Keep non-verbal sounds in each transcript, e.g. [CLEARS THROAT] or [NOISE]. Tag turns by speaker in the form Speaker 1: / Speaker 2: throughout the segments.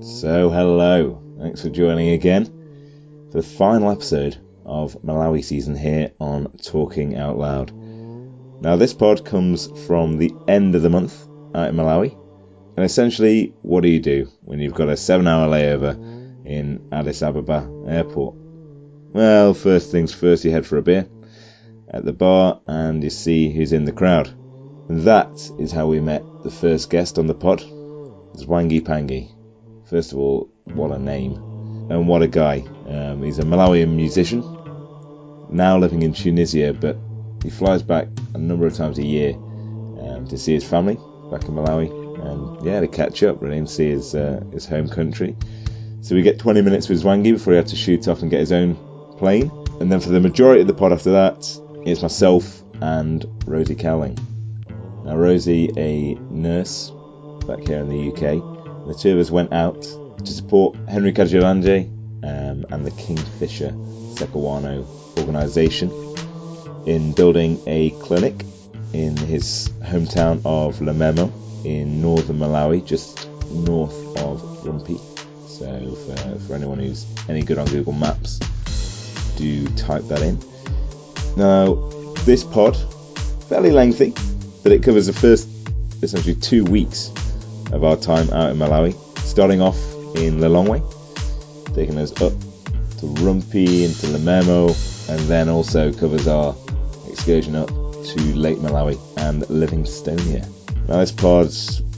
Speaker 1: So, hello. Thanks for joining again for the final episode of Malawi season here on Talking Out Loud. Now, this pod comes from the end of the month out in Malawi. And essentially, what do you do when you've got a seven hour layover in Addis Ababa airport? Well, first things first, you head for a beer at the bar and you see who's in the crowd. And that is how we met the first guest on the pod. It's Wangi Pangi. First of all, what a name. And what a guy. Um, he's a Malawian musician, now living in Tunisia, but he flies back a number of times a year um, to see his family back in Malawi and yeah, to catch up really and see his, uh, his home country. So we get 20 minutes with Zwangi before he had to shoot off and get his own plane. And then for the majority of the pod after that, it's myself and Rosie Cowling. Now, Rosie, a nurse back here in the UK, the two of us went out to support Henry Kajalanje um, and the Kingfisher Sekawano organisation in building a clinic in his hometown of Lamemo in northern Malawi, just north of Rumpi. So, for, for anyone who's any good on Google Maps, do type that in. Now, this pod, fairly lengthy, but it covers the first essentially two weeks of our time out in Malawi, starting off in Lilongwe, taking us up to Rumpi, into Lamemo, and then also covers our excursion up to Lake Malawi and Livingstonia. Now, this pod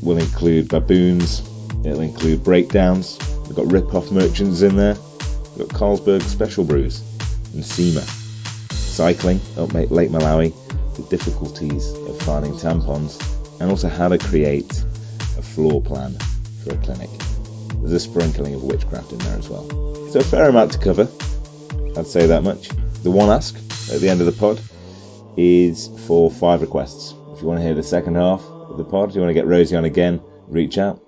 Speaker 1: will include baboons, it'll include breakdowns, we've got rip off merchants in there, we've got Carlsberg special brews, and SEMA. Cycling up Lake Malawi, the difficulties of finding tampons, and also how to create a floor plan for a clinic. There's a sprinkling of witchcraft in there as well. So, a fair amount to cover, I'd say that much. The one ask at the end of the pod is for five requests. If you want to hear the second half of the pod, if you want to get Rosie on again, reach out.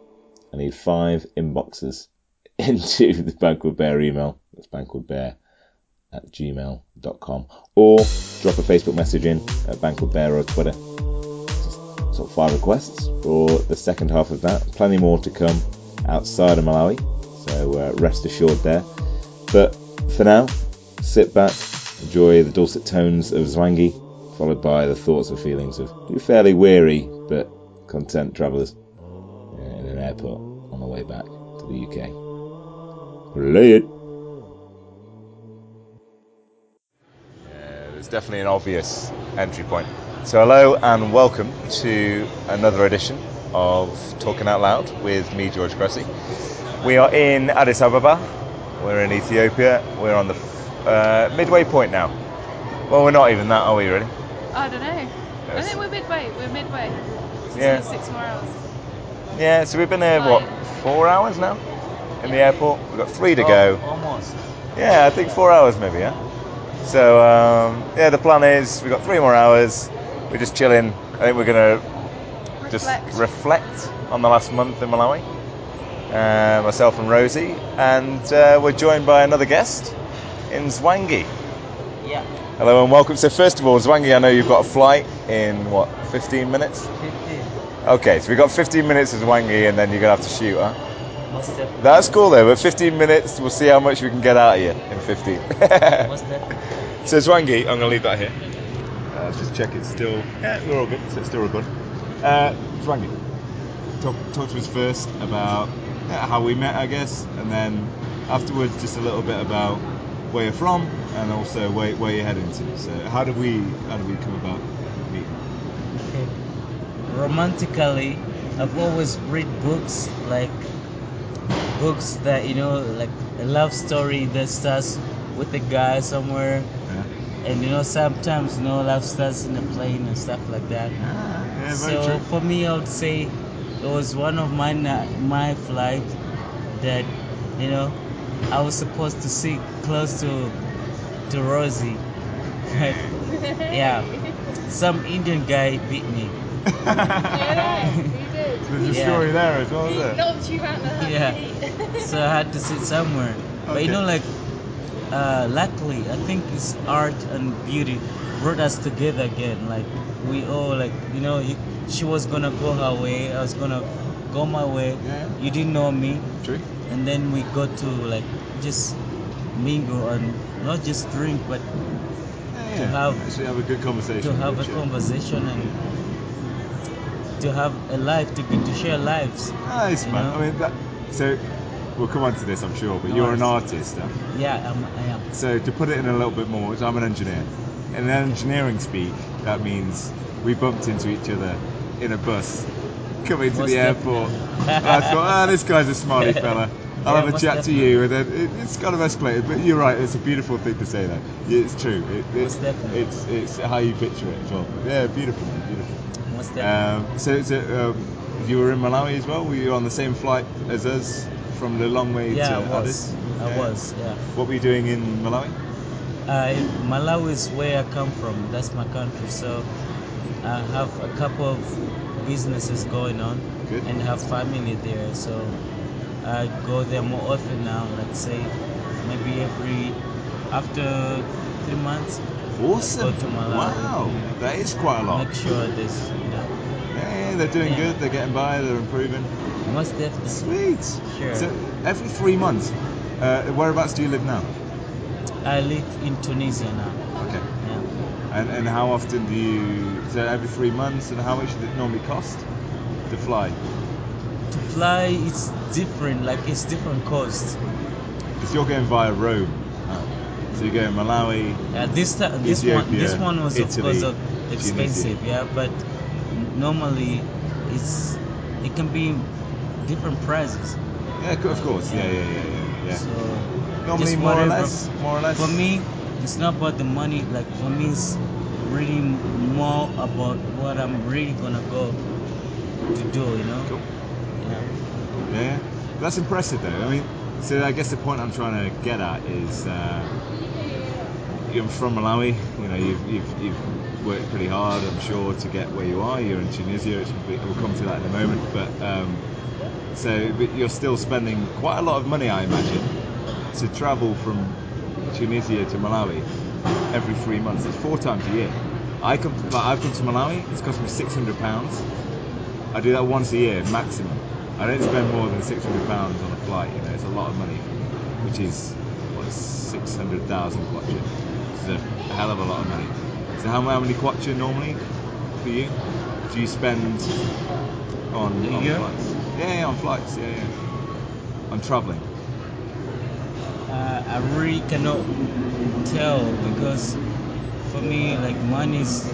Speaker 1: I need five inboxes [LAUGHS] into the Banquet Bear email. That's Banquet Bear at gmail.com or drop a Facebook message in at Banquet Bear or Twitter. Just sort of five requests for the second half of that. Plenty more to come outside of Malawi, so uh, rest assured there. But for now, sit back, enjoy the dulcet tones of Zwangi, followed by the thoughts and feelings of two fairly weary but content travellers uh, in an airport on the way back to the UK. Play it! Uh, It's definitely an obvious entry point. So, hello and welcome to another edition of Talking Out Loud with me, George Cressy. We are in Addis Ababa, we're in Ethiopia, we're on the uh, midway point now. Well, we're not even that, are we, really?
Speaker 2: I don't know. I think we're midway. We're midway. It's
Speaker 1: Yeah.
Speaker 2: still Six more hours.
Speaker 1: Yeah, so we've been here, what, four hours now in the airport? We've got three
Speaker 2: Oh,
Speaker 1: to go.
Speaker 3: Oh,
Speaker 4: Almost.
Speaker 1: Yeah, I think four hours maybe, yeah? So, um, yeah, the plan is we've got three more hours. We're just chilling. I think we're going to just
Speaker 2: Reflect.
Speaker 1: reflect on the last month in Malawi. Uh, myself and Rosie, and uh, we're joined by another guest in Zwangi.
Speaker 4: Yeah.
Speaker 1: Hello and welcome. So first of all, Zwangi, I know you've got a flight in what 15 minutes.
Speaker 4: 50.
Speaker 1: Okay, so we got 15 minutes with Zwangi, and then you're gonna have to shoot, huh?
Speaker 4: Most definitely.
Speaker 1: That's cool though. But 15 minutes, we'll see how much we can get out of you in [LAUGHS] 15.
Speaker 4: Most definitely. [LAUGHS]
Speaker 1: so Zwangi, I'm gonna leave that here. Uh, just check it's still. Yeah, we're all good. So it's still recording. Uh, Zwangi, talk, talk to us first about yeah, how we met, I guess, and then afterwards just a little bit about where you're from and also where, where you're heading to. So how did we how did we come about meeting?
Speaker 4: Okay. Romantically, I've always read books like books that you know, like a love story that starts with a guy somewhere,
Speaker 1: Yeah.
Speaker 4: and you know, sometimes you know, love starts in a plane and stuff like that.
Speaker 1: Yeah, very
Speaker 4: Ah, so
Speaker 1: true.
Speaker 4: for me, I would say it was one of my na- my flight that you know I was supposed to sit close to to Rosie. [LAUGHS] yeah, some Indian guy beat me. [LAUGHS]
Speaker 2: [LAUGHS] Yeah, he did.
Speaker 1: There's a
Speaker 4: Yeah.
Speaker 1: story there as well,
Speaker 2: He
Speaker 1: isn't there?
Speaker 2: knocked you out of the
Speaker 4: Yeah.
Speaker 2: seat.
Speaker 4: so I had to sit somewhere. But you
Speaker 1: Okay.
Speaker 4: know, like, uh, luckily, I think it's art and beauty brought us together again. Like, we all, like, you know, you, she was gonna go her way, I was gonna go my way.
Speaker 1: Yeah.
Speaker 4: You didn't know me.
Speaker 1: True.
Speaker 4: and then we go to like just mingle and not just drink but
Speaker 3: Yeah,
Speaker 4: To have-
Speaker 3: actually have a good conversation.
Speaker 4: to have
Speaker 3: good
Speaker 4: a
Speaker 3: chat.
Speaker 4: conversation and to have a life to to share lives
Speaker 3: Ah, it's
Speaker 4: you
Speaker 3: fun.
Speaker 4: know?
Speaker 3: I mean, that, so we'll come on to this, I'm sure. But
Speaker 4: No
Speaker 3: you're an
Speaker 4: worries.
Speaker 3: artist. Huh?
Speaker 4: yeah I'm, I am
Speaker 3: So to put it in a little bit more, so I'm an engineer. In engineering speak, that means we bumped into each other in a bus coming to
Speaker 4: Most
Speaker 3: the airport.
Speaker 4: definitely.
Speaker 3: and I thought, ah, this guy's a
Speaker 4: [LAUGHS]
Speaker 3: smiley fella. I'll
Speaker 4: Yeah,
Speaker 3: have a
Speaker 4: most
Speaker 3: chat to
Speaker 4: definitely.
Speaker 3: you, and then it, it's kind of escalated. But you're right; it's a beautiful thing to say. That it's true. It,
Speaker 4: Most
Speaker 3: it,
Speaker 4: definitely.
Speaker 3: it's it's how you picture it as well. But yeah, beautiful, beautiful.
Speaker 4: most definitely
Speaker 3: Um, so, so um, you were in Malawi as well. Were you on the same flight as us from the long way to
Speaker 4: yeah I was
Speaker 3: Addis?
Speaker 4: I
Speaker 3: Yeah.
Speaker 4: was yeah
Speaker 3: What were you doing in Malawi?
Speaker 4: I, Malawi is where I come from. That's my country. So I have a couple of businesses going on
Speaker 3: Good.
Speaker 4: and have family there. So I go there more often now. Let's say maybe every after three months.
Speaker 3: Awesome.
Speaker 4: I've got to Malawi.
Speaker 3: Wow, that is quite a lot.
Speaker 4: Make sure this, you know,
Speaker 3: Yeah, they're doing
Speaker 4: Yeah.
Speaker 3: good, they're getting by, they're improving.
Speaker 4: most definitely.
Speaker 3: Sweet.
Speaker 4: Sure.
Speaker 3: So every three months, uh, whereabouts do you live now?
Speaker 4: I live in Tunisia now.
Speaker 3: Okay.
Speaker 4: Yeah.
Speaker 3: And, and how often do you, so every three months, and how much does it normally cost to fly?
Speaker 4: To fly, it's different. Like it's different cost.
Speaker 3: Because you're going via Rome. huh? So you're going Malawi.
Speaker 4: Yeah, this ti- this one this
Speaker 3: Ethiopia,
Speaker 4: one was
Speaker 3: Italy,
Speaker 4: of course uh, expensive, yeah, but n- normally it's it can be different prices.
Speaker 3: Yeah, of course. Yeah, yeah, yeah, yeah. yeah.
Speaker 4: So
Speaker 3: normally
Speaker 4: just
Speaker 3: more or
Speaker 4: whatever.
Speaker 3: less, more or less.
Speaker 4: For me, it's not about the money. Like for me, it's really more about what I'm really gonna go to do. You know.
Speaker 3: Cool.
Speaker 4: Yeah.
Speaker 3: Yeah, that's impressive though. I mean, so I guess the point I'm trying to get at is uh, you're from Malawi. You know, you've, you've, you've worked pretty hard, I'm sure, to get where you are. You're in Tunisia. Which we- we'll come to that in a moment. But um, so, but you're still spending quite a lot of money, I imagine, to travel from Tunisia to Malawi every three months. It's four times a year. I come, like, I've come to Malawi. It's cost me six hundred pounds. I do that once a year maximum. I don't spend more than six hundred pounds on a flight. You know, it's a lot of money, which is what six hundred thousand kwacha. It's a hell of a lot of money. So how, how many kwacha normally for you? Do you spend on,
Speaker 4: A
Speaker 3: on
Speaker 4: year?
Speaker 3: flights? Yeah, yeah, on flights. Yeah, yeah. on traveling.
Speaker 4: Uh, I really cannot tell because for me, like money is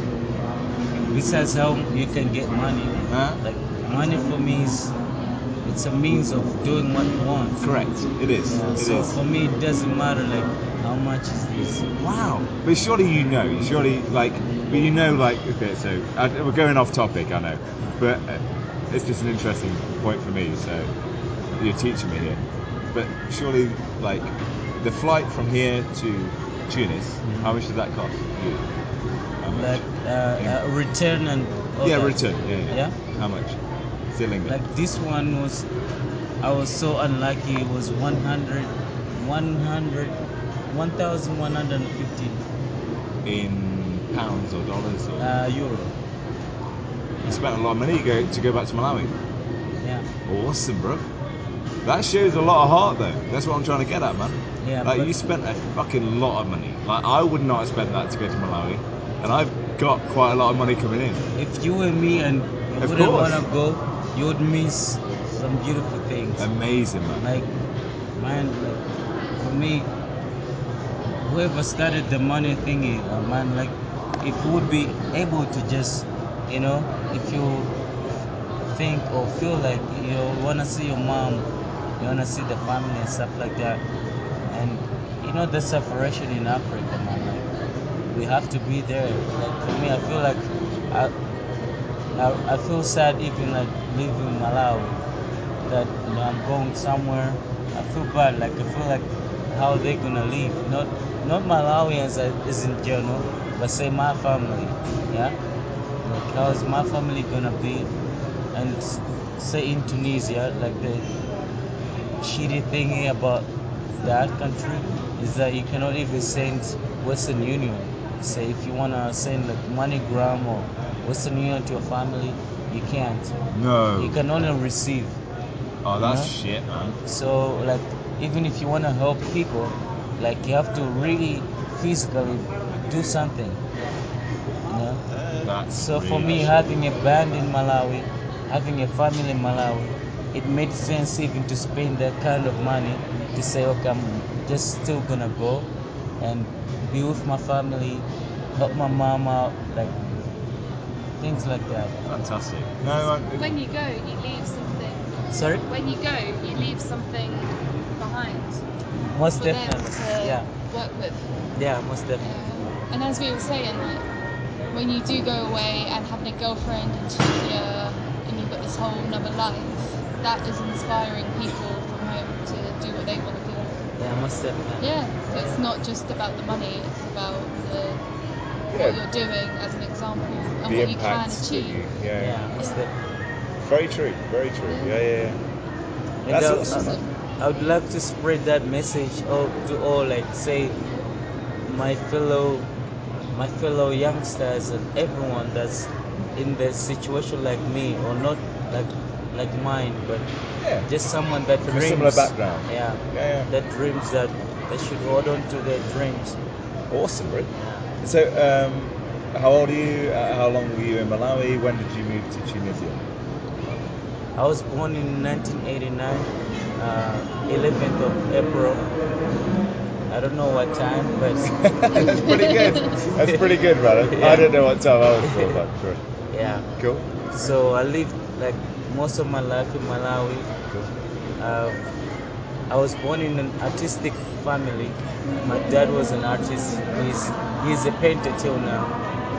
Speaker 4: besides how you can get money.
Speaker 3: Huh?
Speaker 4: Like money for me is it's a means of doing what you want.
Speaker 3: Correct. It is.
Speaker 4: Yeah,
Speaker 3: It
Speaker 4: so
Speaker 3: is.
Speaker 4: for me, it doesn't matter like how much is this.
Speaker 3: Wow. But surely you know, surely like, but you know, like, okay, so I, we're going off topic, I know, but uh, it's just an interesting point for me. So you're teaching me here, but surely like the flight from here to Tunis,
Speaker 4: Mhm.
Speaker 3: how much does that cost you? How much?
Speaker 4: Like
Speaker 3: Yeah.
Speaker 4: uh, uh, return and all
Speaker 3: yeah,
Speaker 4: that.
Speaker 3: return. Yeah, yeah.
Speaker 4: Yeah?
Speaker 3: How much? Zillinger.
Speaker 4: Like this one was, I was so unlucky. It was 100, 100, 1,115
Speaker 3: in pounds or dollars? Or,
Speaker 4: uh, euro.
Speaker 3: you spent a lot of money to go to go back to Malawi.
Speaker 4: Yeah.
Speaker 3: Awesome, bro. That shows a lot of heart, though. That's what I'm trying to get at, man.
Speaker 4: Yeah,
Speaker 3: Like
Speaker 4: but-
Speaker 3: Uh, you spent a fucking lot of money. Like I would not have spent that to go to Malawi, and I've got quite a lot of money coming in.
Speaker 4: If you were me and you
Speaker 3: Of
Speaker 4: wouldn't
Speaker 3: course.
Speaker 4: want to go, you would miss some beautiful things.
Speaker 3: Amazing, man.
Speaker 4: like, man, like, for me, whoever started the money thingy, uh, man, like, if you would be able to just, you know, if you think or feel like you want to see your mom, you want to see the family and stuff like that, and you know the separation in Africa, man, like, we have to be there. Like for me, I feel like I, I, I feel sad even like leaving Malawi that you know, I'm going somewhere. I feel bad. Like I feel like how they gonna live. Not not Malawians as, as in general, but say my family. Yeah. Like how is my family gonna be? And s- say in Tunisia, like the shitty thing about that country is that you cannot even send Western Union. Say if you wanna send like MoneyGram or Western Union to your family, you can't.
Speaker 3: No.
Speaker 4: You can only receive.
Speaker 1: Oh, that's shit, man.
Speaker 4: So like even if you want to help people, like you have to really physically do something. You know?
Speaker 1: That's
Speaker 4: So for
Speaker 1: really
Speaker 4: me,
Speaker 1: shit.
Speaker 4: having a band in Malawi, having a family in Malawi, it made sense even to spend that kind of money to say, okay, I'm just still gonna go and be with my family, help my mom out, like things like that.
Speaker 1: fantastic. No, I,
Speaker 2: [LAUGHS] When you go, you leave something.
Speaker 4: Sorry,
Speaker 2: When you go, you leave something behind
Speaker 4: most
Speaker 2: for
Speaker 4: definitely.
Speaker 2: them to
Speaker 4: Yeah,
Speaker 2: work with.
Speaker 4: yeah, most definitely.
Speaker 2: Um, and as we were saying, like when you do go away and having a girlfriend and she's here and you've got this whole another life, that is inspiring people from home to do what they want to do.
Speaker 4: Yeah, most definitely.
Speaker 2: Yeah, so it's not just about the money; it's about the, what
Speaker 3: Yeah,
Speaker 2: you're doing as an example and
Speaker 3: the
Speaker 2: what you can
Speaker 3: impact that
Speaker 2: achieve.
Speaker 3: you. Yeah.
Speaker 4: Yeah, most definitely.
Speaker 3: Very true. Very true. Yeah, yeah. yeah.
Speaker 4: And
Speaker 3: That's
Speaker 4: I'll-
Speaker 3: awesome. man.
Speaker 4: I would like to spread that message all to all, like say my fellow my fellow youngsters and everyone that's in the situation like me or not like like mine, but
Speaker 3: Yeah.
Speaker 4: just someone that
Speaker 3: From a
Speaker 4: dreams.
Speaker 3: similar background.
Speaker 4: Yeah,
Speaker 3: Yeah, yeah.
Speaker 4: that dreams that they should hold on to their dreams.
Speaker 3: Awesome, Rick. So, um, how old are you? Uh, how long were you in Malawi? When did you move to Tunisia? [LAUGHS]
Speaker 4: I was born in 1989, uh, 11th of April. I don't know what time, but
Speaker 3: [LAUGHS] That's pretty good. That's pretty good, brother. I
Speaker 4: Yeah.
Speaker 3: don't know what time I was born, but sure.
Speaker 4: yeah.
Speaker 3: Cool.
Speaker 4: So I lived like most of my life in Malawi.
Speaker 3: Cool.
Speaker 4: Uh, I was born in an artistic family. My dad was an artist. He's he's a painter till now.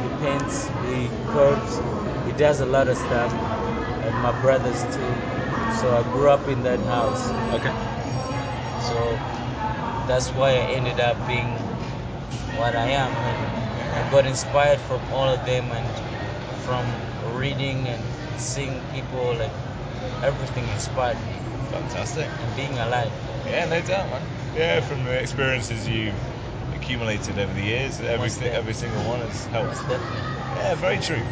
Speaker 4: He paints, he curves, he does a lot of stuff. And my brothers too. So I grew up in that house.
Speaker 3: Okay.
Speaker 4: So that's why I ended up being what I am. And I got inspired from all of them and from reading and seeing people like everything inspired me
Speaker 3: Fantastic.
Speaker 4: and being alive.
Speaker 3: Yeah, no doubt, man. Yeah, from the experiences you've accumulated over the years, every,
Speaker 4: Most
Speaker 3: si- every single one has helped.
Speaker 4: Most definitely.
Speaker 3: Yeah, very true.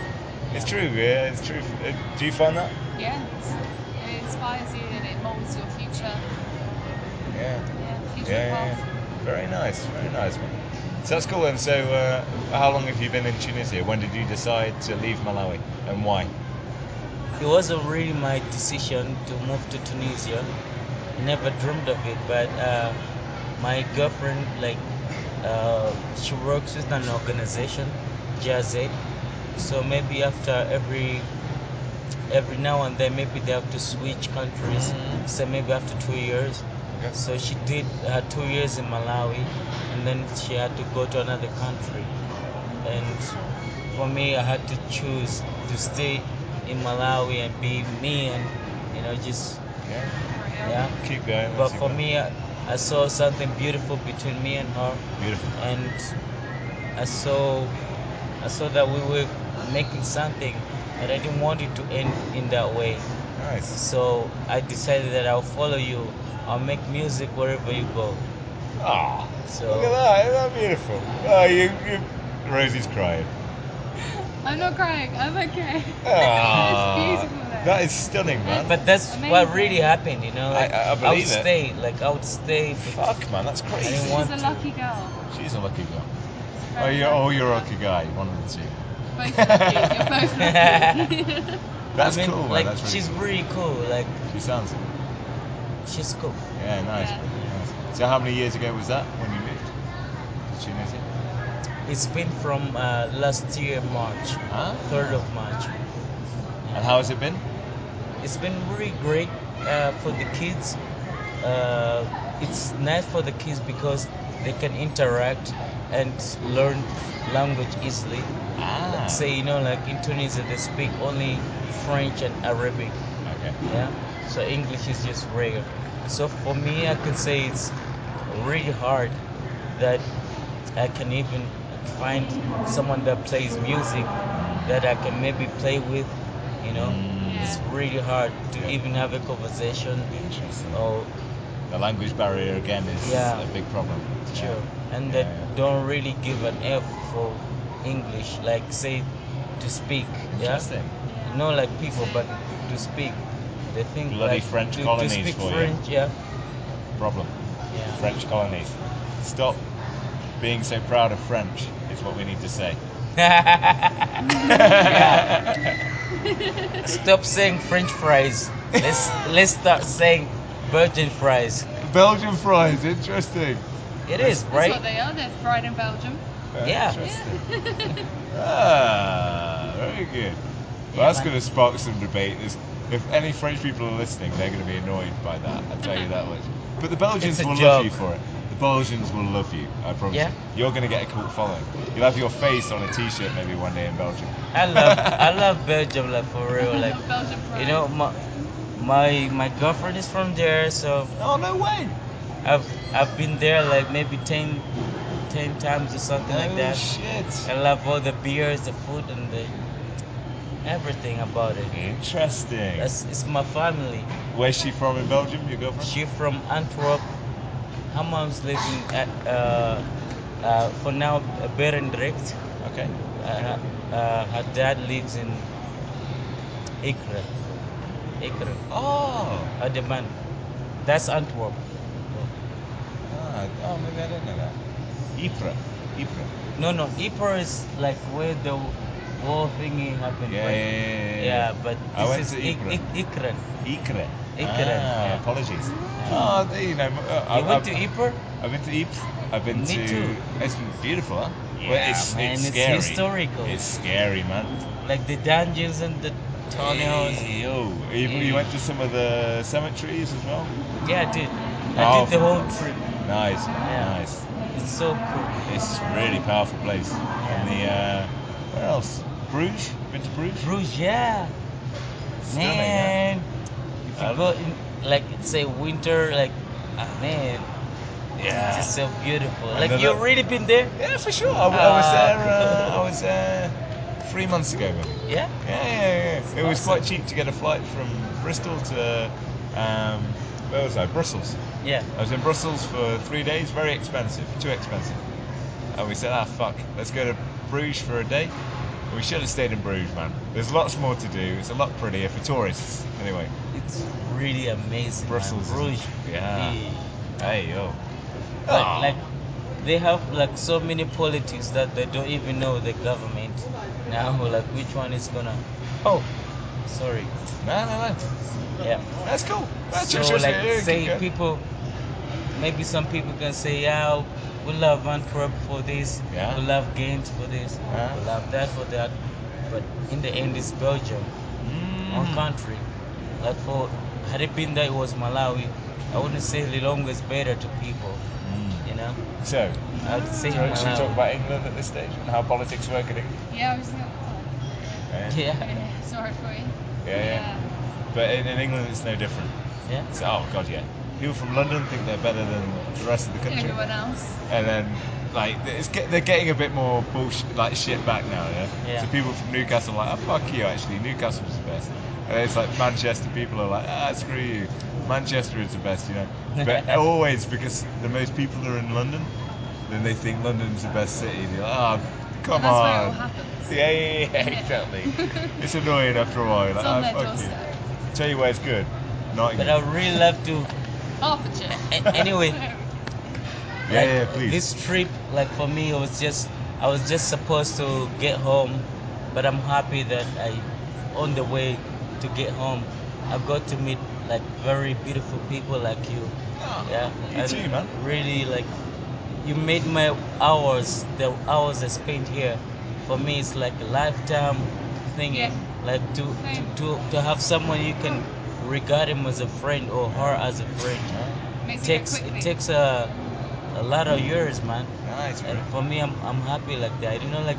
Speaker 3: It's
Speaker 4: Yeah.
Speaker 3: true. Yeah, it's true. Uh, Do you find that?
Speaker 2: Yeah, it inspires you and it molds your future,
Speaker 3: Yeah.
Speaker 2: yeah, future
Speaker 3: Yeah,
Speaker 2: path.
Speaker 3: yeah. Very nice. Very nice, man. So that's cool. And so, uh, how long have you been in Tunisia? When did you decide to leave Malawi, and why?
Speaker 4: It wasn't really my decision to move to Tunisia. Never dreamed of it, but uh, my girlfriend, like, uh, she works with an organization, Jazz So maybe after every every now and then, maybe they have to switch countries.
Speaker 3: Mm.
Speaker 4: So maybe after two years. So she did her two years in Malawi, and then she had to go to another country. And for me, I had to choose to stay in Malawi and be me, and you know, just
Speaker 3: Yeah.
Speaker 4: yeah.
Speaker 3: Keep going.
Speaker 4: But
Speaker 3: that's
Speaker 4: for
Speaker 3: it.
Speaker 4: me, I, I saw something beautiful between me and her,
Speaker 3: beautiful.
Speaker 4: and I saw I saw that we were making something, and I didn't want it to end in that way.
Speaker 3: Nice.
Speaker 4: So I decided that I'll follow you. I'll make music wherever you go.
Speaker 3: Ah,
Speaker 4: So-
Speaker 3: look at that. Isn't that beautiful? Oh, you, you. Rosie's crying.
Speaker 4: [LAUGHS]
Speaker 2: I'm not crying. I'm okay. [LAUGHS]
Speaker 3: Ah,
Speaker 2: it's beautiful there.
Speaker 3: that is stunning, man.
Speaker 4: But that's what
Speaker 2: Amazing.
Speaker 4: really happened, you know.
Speaker 3: I-
Speaker 4: Like,
Speaker 3: I- I
Speaker 4: would
Speaker 3: believe it.
Speaker 4: stay, like I would stay. but-
Speaker 3: Fuck, man, that's crazy.
Speaker 2: [LAUGHS]
Speaker 4: I
Speaker 2: She's
Speaker 4: want
Speaker 2: a
Speaker 4: to.
Speaker 2: lucky girl.
Speaker 3: She's a lucky girl.
Speaker 2: She's a
Speaker 3: Oh,
Speaker 2: very
Speaker 3: you're, oh,
Speaker 2: lucky
Speaker 3: you're a
Speaker 2: girl.
Speaker 3: lucky guy. One of the two.
Speaker 2: Both lucky. You're
Speaker 3: [LAUGHS]
Speaker 2: both lucky.
Speaker 3: That's
Speaker 4: I mean,
Speaker 3: cool, man.
Speaker 4: Like
Speaker 3: that's really
Speaker 4: she's
Speaker 3: cool.
Speaker 4: really cool. Like
Speaker 3: She sounds it.
Speaker 4: she's cool.
Speaker 3: Yeah, nice.
Speaker 2: Yeah.
Speaker 3: nice. So how many years ago was that when you moved to Tunisia?
Speaker 4: It's been from uh, last year March,
Speaker 3: Huh?
Speaker 4: third of March.
Speaker 3: And how has it been?
Speaker 4: It's been really great uh, for the kids. Uh, it's nice for the kids because they can interact and learn language easily.
Speaker 3: Ah.
Speaker 4: Like say you know, like in Tunisia they speak only French and Arabic.
Speaker 3: Okay.
Speaker 4: yeah so english is just rare so for me i can say it's really hard that i can even find someone that plays music that i can maybe play with you know
Speaker 3: Mm,
Speaker 4: it's really hard to
Speaker 3: Yeah.
Speaker 4: even have a conversation
Speaker 3: Interesting.
Speaker 4: or
Speaker 3: The language barrier again is
Speaker 4: Yeah.
Speaker 3: a big problem.
Speaker 4: sure and
Speaker 3: Yeah,
Speaker 4: that
Speaker 3: yeah.
Speaker 4: don't really give an f for english like say to speak yeah
Speaker 3: Interesting.
Speaker 2: [LAUGHS]
Speaker 4: not like people but to speak they think
Speaker 3: Bloody
Speaker 4: like,
Speaker 3: French
Speaker 4: to,
Speaker 3: colonies
Speaker 4: to speak
Speaker 3: for you.
Speaker 4: French, yeah.
Speaker 3: Problem.
Speaker 4: yeah.
Speaker 3: French colonies. Stop being so proud of French, is what we need to
Speaker 4: [LAUGHS]
Speaker 3: say.
Speaker 4: Stop saying French fries. Let's let's start saying virgin fries.
Speaker 3: [LAUGHS] Belgian fries, interesting.
Speaker 4: It is
Speaker 2: That's what
Speaker 4: right.
Speaker 2: they are. They're fried in Belgium.
Speaker 3: Very
Speaker 4: Yeah.
Speaker 3: Interesting.
Speaker 2: Yeah. [LAUGHS]
Speaker 3: Ah, very good.
Speaker 4: Yeah,
Speaker 3: Well, that's
Speaker 4: man.
Speaker 3: going to spark some debate. Is if any French people are listening, they're going to be annoyed by that. I tell you that much. But the Belgians
Speaker 4: It's a
Speaker 3: will love you
Speaker 4: joke.
Speaker 3: for it. The Belgians will love you. I promise
Speaker 4: Yeah.
Speaker 3: you. You're going to get a cult following. You'll have your face on a T-shirt maybe one day in Belgium.
Speaker 4: I love I love Belgium like for real like
Speaker 2: Belgian fries.
Speaker 4: you know my my my girlfriend is from there so
Speaker 3: [LAUGHS] Oh no way!
Speaker 4: I've I've been there like maybe 10, 10 times or something like
Speaker 3: oh
Speaker 4: that.
Speaker 3: shit!
Speaker 4: I love all the beers, the food, and the everything about it.
Speaker 3: Mm. Interesting.
Speaker 4: That's, it's my family.
Speaker 3: Where's she from in Belgium? Your girlfriend?
Speaker 4: She from Antwerp. Her mom's living at uh, uh, for now uh, Berendrecht.
Speaker 3: Okay.
Speaker 4: Uh, uh, her dad lives in Ikra. Ikra,
Speaker 3: Oh.
Speaker 4: Ademan. That's Antwerp.
Speaker 3: Ah, oh, maybe I don't know that. Ypres. Ypres.
Speaker 4: No, no, Ypres is like where the whole thingy happened.
Speaker 3: Yeah,
Speaker 4: but-
Speaker 3: yeah, yeah, yeah,
Speaker 4: Yeah, but
Speaker 3: I went
Speaker 4: this is
Speaker 3: to
Speaker 4: Ik-
Speaker 3: Ypres.
Speaker 4: Ik- Ikran.
Speaker 3: Ypres.
Speaker 4: Ypres,
Speaker 3: Ah,
Speaker 4: yeah. Mm.
Speaker 3: Apologies. Oh, there you know. uh, I,
Speaker 4: You went
Speaker 3: I've,
Speaker 4: to Ypres?
Speaker 3: I've been to Ypres. I've been
Speaker 4: Me
Speaker 3: to.
Speaker 4: too.
Speaker 3: It's been beautiful, huh?
Speaker 4: Yeah,
Speaker 3: well, it's,
Speaker 4: man,
Speaker 3: it's
Speaker 4: it's
Speaker 3: scary.
Speaker 4: historical.
Speaker 3: It's scary, man.
Speaker 4: Like the dungeons and the tunnels.
Speaker 3: Hey, Yo, you, you
Speaker 4: Yeah.
Speaker 3: went to some of the cemeteries as well.
Speaker 4: Yeah, I did.
Speaker 3: Oh.
Speaker 4: I did the whole trip.
Speaker 3: Nice,
Speaker 4: Yeah.
Speaker 3: nice.
Speaker 4: It's so cool.
Speaker 3: It's a really powerful place. And the uh, where else? Bruges. Been to Bruges?
Speaker 4: Bruges, yeah.
Speaker 3: Stunning, huh?
Speaker 4: Man. If you
Speaker 3: Um,
Speaker 4: go in, like, say winter, like, ah, man,
Speaker 3: Yeah.
Speaker 4: it's just so beautiful. Like,
Speaker 3: Another-
Speaker 4: you already been there?
Speaker 3: Yeah, for sure. I, I was there.
Speaker 4: Ah.
Speaker 3: Uh, I was there three months ago. Maybe.
Speaker 4: Yeah?
Speaker 3: Yeah, yeah, yeah. It was
Speaker 4: Awesome.
Speaker 3: quite cheap to get a flight from Bristol to um, where was I? Brussels.
Speaker 4: Yeah.
Speaker 3: I was in Brussels for three days. Very expensive. Too expensive. And we said, ah, fuck. Let's go to Bruges for a day. We should have stayed in Bruges, man. There's lots more to do. It's a lot prettier for tourists. Anyway,
Speaker 4: It's really amazing. man.
Speaker 3: Brussels is-
Speaker 4: Bruges.
Speaker 3: yeah. hey yo.
Speaker 4: Like,
Speaker 3: Ah.
Speaker 4: like they have like so many politics that they don't even know the government now like which one is gonna oh sorry
Speaker 3: no, no, no.
Speaker 4: yeah
Speaker 3: That's cool. That's
Speaker 4: so
Speaker 3: interesting. Yeah,
Speaker 4: like
Speaker 3: keep
Speaker 4: say
Speaker 3: going.
Speaker 4: people maybe some people can say yeah we love Antwerp for this
Speaker 3: Yeah.
Speaker 4: we love games for this
Speaker 3: Yeah.
Speaker 4: we love that for that but in the end it's Belgium
Speaker 3: Mm.
Speaker 4: our country like for had it been that it was Malawi I wouldn't say Lilongwe is better to people
Speaker 3: Mm.
Speaker 4: you know
Speaker 3: So,
Speaker 4: I would say
Speaker 3: should we should we
Speaker 4: Malawi
Speaker 3: talk about England at this stage and how politics work in England?
Speaker 2: Yeah, I was like,
Speaker 3: Yeah,
Speaker 2: oh,
Speaker 4: [LAUGHS] yeah
Speaker 2: okay, sorry for you.
Speaker 3: yeah. But in, in England, it's no different.
Speaker 4: yeah
Speaker 3: It's, oh god, yeah. People from London think they're better than the rest of the
Speaker 2: Yeah.
Speaker 3: country,
Speaker 2: Everyone else.
Speaker 3: and then like it's get, they're getting a bit more bullshit like shit back now. Yeah?
Speaker 4: Yeah.
Speaker 3: So people from Newcastle are like, oh fuck you, actually Newcastle's the best. And then it's like Manchester people are like, ah screw you, Manchester is the best, you know. But always because the most people are in London, then they think London's the best city. They're like, ah, come
Speaker 2: and that's where it all
Speaker 3: on.
Speaker 2: happens. [LAUGHS]
Speaker 3: Yeah, yeah, yeah, exactly. it's annoying after a while.
Speaker 2: It's
Speaker 3: Like,
Speaker 2: on
Speaker 3: ah,
Speaker 2: their
Speaker 3: fuck you.
Speaker 2: doorstep.
Speaker 3: Tell you where it's good. Not
Speaker 4: But I would really love to.
Speaker 2: Hertfordshire.
Speaker 4: a- Anyway,
Speaker 3: Yeah,
Speaker 4: like,
Speaker 3: yeah, please.
Speaker 4: This trip, like for me, it was just I was just supposed to get home, but I'm happy that I, on the way to get home, I got to meet like very beautiful people like you. Yeah.
Speaker 3: You
Speaker 4: and
Speaker 3: too, man.
Speaker 4: Really, like you made my hours, the hours I spent here, for me, it's like a lifetime thing.
Speaker 2: Yeah.
Speaker 4: Like to, to
Speaker 2: Same.
Speaker 4: to to have someone you can regard him as a friend or her as a friend.
Speaker 2: [LAUGHS] Makes
Speaker 4: takes
Speaker 2: it go
Speaker 4: it
Speaker 2: quickly.
Speaker 4: takes a a lot of years, man.
Speaker 3: Nice, bro.
Speaker 4: And for me, I'm I'm happy like that. You know, like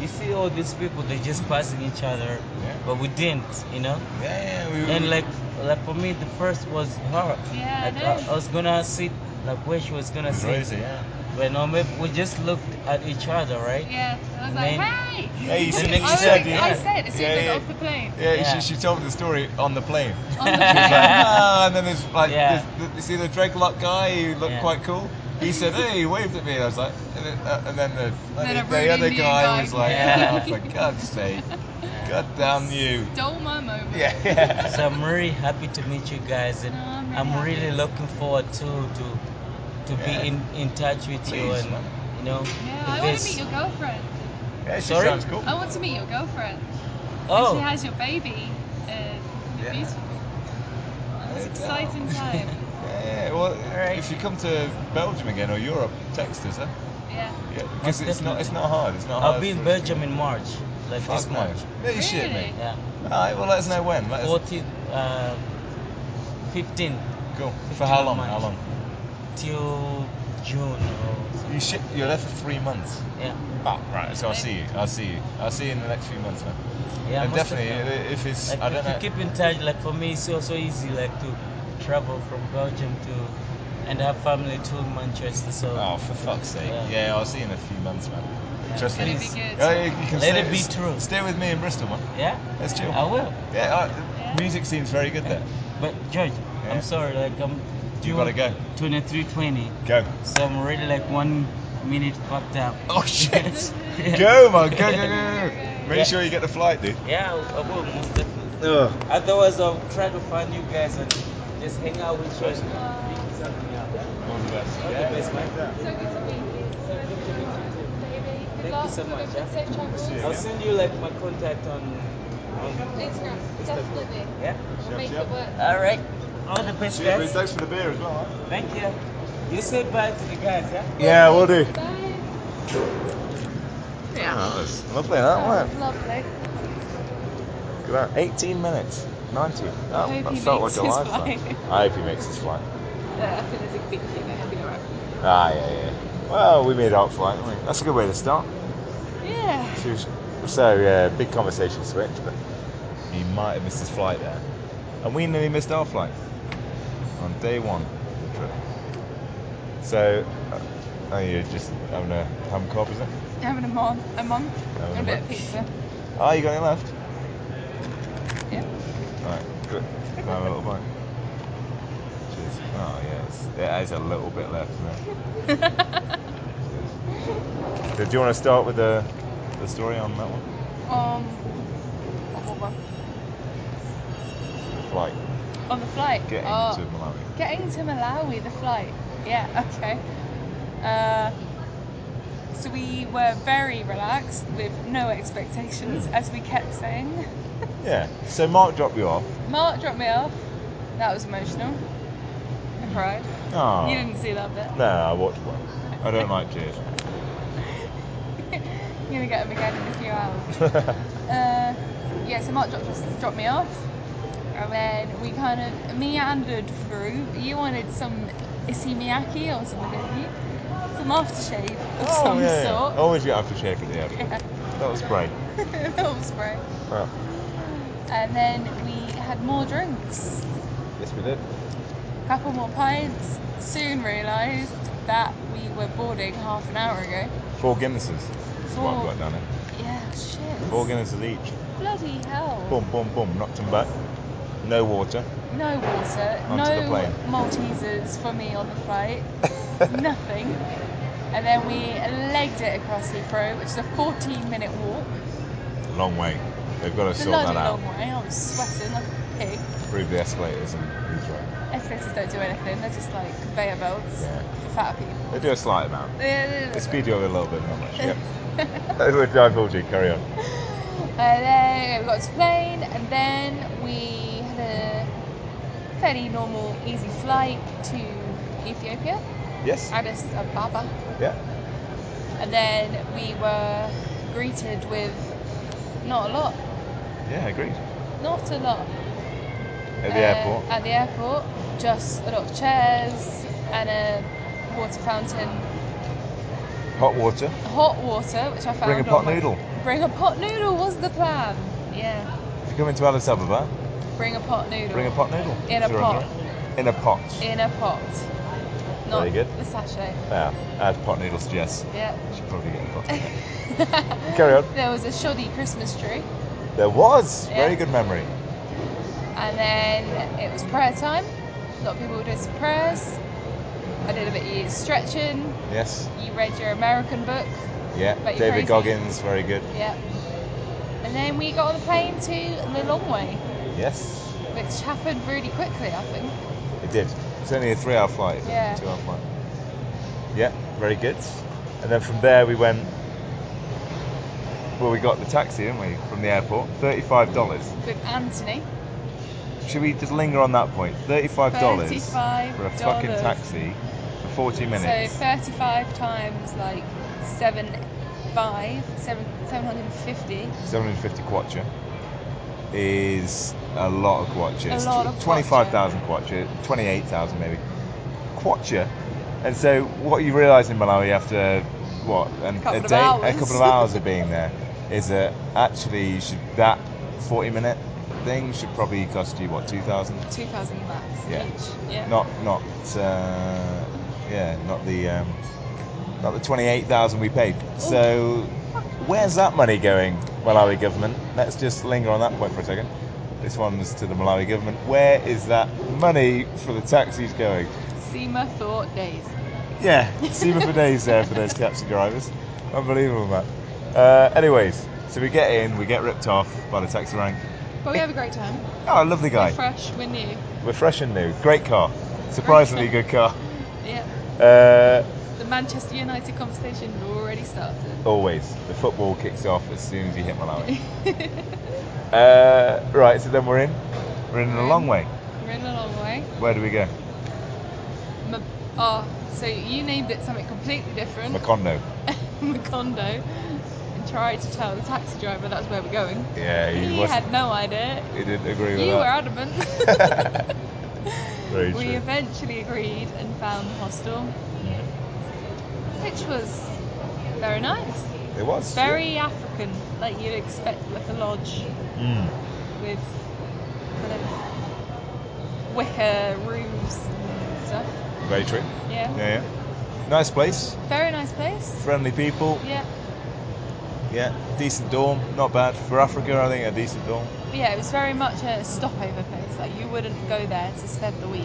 Speaker 4: you see all these people, they're just passing each other,
Speaker 3: Yeah.
Speaker 4: but we didn't, you know.
Speaker 3: Yeah, yeah, we
Speaker 4: And like like for me, the first was her.
Speaker 2: Yeah, I
Speaker 4: like, I,
Speaker 2: know.
Speaker 4: I was gonna sit like where she was gonna
Speaker 3: It's
Speaker 4: sit,
Speaker 3: Rosie, yeah.
Speaker 4: but no, maybe we just looked at each other, right?
Speaker 2: Yeah, I was
Speaker 4: Then-
Speaker 2: like, hey!
Speaker 3: Yeah, you said,
Speaker 4: next
Speaker 3: you
Speaker 2: I,
Speaker 4: you
Speaker 3: said,
Speaker 2: said,
Speaker 3: yeah.
Speaker 2: I said as soon
Speaker 3: yeah,
Speaker 2: as I
Speaker 3: yeah.
Speaker 2: got off the
Speaker 3: [LAUGHS]
Speaker 2: plane.
Speaker 3: Yeah,
Speaker 4: Yeah.
Speaker 3: She, she told the story on the
Speaker 4: [LAUGHS]
Speaker 3: plane.
Speaker 2: On
Speaker 3: She was like,
Speaker 2: the
Speaker 3: ah, and then there's like,
Speaker 4: Yeah.
Speaker 3: there's, you see the Drake Lock guy who looked
Speaker 4: Yeah.
Speaker 3: quite cool. He said, hey, he waved at me, and I was like, and then, uh, and then the,
Speaker 2: Then
Speaker 3: the
Speaker 2: a rude
Speaker 3: other
Speaker 2: Indian
Speaker 3: guy
Speaker 2: guy.
Speaker 3: was like,
Speaker 4: Yeah.
Speaker 3: ah, for God's sake. God
Speaker 2: [LAUGHS]
Speaker 3: damn
Speaker 4: [LAUGHS]
Speaker 3: you.
Speaker 2: Stole my moment.
Speaker 3: Yeah.
Speaker 4: So I'm really happy to meet you guys, and
Speaker 2: No, I'm really
Speaker 4: I'm
Speaker 2: happy.
Speaker 4: really looking forward to to to
Speaker 3: Yeah.
Speaker 4: be in, in touch with you
Speaker 3: Please,
Speaker 4: and
Speaker 3: man.
Speaker 4: you know
Speaker 2: Yeah,
Speaker 4: the
Speaker 2: I want to meet
Speaker 4: best.
Speaker 2: your girlfriend.
Speaker 3: Yeah, she
Speaker 4: Sorry?
Speaker 3: sounds cool.
Speaker 2: I want to meet your girlfriend. And she
Speaker 4: Oh,
Speaker 2: has your baby. um, And you're
Speaker 3: Yeah.
Speaker 2: beautiful.
Speaker 3: Yeah.
Speaker 2: It's exciting time.
Speaker 3: Yeah, well, if you come to Belgium again or Europe, text us, huh?
Speaker 2: Yeah.
Speaker 3: Yeah, because
Speaker 4: Most
Speaker 3: it's not, it's
Speaker 4: definitely.
Speaker 3: not hard. It's not hard.
Speaker 4: I'll
Speaker 3: for
Speaker 4: be in
Speaker 3: us to-
Speaker 4: Belgium in March, like
Speaker 3: Fuck
Speaker 4: this
Speaker 3: no.
Speaker 4: March.
Speaker 3: No shit,
Speaker 2: Really?
Speaker 3: mate.
Speaker 4: Yeah,
Speaker 3: All right, well, let us know when. Let us.
Speaker 4: 14, uh, 15
Speaker 3: Cool. For
Speaker 4: 15
Speaker 3: how long?
Speaker 4: months.
Speaker 3: How long?
Speaker 4: till June. Or something.
Speaker 3: You shit. You're there for three months.
Speaker 4: Yeah,
Speaker 3: Oh, right. So I'll see you. I'll see you. I'll see you in the next few months, man.
Speaker 4: yeah,
Speaker 3: and
Speaker 4: most
Speaker 3: definitely, i- if it's,
Speaker 4: Like
Speaker 3: I
Speaker 4: if
Speaker 3: don't
Speaker 4: you
Speaker 3: know.
Speaker 4: keep in touch, like for me, it's so so easy, like to travel from Belgium to and have family to Manchester. So
Speaker 3: Oh, for fuck's sake.
Speaker 4: Yeah.
Speaker 3: Yeah. I'll see you in a few months, man.
Speaker 4: Yeah.
Speaker 3: Trust
Speaker 2: It's
Speaker 3: me.
Speaker 2: gonna be good.
Speaker 3: Yeah, you- you can
Speaker 4: Let
Speaker 3: stay,
Speaker 4: it be
Speaker 3: s-
Speaker 4: true.
Speaker 3: Stay with me in Bristol, man.
Speaker 4: yeah,
Speaker 3: Let's chill.
Speaker 4: I will.
Speaker 3: Yeah,
Speaker 2: Yeah.
Speaker 3: uh, music scene's very good there.
Speaker 4: But George,
Speaker 3: Yeah.
Speaker 4: I'm sorry, like I'm.
Speaker 3: You gotta go.
Speaker 4: Twenty three twenty.
Speaker 3: Go.
Speaker 4: So I'm already like one minute fucked up.
Speaker 3: Oh
Speaker 4: [LAUGHS]
Speaker 3: shit.
Speaker 4: Yeah.
Speaker 3: go, [LAUGHS] man. Go, go, go, go. Make
Speaker 4: Yeah.
Speaker 3: sure you get the flight, dude.
Speaker 4: Yeah, I will most definitely.
Speaker 1: Ugh.
Speaker 4: Otherwise, I'll try to find you guys and just hang out with you. And
Speaker 2: Uh,
Speaker 4: pick something up.
Speaker 3: All the best.
Speaker 4: All the best, man.
Speaker 2: so good to meet you. Baby,
Speaker 4: you
Speaker 2: good luck.
Speaker 4: so much,
Speaker 2: Good luck. Safe travels.
Speaker 3: Yeah.
Speaker 4: I'll send you like my contact on. on
Speaker 2: Instagram, definitely.
Speaker 4: yeah.
Speaker 2: We'll make it work.
Speaker 4: All right. All the best, guys.
Speaker 3: Thanks for the beer as well.
Speaker 4: Thank you. You say bye to the guys, yeah?
Speaker 3: Yeah, we'll do.
Speaker 2: Bye.
Speaker 3: Yeah, that was lovely. That
Speaker 2: That was
Speaker 3: went.
Speaker 2: lovely.
Speaker 3: Look at that. 18 minutes. 90.
Speaker 2: I
Speaker 3: That,
Speaker 2: hope
Speaker 3: that
Speaker 2: he
Speaker 3: felt like
Speaker 2: makes
Speaker 3: a
Speaker 2: his
Speaker 3: lifetime.
Speaker 2: flight.
Speaker 3: I hope he makes his flight.
Speaker 2: Yeah, I think there's a big thing that happened right.
Speaker 3: Ah, yeah, yeah. Well, we made our flight. didn't we? That's a good way to start.
Speaker 2: Yeah.
Speaker 3: She was- So, uh, big conversation switch, but he might have missed his flight there. And we nearly missed our flight on day one of the trip. So, uh, oh, you're just having a ham cob, is it?
Speaker 2: Having a month, a month,
Speaker 3: Having
Speaker 2: and a
Speaker 3: a
Speaker 2: bit of
Speaker 3: month.
Speaker 2: pizza.
Speaker 3: Oh, you got any left?
Speaker 2: Yeah.
Speaker 3: Alright, good. Can I have a little bite? Cheers. Oh, yeah, it's, it has a little bit left, isn't it? So, do you want to start with the, the story on that one?
Speaker 2: [LAUGHS] Um, what was one?
Speaker 3: The flight,
Speaker 2: On the flight.
Speaker 3: getting
Speaker 2: Oh,
Speaker 3: to Malawi.
Speaker 2: Getting to Malawi, the flight. Yeah, [LAUGHS] okay. Uh, so we were very relaxed with no expectations, as we kept saying.
Speaker 3: Yeah, so Mark dropped you off.
Speaker 2: Mark dropped me off. That was emotional. I cried.
Speaker 3: Oh.
Speaker 2: You didn't see that bit.
Speaker 3: No, I watched one. I don't like [LAUGHS] tears.
Speaker 2: [LAUGHS] You're gonna get him again in a few hours. Uh, yeah, so Mark dropped, us, dropped me off, and then we kind of meandered through. You wanted some isimiaki or something, didn't you? Some aftershave of some
Speaker 3: Oh, yeah, yeah.
Speaker 2: sort.
Speaker 3: Always get aftershave at the end.
Speaker 2: Yeah.
Speaker 3: That was great.
Speaker 2: that was great.
Speaker 3: Well,
Speaker 2: And then we had more drinks,
Speaker 3: yes, we did.
Speaker 2: a couple more pints. Soon realised that we were boarding half an hour ago.
Speaker 3: Four Guinnesses. That's what I've
Speaker 2: Four.
Speaker 3: got down there.
Speaker 2: Yeah, shit.
Speaker 3: Four Guinnesses each.
Speaker 2: Bloody hell.
Speaker 3: Boom, boom, boom. Knocked them back. No [LAUGHS] water.
Speaker 2: No water,
Speaker 3: Onto
Speaker 2: no
Speaker 3: the plane.
Speaker 2: Maltesers for me on the
Speaker 3: [LAUGHS]
Speaker 2: flight, nothing. And then we legged it across Heathrow, which is a 14 minute walk.
Speaker 3: Long way. They've got to
Speaker 2: It's a
Speaker 3: sort
Speaker 2: bloody
Speaker 3: that out.
Speaker 2: long way. I was sweating like a pig.
Speaker 3: Improve the escalators and Heathrow.
Speaker 2: Escalators don't do anything, they're just like conveyor belts
Speaker 3: Yeah.
Speaker 2: for fat people.
Speaker 3: They do a slight amount. They
Speaker 2: It's
Speaker 3: speed you up a little bit, not much.
Speaker 2: [LAUGHS]
Speaker 3: Yep. We're divulging. Carry on.
Speaker 2: And then we got to plane, and then we had a fairly normal, easy flight to Ethiopia,
Speaker 3: Yes.
Speaker 2: Addis Ababa.
Speaker 3: Yeah.
Speaker 2: And then we were greeted with not a lot,
Speaker 3: Yeah, agreed.
Speaker 2: not a lot.
Speaker 3: At the
Speaker 2: Uh,
Speaker 3: airport.
Speaker 2: At the airport, just a lot of chairs and a water fountain,
Speaker 3: Hot water.
Speaker 2: hot water, which I found.
Speaker 3: Bring a
Speaker 2: on
Speaker 3: pot
Speaker 2: my-
Speaker 3: noodle.
Speaker 2: Bring a pot noodle was the plan. Yeah.
Speaker 3: If you come into Addis Ababa,
Speaker 2: Bring a pot noodle.
Speaker 3: Bring a pot noodle.
Speaker 2: In a
Speaker 3: If you're
Speaker 2: pot.
Speaker 3: under it. In a pot.
Speaker 2: In a pot. Not
Speaker 3: Very good.
Speaker 2: The sachet.
Speaker 3: Yeah, as Ah, pot noodle suggests.
Speaker 2: Yeah.
Speaker 3: You should probably get a
Speaker 2: [LAUGHS]
Speaker 3: pot. [LAUGHS] Carry on.
Speaker 2: There was a shoddy Christmas tree,
Speaker 3: There was.
Speaker 2: Yeah.
Speaker 3: Very good memory.
Speaker 2: and then it was prayer time. A lot of people were doing some prayers. I did a bit of years stretching.
Speaker 3: Yes.
Speaker 2: You read your American book.
Speaker 3: Yeah.
Speaker 2: But you're
Speaker 3: David
Speaker 2: crazy.
Speaker 3: Goggins, very good.
Speaker 2: Yeah. And then we got on the plane to the long way,
Speaker 3: Yes,
Speaker 2: which happened really quickly, I think.
Speaker 3: it did. It's only a three-hour flight. isn't it?
Speaker 2: Yeah.
Speaker 3: Two-hour flight. Yeah, very good. And then from there we went. Well, we got the taxi, didn't we, from the airport? Thirty-five dollars.
Speaker 2: With Anthony.
Speaker 3: Should we just linger on that point? Thirty-five dollars
Speaker 2: $35.
Speaker 3: for a fucking taxi for forty minutes.
Speaker 2: So 35 times like 7, 5, 7, 750.
Speaker 3: Seven hundred fifty kwacha is a lot of kwacha.
Speaker 2: A lot of kwacha.
Speaker 3: Twenty-five thousand kwacha, twenty-eight thousand maybe kwacha. And so, what you realise in Malawi after what an,
Speaker 2: Couple
Speaker 3: a
Speaker 2: of
Speaker 3: day, a
Speaker 2: hours.
Speaker 3: couple of hours of being there, is that actually you should that forty-minute thing should probably cost you what two thousand.
Speaker 2: 2000 bucks
Speaker 3: Yeah.
Speaker 2: each. Yeah.
Speaker 3: Not not uh, yeah, not the um, not the twenty eight thousand we paid. So where's that money going, Malawi government? Let's just linger on that point for a second. This one's to the Malawi government. Where is that money for the taxis going?
Speaker 2: SEMA thought days.
Speaker 3: Yeah, SEMA for days there for those taxi drivers. Unbelievable, man. Uh, anyways, so we get in, we get ripped off by the taxi rank.
Speaker 2: But we have a great time.
Speaker 3: Oh, lovely
Speaker 2: We're
Speaker 3: guy.
Speaker 2: fresh, we're new.
Speaker 3: We're fresh and new. Great car. Surprisingly good car.
Speaker 2: Yeah.
Speaker 3: Uh,
Speaker 2: The Manchester United conversation had already started.
Speaker 3: Always. The football kicks off as soon as you hit
Speaker 2: [LAUGHS]
Speaker 3: Malawi. uh, right, so then we're in. We're in a long way.
Speaker 2: We're in a long way.
Speaker 3: Where do we go?
Speaker 2: Ma- oh, so you named it something completely different.
Speaker 3: Macondo.
Speaker 2: [LAUGHS] Macondo. And tried to tell the taxi driver that's where we're going.
Speaker 3: Yeah, he,
Speaker 2: He
Speaker 3: wasn't.
Speaker 2: had no idea.
Speaker 3: He didn't agree with
Speaker 2: You were
Speaker 3: that.
Speaker 2: adamant.
Speaker 3: [LAUGHS]
Speaker 2: [LAUGHS]
Speaker 3: Very
Speaker 2: we
Speaker 3: true.
Speaker 2: eventually agreed and found the hostel, which was very nice.
Speaker 3: It was.
Speaker 2: Very African, like you'd expect, like a lodge
Speaker 3: yeah. Mm.
Speaker 2: with kind of wicker roofs and stuff.
Speaker 3: Very true.
Speaker 2: Yeah.
Speaker 3: Yeah, yeah. Nice place.
Speaker 2: Very nice place.
Speaker 3: Friendly people.
Speaker 2: Yeah.
Speaker 3: Yeah. Decent dorm. Not bad. For Africa, I think a decent dorm.
Speaker 2: But yeah, it was very much a stopover place. Like you wouldn't go there to spend the week.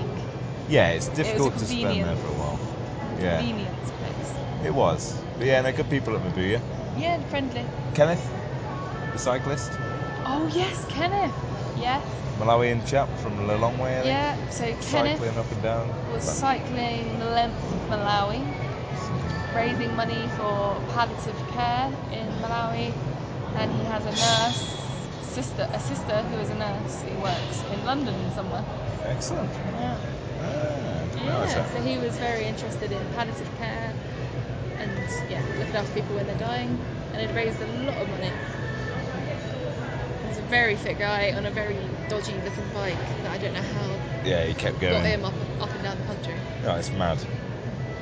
Speaker 3: Yeah, it's difficult to spend
Speaker 2: convenient-
Speaker 3: there for a while. Yeah.
Speaker 2: Convenience place.
Speaker 3: It was. But yeah, they're good people at Mabuya.
Speaker 2: Yeah, and friendly.
Speaker 3: Kenneth, the cyclist.
Speaker 2: Oh yes, Kenneth. Yes.
Speaker 3: Malawian chap from a long way, I think.
Speaker 2: Yeah. So Kenneth
Speaker 3: cycling up and down.
Speaker 2: was
Speaker 3: But-
Speaker 2: cycling the length of Malawi, raising money for palliative care in Malawi, and he has a nurse sister, a sister who is a nurse who works in London somewhere.
Speaker 3: Excellent.
Speaker 2: Yeah.
Speaker 3: Ah, didn't realise
Speaker 2: Yeah.
Speaker 3: that.
Speaker 2: So he was very interested in palliative care, and yeah, looking after people when they're dying, and had raised a lot of money. He was a very fit guy on a very dodgy looking bike that I don't know how
Speaker 3: Yeah, he kept
Speaker 2: got him
Speaker 3: going.
Speaker 2: up, up and down the country.
Speaker 3: Oh, it's mad.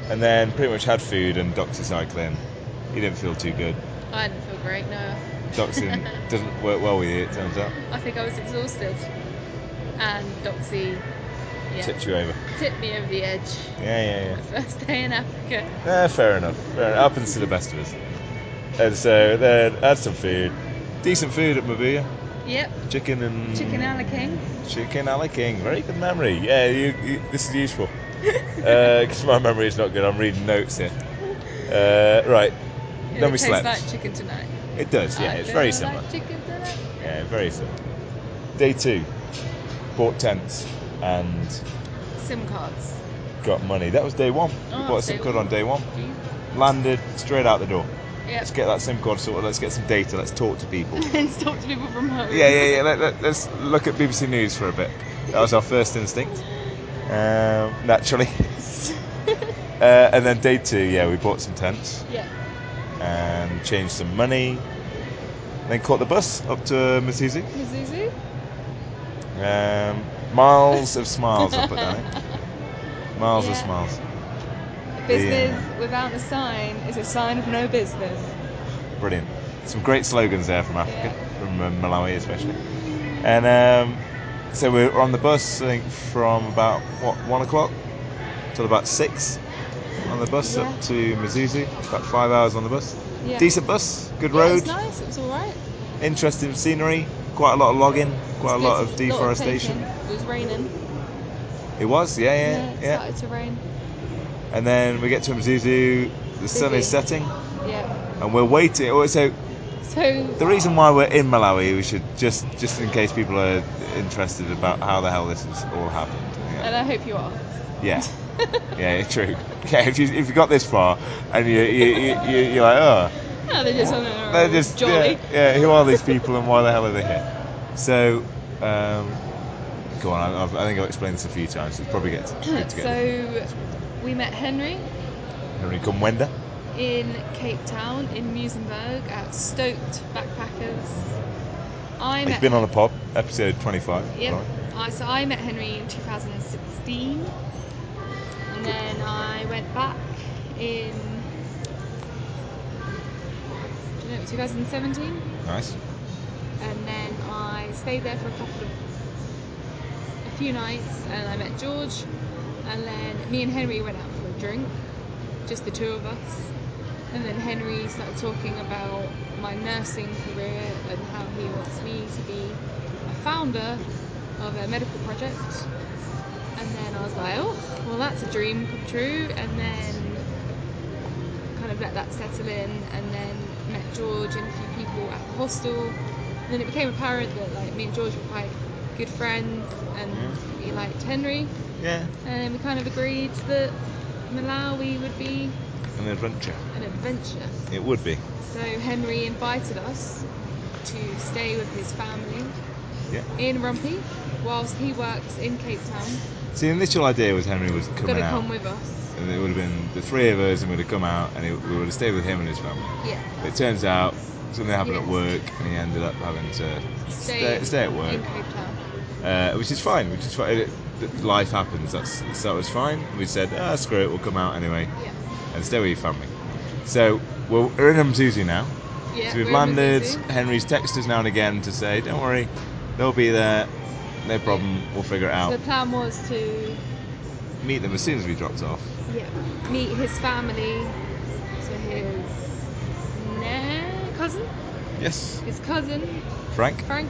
Speaker 3: And then pretty much had food and Dr. Cycling. He didn't feel too good.
Speaker 2: I didn't feel great, no. [LAUGHS]
Speaker 3: Doxin doesn't work well with you, it turns out.
Speaker 2: I think I was exhausted. And Doxy yeah,
Speaker 3: Tips you over.
Speaker 2: tipped me over the edge.
Speaker 3: Yeah, yeah, yeah.
Speaker 2: First day in Africa.
Speaker 3: Eh, fair enough. Fair enough. Happens to the best of us. And so then had some food. Decent food at Mabuya.
Speaker 2: Yep,
Speaker 3: Chicken and
Speaker 2: chicken ala king.
Speaker 3: [LAUGHS] Chicken Alley King. Very good memory. Yeah, you, you, this is useful. Because Uh, my memory is not good. I'm reading notes here. Uh, right.
Speaker 2: It
Speaker 3: Then we
Speaker 2: tastes
Speaker 3: slept.
Speaker 2: like chicken tonight.
Speaker 3: It does, yeah.
Speaker 2: I
Speaker 3: It's
Speaker 2: feel
Speaker 3: very
Speaker 2: like
Speaker 3: similar.
Speaker 2: chicken tonight.
Speaker 3: Yeah, very similar. Day two. Bought tents and
Speaker 2: Sim cards.
Speaker 3: got money. That was day one.
Speaker 2: Oh,
Speaker 3: we
Speaker 2: that
Speaker 3: bought a
Speaker 2: was
Speaker 3: SIM
Speaker 2: day
Speaker 3: card
Speaker 2: one.
Speaker 3: on day one. Landed straight out the door.
Speaker 2: Yep.
Speaker 3: Let's get that SIM card sorted. Let's get some data. Let's talk to people.
Speaker 2: [LAUGHS]
Speaker 3: [LAUGHS]
Speaker 2: and stop to people from home.
Speaker 3: yeah, yeah, yeah. Let, let, let's look at BBC News for a bit. That was our first instinct, um, naturally. Uh, and then day two, yeah, we bought some tents
Speaker 2: [LAUGHS] yeah.
Speaker 3: and changed some money. Then caught the bus up to Mzizi.
Speaker 2: Mizuzu?
Speaker 3: Um, miles of smiles, I'll put that
Speaker 2: [LAUGHS]
Speaker 3: in. Miles of
Speaker 2: Yeah.
Speaker 3: smiles.
Speaker 2: Business without a sign is a sign of no business.
Speaker 3: Brilliant. Some great slogans there from Africa,
Speaker 2: Yeah.
Speaker 3: from uh, Malawi especially. And um, so we were on the bus, I think, from about what one o'clock till about six on the bus
Speaker 2: Yeah.
Speaker 3: up to Mizuzu. About five hours on the bus.
Speaker 2: Yeah.
Speaker 3: Decent bus, good
Speaker 2: Yeah, it
Speaker 3: road,
Speaker 2: was nice. It was alright.
Speaker 3: interesting scenery, quite a lot of logging, quite a lot of deforestation.
Speaker 2: It was raining.
Speaker 3: it was, yeah, yeah,
Speaker 2: it
Speaker 3: yeah.
Speaker 2: started to rain.
Speaker 3: And then we get to Mzuzu, the sun is
Speaker 2: Busy.
Speaker 3: setting,
Speaker 2: Yeah.
Speaker 3: and we're waiting. Oh, so
Speaker 2: So
Speaker 3: The reason why we're in Malawi, we should just just in case people are interested about how the hell this has all happened.
Speaker 2: and
Speaker 3: Yeah,
Speaker 2: I hope you are.
Speaker 3: yeah, yeah it's true. [LAUGHS] Yeah, if you if you got this far and you you you, you you're like oh.
Speaker 2: [LAUGHS] no, they're just on their
Speaker 3: They're
Speaker 2: own
Speaker 3: just
Speaker 2: jolly.
Speaker 3: Yeah, yeah, who are these people and why the hell are they here? So, um, go on. I, I've, I think I've explained this a few times. It's probably
Speaker 2: [CLEARS THROAT]
Speaker 3: good. good to get
Speaker 2: so we met Henry
Speaker 3: Henry Kumwenda.
Speaker 2: in Cape Town in Musenberg at Stoked Backpackers. I
Speaker 3: He's
Speaker 2: met
Speaker 3: been on a pod, episode 25.
Speaker 2: Yep.
Speaker 3: right?
Speaker 2: I so I met Henry in 2016, and then I went back in I don't know, 2017,
Speaker 3: Nice.
Speaker 2: and then I stayed there for a couple of a few nights, and I met George, and then me and Henry went out for a drink, just the two of us, and then Henry started talking about my nursing career and how he wants me to be a founder of a medical project. And then I was like, oh, well, that's a dream come true. And then kind of let that settle in, and then met George and a few people at the hostel. And then it became apparent that like me and George were quite good friends, and he liked Henry.
Speaker 3: Yeah.
Speaker 2: And then we kind of agreed that Malawi would be
Speaker 3: An adventure.
Speaker 2: an adventure.
Speaker 3: It would be.
Speaker 2: So Henry invited us to stay with his family
Speaker 3: Yeah.
Speaker 2: in Rumpy whilst he works in Cape Town.
Speaker 3: See, the initial idea was Henry was
Speaker 2: Gonna
Speaker 3: coming out.
Speaker 2: come with us.
Speaker 3: and it would have been the three of us, and we'd have come out, and it, we would have stayed with him and his family.
Speaker 2: Yeah.
Speaker 3: It turns out something happened at
Speaker 2: Yes.
Speaker 3: work, and he ended up having to
Speaker 2: Stay,
Speaker 3: stay, stay at work.
Speaker 2: in Cape Town.
Speaker 3: uh, which is fine. Which is fine. It, it- life happens. That's so that was fine. We said, ah, screw it, we'll come out anyway
Speaker 2: Yeah.
Speaker 3: and stay with your family. So we're, we're in Mzuzu now.
Speaker 2: Yeah.
Speaker 3: so we've
Speaker 2: we're in
Speaker 3: landed.
Speaker 2: Mazutu.
Speaker 3: Henry's texted us now and again to say, don't worry, they'll be there. No problem. We'll figure it
Speaker 2: The
Speaker 3: out.
Speaker 2: plan was to
Speaker 3: Meet them as soon as we dropped off.
Speaker 2: yeah meet his family, so his ne- cousin,
Speaker 3: Yes,
Speaker 2: his cousin
Speaker 3: Frank.
Speaker 2: Frank,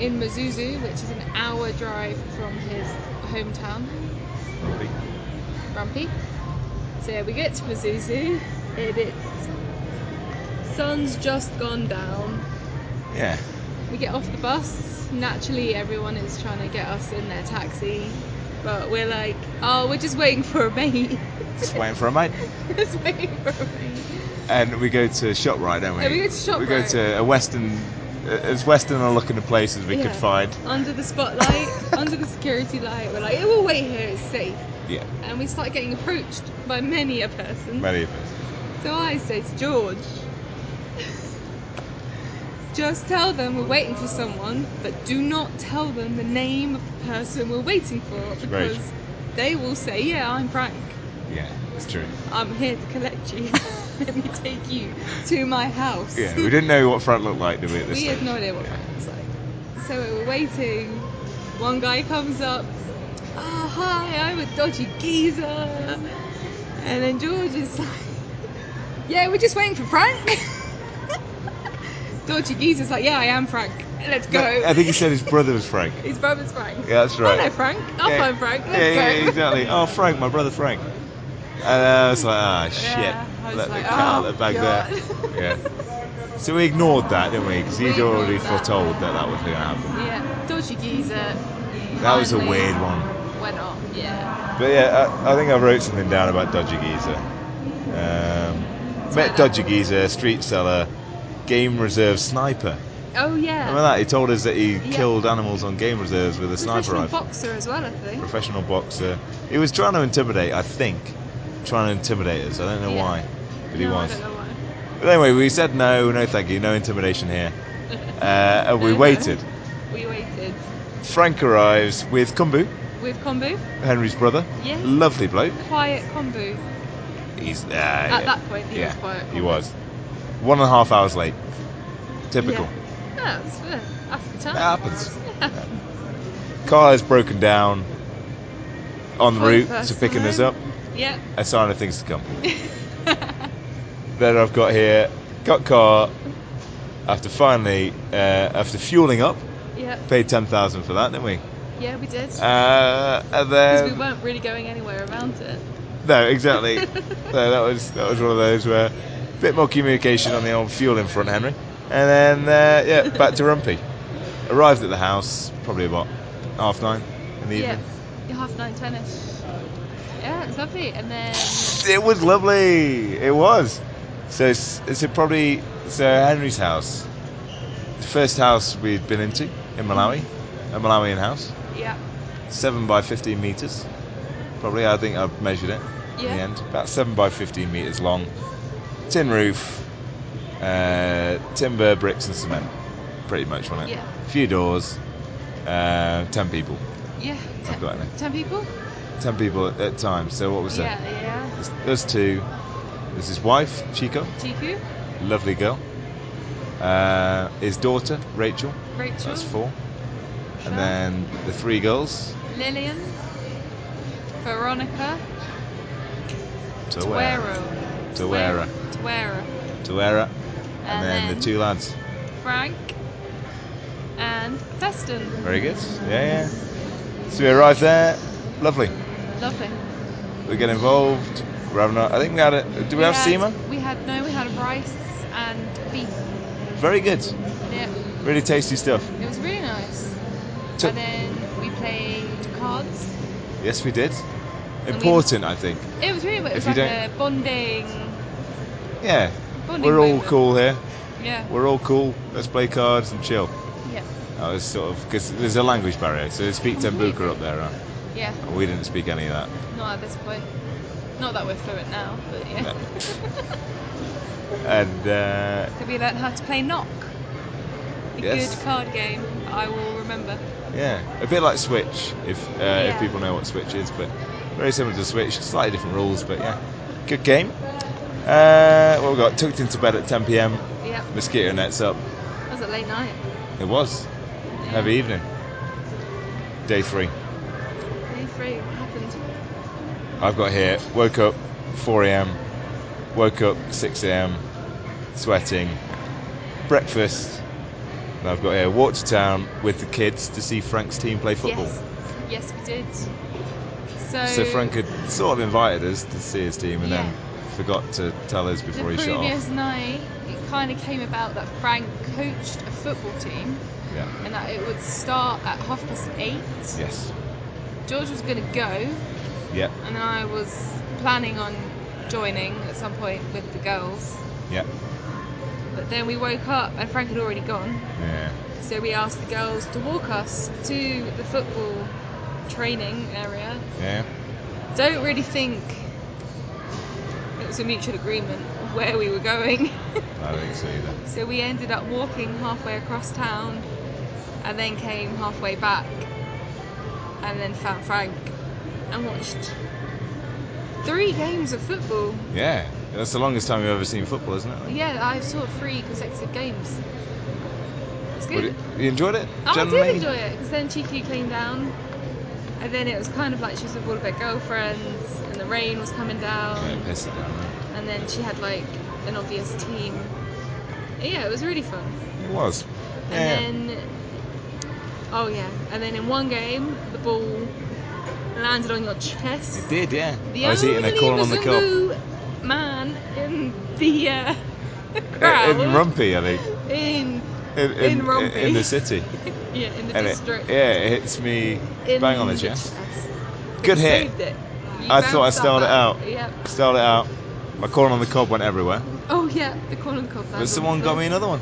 Speaker 2: in Mazuzu, which is an hour drive from his hometown, Rumpy. So yeah, we get to Mazuzu, and it's sun's just gone down.
Speaker 3: Yeah.
Speaker 2: We get off the bus. Naturally, everyone is trying to get us in their taxi, but we're like, oh, we're just waiting for a mate.
Speaker 3: Just waiting for a mate.
Speaker 2: [LAUGHS] just waiting for a mate.
Speaker 3: And we go to ShopRite, don't we?
Speaker 2: Yeah, we go to
Speaker 3: We go
Speaker 2: ShopRite.
Speaker 3: to a Western, as Western a looking a place as we could
Speaker 2: Yeah.
Speaker 3: find.
Speaker 2: Under the spotlight, under the security light, we're like, "Yeah, we'll wait here, it's safe.
Speaker 3: Yeah,
Speaker 2: And we start getting approached by many a person.
Speaker 3: many of us.
Speaker 2: So I say to George, just tell them we're waiting for someone, but do not tell them the name of the person we're waiting for
Speaker 3: very
Speaker 2: because they will say, yeah, I'm Frank.
Speaker 3: Yeah, it's true.
Speaker 2: I'm here to collect you. [LAUGHS] Let me take you to my house.
Speaker 3: Yeah, we didn't know what front looked like, did we? At this
Speaker 2: We had
Speaker 3: stage?
Speaker 2: no idea what
Speaker 3: Yeah.
Speaker 2: Frank was like. So we were waiting. One guy comes up. Ah, hi, I'm a dodgy geezer. And then George is like, Yeah, we're just waiting for Frank. [LAUGHS] dodgy geezer's like, Yeah, I am Frank. Let's go.
Speaker 3: No, I think he said his brother was Frank.
Speaker 2: [LAUGHS] His brother's Frank.
Speaker 3: Yeah, that's right.
Speaker 2: I know Frank. I'll
Speaker 3: Yeah.
Speaker 2: find Frank. Let's
Speaker 3: yeah, yeah,
Speaker 2: go.
Speaker 3: yeah,
Speaker 2: [LAUGHS]
Speaker 3: exactly. Oh, Frank, my brother Frank. And I was like, ah, shit.
Speaker 2: Yeah, I was
Speaker 3: Let
Speaker 2: like,
Speaker 3: the cat out
Speaker 2: oh,
Speaker 3: of the bag
Speaker 2: God.
Speaker 3: there. Yeah. So we ignored that, didn't we? Because he'd
Speaker 2: We ignored
Speaker 3: already
Speaker 2: that.
Speaker 3: foretold that that was going to happen.
Speaker 2: [LAUGHS] yeah, dodgy geezer.
Speaker 3: That was a
Speaker 2: finally
Speaker 3: weird one.
Speaker 2: Went on, yeah.
Speaker 3: But yeah, I, I think I wrote something down about Dodgy Geezer. Um, met Dodgy Geezer, street seller, game reserve sniper.
Speaker 2: Oh, yeah.
Speaker 3: Remember that? He told us that he
Speaker 2: Yeah.
Speaker 3: killed animals on game reserves with a sniper
Speaker 2: Professional
Speaker 3: rifle.
Speaker 2: boxer as well, I think.
Speaker 3: Professional boxer. He was trying to intimidate, I think. Trying to intimidate us. I don't know
Speaker 2: Yeah.
Speaker 3: why, but he
Speaker 2: no,
Speaker 3: was.
Speaker 2: I don't know why.
Speaker 3: But anyway, we said no, no thank you, no intimidation here. Uh, and we
Speaker 2: No, no.
Speaker 3: waited.
Speaker 2: [LAUGHS] We waited
Speaker 3: Frank arrives with Kumbu,
Speaker 2: with Kombu,
Speaker 3: Henry's brother.
Speaker 2: Yes.
Speaker 3: Lovely bloke.
Speaker 2: quiet Kombu.
Speaker 3: He's uh,
Speaker 2: At that point, he was quiet.
Speaker 3: He was. One and a half hours late. Typical.
Speaker 2: Yeah. No, it's fair. That's the time.
Speaker 3: It happens.
Speaker 2: [LAUGHS]
Speaker 3: Car is broken down on the
Speaker 2: For the
Speaker 3: route to
Speaker 2: first
Speaker 3: picking this up.
Speaker 2: time. Yep.
Speaker 3: A sign of things to come. Then I've got here, got car. After finally, uh, after fueling up,
Speaker 2: [LAUGHS] Yep.
Speaker 3: paid ten thousand for that, didn't we?
Speaker 2: Yeah, we did. Because
Speaker 3: Uh, and
Speaker 2: we
Speaker 3: then
Speaker 2: weren't really going anywhere around it.
Speaker 3: no,
Speaker 2: [LAUGHS]
Speaker 3: exactly. [LAUGHS] so that was that was one of those where a bit more communication on the old fuel in front, Henry. And then, uh, yeah, back to Rumpy. Arrived at the house probably about half nine in the
Speaker 2: yeah,
Speaker 3: evening.
Speaker 2: yeah, half nine tennis. Yeah, it's lovely. And then
Speaker 3: It was lovely. It was. So it's, it's probably so Henry's house, the first house we'd been into in Malawi, a Malawian house,
Speaker 2: yeah,
Speaker 3: seven by fifteen meters. Probably I think I've measured it in the
Speaker 2: yeah,
Speaker 3: end, about seven by fifteen meters long, tin roof, uh, timber, bricks and cement, pretty much, wasn't it?
Speaker 2: Yeah.
Speaker 3: Few doors, uh, ten people,
Speaker 2: yeah.
Speaker 3: I've got it now.
Speaker 2: ten people.
Speaker 3: ten people at, at times. So what was that?
Speaker 2: Yeah, yeah.
Speaker 3: There's us two. There's his wife, Chico,
Speaker 2: Tiku,
Speaker 3: lovely girl. Uh, his daughter, Rachel,
Speaker 2: Rachel,
Speaker 3: that's four.
Speaker 2: Sure.
Speaker 3: And then the three girls.
Speaker 2: Lillian, Veronica,
Speaker 3: Tawera.
Speaker 2: Tuero,
Speaker 3: Tawera.
Speaker 2: Tuera,
Speaker 3: Tawera.
Speaker 2: and,
Speaker 3: And then the two lads.
Speaker 2: Frank and Feston.
Speaker 3: Very good. Yeah, yeah. So we arrived there. Lovely.
Speaker 2: Lovely.
Speaker 3: We get involved. We're having a, I think we had a. Do we have
Speaker 2: had-
Speaker 3: Seema?
Speaker 2: We had no, we had rice and beef.
Speaker 3: Very good.
Speaker 2: Yeah,
Speaker 3: Really tasty stuff.
Speaker 2: it was really nice.
Speaker 3: So-
Speaker 2: and then we played cards.
Speaker 3: Yes, we did.
Speaker 2: we-
Speaker 3: Important, I think.
Speaker 2: It was really, it
Speaker 3: If
Speaker 2: was like
Speaker 3: you
Speaker 2: a bonding.
Speaker 3: Yeah.
Speaker 2: bonding
Speaker 3: We're all
Speaker 2: moment.
Speaker 3: cool here.
Speaker 2: Yeah,
Speaker 3: We're all cool. Let's play cards and chill.
Speaker 2: yeah,
Speaker 3: That was sort of because there's a language barrier, so they speak Tambuka up there, right?
Speaker 2: yeah.
Speaker 3: And we didn't speak any of that.
Speaker 2: Not at this point. Not that we're fluent now, but yeah. [LAUGHS]
Speaker 3: And uh,
Speaker 2: Could we learn how to play knock? A
Speaker 3: Yes.
Speaker 2: good card game. I will remember.
Speaker 3: yeah, a bit like Switch, if uh,
Speaker 2: Yeah.
Speaker 3: if people know what Switch is, but very similar to Switch, slightly different rules, but yeah, good game. Uh, what we got tucked into bed at 10 p.m.
Speaker 2: Yeah.
Speaker 3: Mosquito nets up.
Speaker 2: That was a late night.
Speaker 3: It was heavy evening. Day three.
Speaker 2: Day three. What happened?
Speaker 3: I've got here. Woke up 4 a.m. Woke up 6 a.m. Sweating. Breakfast. And I've got here. Walked to town with the kids to see Frank's team play football.
Speaker 2: Yes. Yes, we did. So,
Speaker 3: So Frank had sort of invited us to see his team, and then forgot to tell us
Speaker 2: the
Speaker 3: before he shut
Speaker 2: previous
Speaker 3: off.
Speaker 2: night, it kind of came about that Frank coached a football team
Speaker 3: Yeah.
Speaker 2: and that it would start at half past eight.
Speaker 3: Yes.
Speaker 2: George was going to go,
Speaker 3: Yeah.
Speaker 2: and I was planning on joining at some point with the girls.
Speaker 3: Yeah.
Speaker 2: But then we woke up and Frank had already gone.
Speaker 3: Yeah.
Speaker 2: So we asked the girls to walk us to the football training area.
Speaker 3: Yeah.
Speaker 2: Don't really think it was a mutual agreement where we were going. [LAUGHS]
Speaker 3: I don't think so either.
Speaker 2: so we ended up walking halfway across town and then came halfway back and then found Frank and watched three games of football.
Speaker 3: Yeah. That's the longest time we've ever seen football, isn't it?
Speaker 2: Yeah, I saw three consecutive games. It's
Speaker 3: Would
Speaker 2: good. Oh,
Speaker 3: it- you enjoyed it?
Speaker 2: I
Speaker 3: generally?
Speaker 2: did enjoy it because then Cheeky came down, and then it was kind of like she was with all of her girlfriends, and the rain was coming down,
Speaker 3: Yeah, piss it down. wasn't
Speaker 2: and then she had like an obvious team. Yeah, it was really fun.
Speaker 3: it? It was. Yeah.
Speaker 2: And then, oh yeah, and then in one game the ball landed on your chest.
Speaker 3: It did, yeah.
Speaker 2: The
Speaker 3: I was eating a
Speaker 2: only
Speaker 3: corn on the cob. In
Speaker 2: Mazzungu man in the uh, [LAUGHS] crowd
Speaker 3: Rumpy, I think.
Speaker 2: in
Speaker 3: In,
Speaker 2: In
Speaker 3: in,
Speaker 2: Rumpy.
Speaker 3: in the city.
Speaker 2: yeah in [LAUGHS] the
Speaker 3: and it,
Speaker 2: district.
Speaker 3: yeah, it hits me
Speaker 2: in
Speaker 3: bang on the chest.
Speaker 2: But
Speaker 3: Good
Speaker 2: you
Speaker 3: hit.
Speaker 2: saved it. You
Speaker 3: I thought I
Speaker 2: bounced
Speaker 3: styled it
Speaker 2: off
Speaker 3: out.
Speaker 2: that. Yep.
Speaker 3: Styled it out. My corn on the cob went everywhere.
Speaker 2: Oh yeah, the corn on the cob.
Speaker 3: But someone got me another one.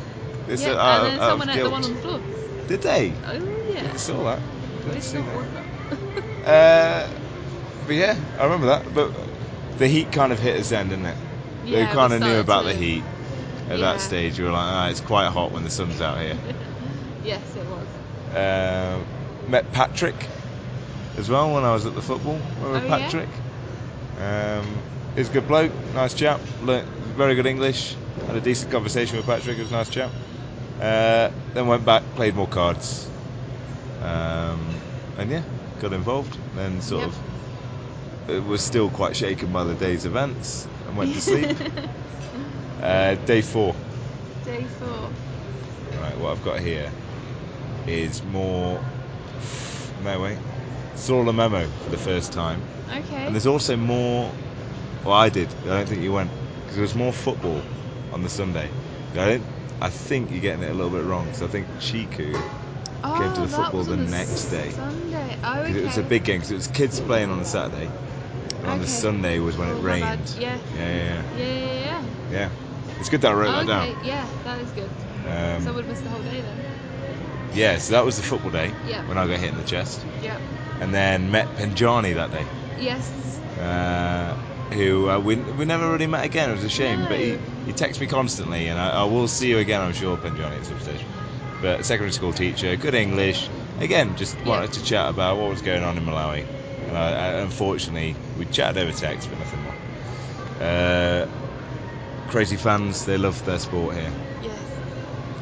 Speaker 3: They
Speaker 2: Yeah,
Speaker 3: said,
Speaker 2: and
Speaker 3: out- out
Speaker 2: then
Speaker 3: of
Speaker 2: someone ate the
Speaker 3: uh, guilt.
Speaker 2: one on the floor.
Speaker 3: Did they?
Speaker 2: Oh yeah.
Speaker 3: I saw that.
Speaker 2: But
Speaker 3: Didn't
Speaker 2: it's
Speaker 3: see
Speaker 2: not
Speaker 3: that.
Speaker 2: [LAUGHS] worth it.
Speaker 3: Uh, but yeah, I remember that. But the heat kind of hit us then, didn't it?
Speaker 2: Yeah,
Speaker 3: they
Speaker 2: we
Speaker 3: kind of knew
Speaker 2: started
Speaker 3: about
Speaker 2: to-
Speaker 3: the heat at
Speaker 2: Yeah.
Speaker 3: that stage. We were like, ah, it's quite hot when the sun's out here.
Speaker 2: Yes, it was.
Speaker 3: uh, met Patrick as well when I was at the football. Remember
Speaker 2: Oh, yeah?
Speaker 3: Patrick? Um, he's a good bloke, nice chap, learnt very good English. Had a decent conversation with Patrick, he was a nice chap. Uh, then went back, played more cards. Um, and yeah, got involved. Then sort
Speaker 2: Yep.
Speaker 3: of it was still quite shaken by the day's events and went
Speaker 2: [LAUGHS]
Speaker 3: to sleep. uh, day four.
Speaker 2: Day four.
Speaker 3: Right, what I've got here is more. No, wait. Saw a memo for the first time.
Speaker 2: Okay.
Speaker 3: And there's also more. Well, I did. I don't think you went. Because there was more football on the Sunday. I, don't- I think you're getting it a little bit wrong because I think Chiku
Speaker 2: Oh,
Speaker 3: to the
Speaker 2: that
Speaker 3: football
Speaker 2: was
Speaker 3: the
Speaker 2: on a
Speaker 3: next day.
Speaker 2: Sunday. Oh,
Speaker 3: because
Speaker 2: okay.
Speaker 3: it was a big game because it was kids playing on the Saturday. And on the
Speaker 2: Okay.
Speaker 3: Sunday was when
Speaker 2: Oh,
Speaker 3: it
Speaker 2: my bad.
Speaker 3: rained.
Speaker 2: Yeah.
Speaker 3: Yeah, yeah,
Speaker 2: Yeah, yeah, yeah.
Speaker 3: yeah. yeah. It's good that I wrote
Speaker 2: oh,
Speaker 3: that
Speaker 2: okay.
Speaker 3: down.
Speaker 2: Yeah, that is good.
Speaker 3: Um,
Speaker 2: so I would have missed the whole day then.
Speaker 3: Yeah, so that was the football day
Speaker 2: Yeah.
Speaker 3: when I got hit in the chest,
Speaker 2: Yeah.
Speaker 3: and then met Penjani that day,
Speaker 2: Yes.
Speaker 3: uh, who uh, we, we never really met again. It was a shame, but he,
Speaker 2: No.
Speaker 3: he texts me constantly, and I, I will see you again, I'm sure, Penjani at some stage. But secondary school teacher, good English. Again, just wanted to chat about what was going on in Malawi, and I, I, unfortunately we chatted over text, but nothing more. Uh, crazy fans, they love their sport here.
Speaker 2: Yes.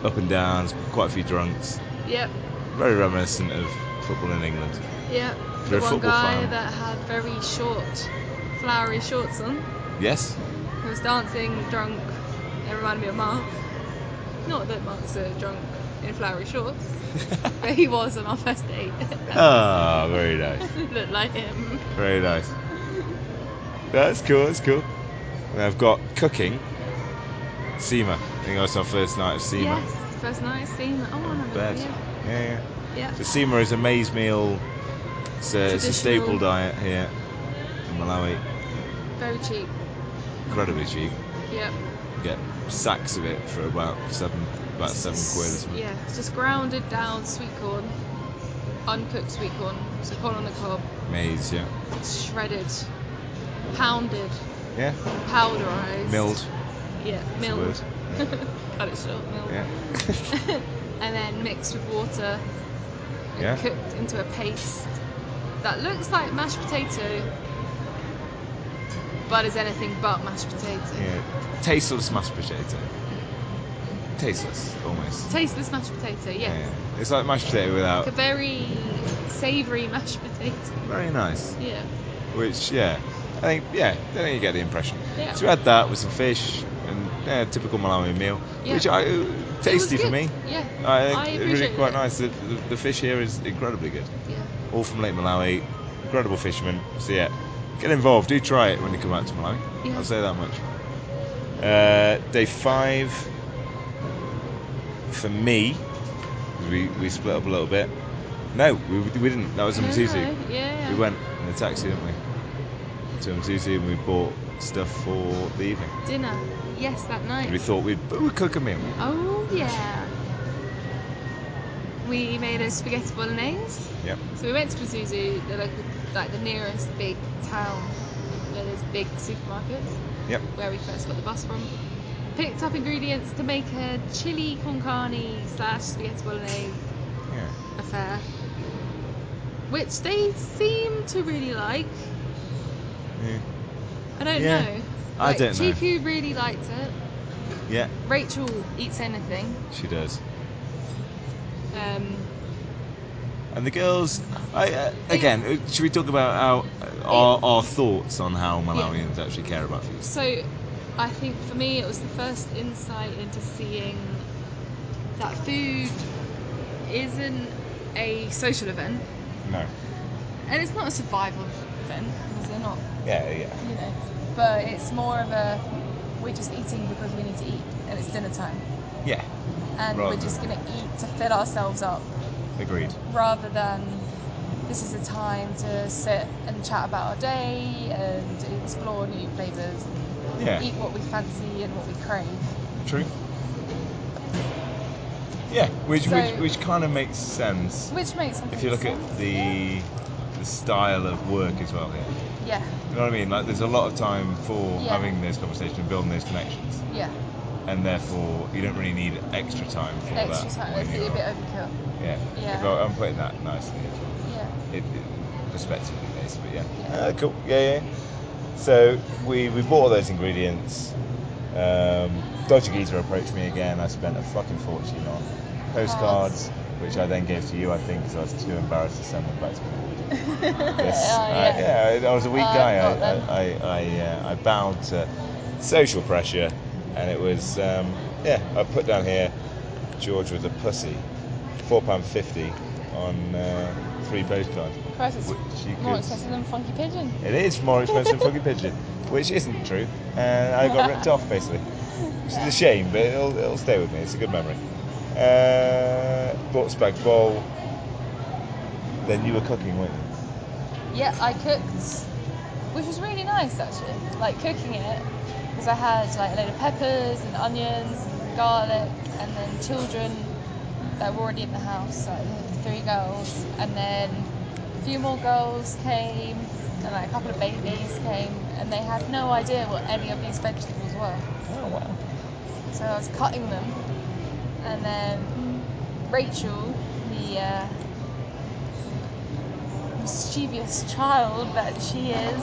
Speaker 3: Up and downs, quite a few drunks.
Speaker 2: Yep.
Speaker 3: Very reminiscent of football in England.
Speaker 2: Yep.
Speaker 3: You're
Speaker 2: The
Speaker 3: a
Speaker 2: one
Speaker 3: football
Speaker 2: guy
Speaker 3: fan.
Speaker 2: that had very short, flowery shorts on,
Speaker 3: Yes. [LAUGHS]
Speaker 2: who was dancing, drunk. It reminded me of Mark. Not that Mark's a drunk in flowery shorts, but he was on our first date.
Speaker 3: Ah, very nice.
Speaker 2: [LAUGHS] Looked like him.
Speaker 3: Very nice. That's cool, that's cool. And I've got cooking. SEMA. I think that's our first night of SEMA.
Speaker 2: Yes. First night, SEMA. Oh, I
Speaker 3: On
Speaker 2: remember
Speaker 3: bed.
Speaker 2: that. Yeah.
Speaker 3: Yeah,
Speaker 2: Yeah.
Speaker 3: yeah. So SEMA is a maize meal. It's a, it's a staple
Speaker 2: Traditional.
Speaker 3: diet here in Malawi.
Speaker 2: Very cheap.
Speaker 3: Incredibly cheap.
Speaker 2: Yep.
Speaker 3: You get sacks of it for about seven about seven quid or something.
Speaker 2: Yeah, it's just grounded down sweet corn, uncooked sweet corn, so corn on the cob,
Speaker 3: Maize, yeah.
Speaker 2: shredded, pounded,
Speaker 3: Yeah.
Speaker 2: powderized,
Speaker 3: Milled.
Speaker 2: Yeah,
Speaker 3: a
Speaker 2: [LAUGHS] milled.
Speaker 3: word.
Speaker 2: Cut it short, milled. [LAUGHS]
Speaker 3: Yeah.
Speaker 2: and then mixed with water and
Speaker 3: Yeah.
Speaker 2: cooked into a paste that looks like mashed potato, but is anything but mashed potato.
Speaker 3: yeah. Tasteless mashed potato. Tasteless, almost.
Speaker 2: Tasteless mashed potato, yes.
Speaker 3: Yeah. It's like mashed potato without
Speaker 2: Like a very savoury mashed potato.
Speaker 3: Very nice.
Speaker 2: Yeah.
Speaker 3: Which, yeah, I think, yeah, I think you get the impression.
Speaker 2: Yeah.
Speaker 3: So we had that with some fish and yeah, typical Malawi meal,
Speaker 2: Yeah.
Speaker 3: which I
Speaker 2: It was
Speaker 3: tasty for
Speaker 2: good.
Speaker 3: me.
Speaker 2: Yeah.
Speaker 3: I think
Speaker 2: I
Speaker 3: it
Speaker 2: appreciate
Speaker 3: really quite
Speaker 2: it.
Speaker 3: nice. The, the, the fish here is incredibly good.
Speaker 2: Yeah.
Speaker 3: All from Lake Malawi. Incredible fishermen. So yeah, get involved. Do try it when you come out to Malawi.
Speaker 2: Yeah.
Speaker 3: I'll say that much. Uh, day five for me. We, we split up a little bit. No, we, we didn't. That was a Mzuzu.
Speaker 2: Yeah, yeah.
Speaker 3: We went in a taxi, didn't we? To Mzuzu and we bought stuff for the evening.
Speaker 2: Dinner. Yes, that night.
Speaker 3: We thought we'd, but we'd cook a meal.
Speaker 2: Oh yeah. We made a spaghetti bolognese.
Speaker 3: Yep.
Speaker 2: So we went to Pazuzu, the local, like the nearest big town where there's big supermarkets,
Speaker 3: Yep.
Speaker 2: where we first got the bus from. Picked up ingredients to make a chili con carne slash spaghetti bolognese
Speaker 3: Yeah.
Speaker 2: affair, which they seem to really like.
Speaker 3: Yeah.
Speaker 2: I don't
Speaker 3: Yeah.
Speaker 2: know.
Speaker 3: I
Speaker 2: Like,
Speaker 3: don't know.
Speaker 2: Chiku really liked it.
Speaker 3: Yeah,
Speaker 2: Rachel eats anything.
Speaker 3: she does.
Speaker 2: Um,
Speaker 3: And the girls, I, uh, again, uh, should we talk about our, our, our thoughts on how Malawians actually care about food?
Speaker 2: so I think for me it was the first insight into seeing that food isn't a social event
Speaker 3: No.
Speaker 2: and it's not a survival event because they're not,
Speaker 3: Yeah, yeah.
Speaker 2: you know, but it's more of a we're just eating because we need to eat and it's dinner time
Speaker 3: Yeah,
Speaker 2: and
Speaker 3: Rather
Speaker 2: we're just
Speaker 3: than-
Speaker 2: going to eat to fill ourselves up
Speaker 3: agreed.
Speaker 2: rather than this is a time to sit and chat about our day and explore new flavours
Speaker 3: Yeah.
Speaker 2: eat what we fancy and what we crave.
Speaker 3: True. Yeah, which,
Speaker 2: So-
Speaker 3: which, which kind of makes sense
Speaker 2: Which makes some
Speaker 3: if you look at
Speaker 2: sense.
Speaker 3: the, the style of work as well here.
Speaker 2: Yeah,
Speaker 3: You know what I mean? Like, there's a lot of time for
Speaker 2: Yeah.
Speaker 3: having those conversations and building those connections,
Speaker 2: yeah.
Speaker 3: and therefore you don't really need extra time for
Speaker 2: Extra
Speaker 3: that.
Speaker 2: time.
Speaker 3: when
Speaker 2: It's a
Speaker 3: you're-
Speaker 2: bit overkill.
Speaker 3: yeah.
Speaker 2: Yeah.
Speaker 3: If I- I'm putting that nicely as well.
Speaker 2: Yeah.
Speaker 3: It, it, respectively, based, but yeah.
Speaker 2: Yeah.
Speaker 3: Uh, cool. Yeah, yeah. So we, we bought all those ingredients. Um, Dodgy Geezer approached me again. I spent a fucking fortune on postcards, which I then gave to you, I think, because I was too embarrassed to send them back
Speaker 2: [LAUGHS]
Speaker 3: to people. Yes.
Speaker 2: Oh,
Speaker 3: I, yeah, I, I was a weak
Speaker 2: Uh,
Speaker 3: guy.
Speaker 2: got them.
Speaker 3: I, I, I, uh, I bowed to social pressure, and it was um, yeah. I put down here George was a pussy, four pound fifty on uh, three postcards,
Speaker 2: Christ, it's
Speaker 3: which you could.
Speaker 2: More expensive than Funky Pigeon.
Speaker 3: It is more expensive than fucking pigeon, which isn't true, and I got ripped off basically, which is a shame, but it'll, it'll stay with me. It's a good memory. Uh, bought spag bol. Then you were cooking, weren't you?
Speaker 2: Yeah, I cooked, which was really nice actually. Like cooking it, because I had like a load of peppers and onions and garlic, and then children that were already in the house, like the three girls, and then a few more girls came, and like a couple of babies came, and they had no idea what any of these vegetables were.
Speaker 3: Oh wow.
Speaker 2: So I was cutting them, and then Rachel, the uh, mischievous child that she is,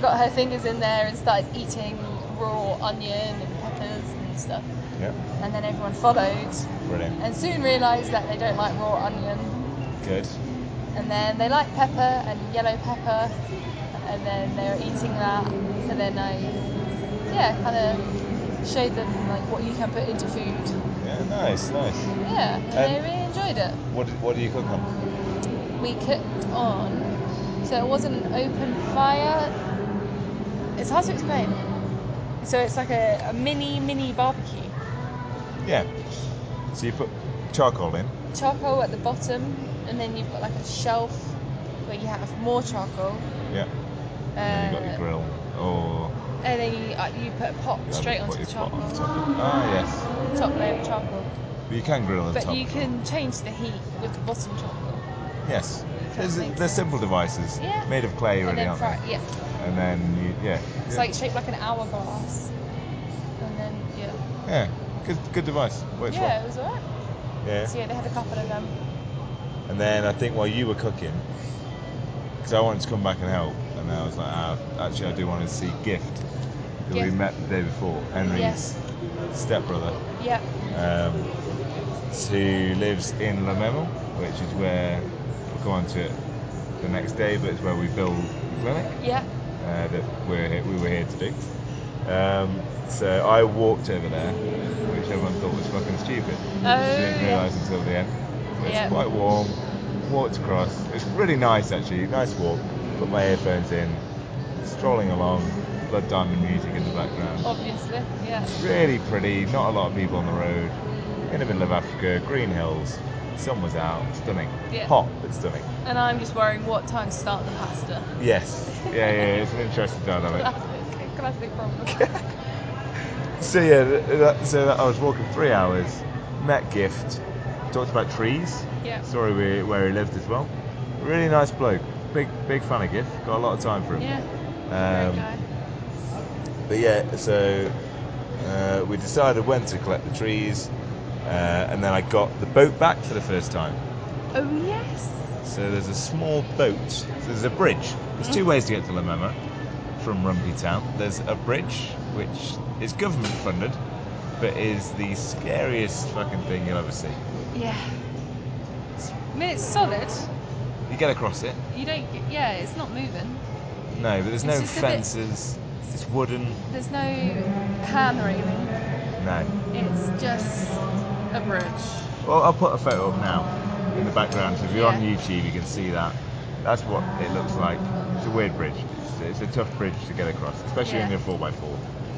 Speaker 2: got her fingers in there and started eating raw onion and peppers and stuff.
Speaker 3: Yep.
Speaker 2: And then everyone followed,
Speaker 3: Brilliant.
Speaker 2: and soon realised that they don't like raw onion,
Speaker 3: Good.
Speaker 2: and then they like pepper and yellow pepper, and then they were eating that, and then I, yeah, kind of showed them like what you can put into food.
Speaker 3: Yeah, nice, nice.
Speaker 2: Yeah, and
Speaker 3: Um,
Speaker 2: I really enjoyed it.
Speaker 3: What did- what do you cook on?
Speaker 2: We cooked on, so it wasn't an open fire. It's hard to explain. So it's like a, a mini, mini barbecue.
Speaker 3: Yeah. So you put charcoal in.
Speaker 2: Charcoal at the bottom, and then you've got like a shelf where you have more charcoal.
Speaker 3: Yeah.
Speaker 2: Uh,
Speaker 3: And then you got your grill. Or
Speaker 2: and then you, uh, you put a pot
Speaker 3: you
Speaker 2: straight
Speaker 3: haven't
Speaker 2: onto
Speaker 3: put
Speaker 2: the
Speaker 3: your pot
Speaker 2: charcoal,
Speaker 3: on top. Ah yes.
Speaker 2: top layer of charcoal.
Speaker 3: But you can grill on
Speaker 2: But
Speaker 3: top.
Speaker 2: you
Speaker 3: as well.
Speaker 2: can change the heat with the bottom charcoal.
Speaker 3: Yes.
Speaker 2: If that
Speaker 3: There's,
Speaker 2: makes
Speaker 3: they're
Speaker 2: sense.
Speaker 3: simple devices.
Speaker 2: Yeah.
Speaker 3: Made of clay,
Speaker 2: and
Speaker 3: really,
Speaker 2: then
Speaker 3: aren't
Speaker 2: fry,
Speaker 3: they?
Speaker 2: yeah.
Speaker 3: And then you, yeah.
Speaker 2: It's like shaped like an hourglass. And then, yeah.
Speaker 3: Yeah. Good, good device. Works
Speaker 2: yeah, it was alright.
Speaker 3: well. Yeah.
Speaker 2: So yeah, they had a couple of them.
Speaker 3: And then I think while you were cooking, because I wanted to come back and help, and then I was like, ah, actually, I do want to see Gift, who we
Speaker 2: Gift.
Speaker 3: met the day before, Henry's
Speaker 2: Yes.
Speaker 3: stepbrother,
Speaker 2: Yeah.
Speaker 3: um, who lives in La Memel, which is where we'll come on to it the next day, but it's where we build the clinic
Speaker 2: Yeah.
Speaker 3: uh, that we're here, we were here to do. Um, so I walked over there, which everyone thought was fucking stupid.
Speaker 2: Oh,
Speaker 3: she didn't
Speaker 2: yeah.
Speaker 3: realise until the end. It's
Speaker 2: Yeah.
Speaker 3: quite warm. Walked across. It's really nice actually. Nice walk. Put my earphones in. Strolling along. Blood Diamond music in the background.
Speaker 2: Obviously. Yeah.
Speaker 3: Really pretty. Not a lot of people on the road. In the middle of Africa. Green hills. Sun was out. Stunning.
Speaker 2: Yeah.
Speaker 3: Hot, but stunning.
Speaker 2: And I'm just worrying what time to start the pasta.
Speaker 3: Yes. Yeah, yeah. It's an interesting dynamic.
Speaker 2: [LAUGHS] Classic, classic problem.
Speaker 3: [LAUGHS] So yeah, th- that, so that I was walking three hours, met Gift, talked about trees.
Speaker 2: Yeah.
Speaker 3: Sorry, we, where he lived as well. Really nice bloke. Big big fan of Gift. Got a lot of time for him.
Speaker 2: yeah.
Speaker 3: Um,
Speaker 2: Great guy.
Speaker 3: But yeah, so uh, we decided when to collect the trees, uh, and then I got the boat back for the first time.
Speaker 2: Oh yes.
Speaker 3: So there's a small boat. So there's a bridge. There's two ways to get to Lamema from Rumpy Town. There's a bridge which is government funded, but is the scariest fucking thing you'll ever see.
Speaker 2: Yeah. I mean, it's solid.
Speaker 3: You get across it.
Speaker 2: You don't. Yeah, it's not moving.
Speaker 3: No, but there's
Speaker 2: It's
Speaker 3: no
Speaker 2: just a bit-
Speaker 3: fences. It's wooden.
Speaker 2: There's no hand railing.
Speaker 3: No.
Speaker 2: It's just a bridge.
Speaker 3: Well, I'll put a photo up now in the background. So if you're on
Speaker 2: Yeah.
Speaker 3: YouTube, you can see that. That's what it looks like. It's a weird bridge. It's- It's a tough bridge to get across, especially when
Speaker 2: Yeah.
Speaker 3: you're 4x4.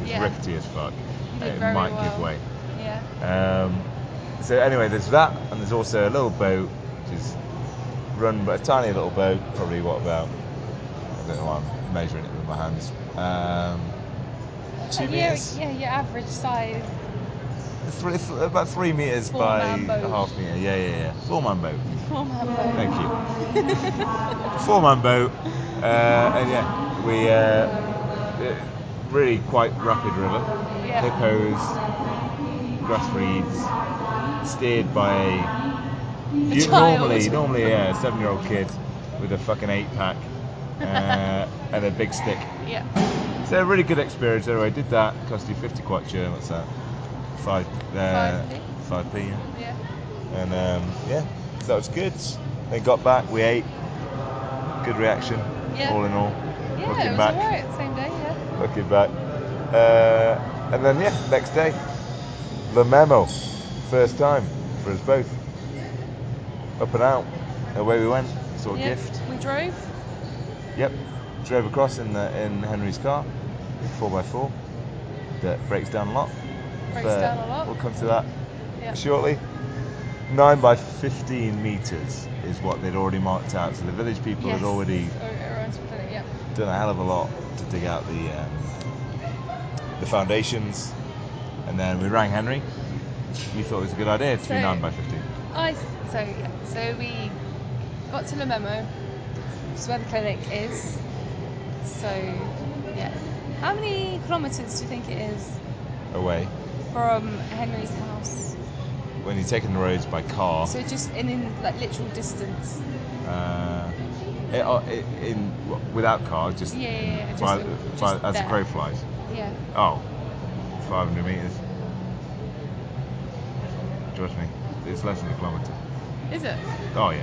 Speaker 3: It's
Speaker 2: Yeah.
Speaker 3: rickety as fuck.
Speaker 2: You
Speaker 3: and
Speaker 2: did
Speaker 3: It
Speaker 2: very
Speaker 3: might
Speaker 2: well.
Speaker 3: give way.
Speaker 2: Yeah.
Speaker 3: Um, so anyway, there's that, and there's also a little boat, which is run by a tiny little boat, probably what about? I don't know. why I'm measuring it with my hands. Um, two
Speaker 2: yeah,
Speaker 3: meters.
Speaker 2: yeah, your average size. [LAUGHS]
Speaker 3: It's three- it's about three meters
Speaker 2: Full
Speaker 3: by
Speaker 2: man boat.
Speaker 3: a half meter. Yeah, yeah, yeah. Four man boat.
Speaker 2: Oh my word.
Speaker 3: Thank you. Four man boat, uh, and yeah, we uh, uh, really quite rapid river.
Speaker 2: Yeah.
Speaker 3: Hippos, grass reeds, steered by a, you-
Speaker 2: child.
Speaker 3: normally normally yeah, a seven year old kid with a fucking eight pack
Speaker 2: [LAUGHS]
Speaker 3: uh, and a big stick.
Speaker 2: Yeah.
Speaker 3: So a really good experience. Anyway, did that. Cost you fifty quite sure. What's that? Five. Uh,
Speaker 2: Five
Speaker 3: Five p. yeah.
Speaker 2: Yeah.
Speaker 3: And um, yeah, so that was good. They got back, we ate. Good reaction,
Speaker 2: Yeah.
Speaker 3: all in all.
Speaker 2: Yeah,
Speaker 3: Looking
Speaker 2: it was
Speaker 3: back.
Speaker 2: alright. Same day. Yeah.
Speaker 3: Looking back. Uh, and then, yeah, next day, the memo. First time for us both. Up and out. Away we went. Saw
Speaker 2: yeah.
Speaker 3: Gift.
Speaker 2: we drove.
Speaker 3: Yep. Drove across in the, in Henry's car, 4x4, that breaks down a lot.
Speaker 2: Breaks
Speaker 3: but
Speaker 2: down a lot.
Speaker 3: We'll come to that
Speaker 2: yeah.
Speaker 3: shortly. 9 by 15 meters is what they'd already marked out. So the village people
Speaker 2: Yes.
Speaker 3: had already
Speaker 2: Oh, everyone's been doing it, yeah.
Speaker 3: done a hell of a lot to dig out the um, the foundations, and then we rang Henry. You thought it was a good idea to be
Speaker 2: So-
Speaker 3: nine by fifteen.
Speaker 2: I so yeah. So we got to Lamemo, which is where the clinic is. So yeah. How many kilometres do you think it is
Speaker 3: Away
Speaker 2: from Henry's house?
Speaker 3: when you're taking the roads by car.
Speaker 2: So just in, in like literal distance.
Speaker 3: Uh, it, uh, it, in without car, just
Speaker 2: Yeah, yeah, yeah, just-
Speaker 3: by,
Speaker 2: just
Speaker 3: by, as
Speaker 2: there.
Speaker 3: a crow flies.
Speaker 2: Yeah.
Speaker 3: Oh, 500 meters. Trust me, it's less than a kilometre.
Speaker 2: Is it?
Speaker 3: Oh yeah.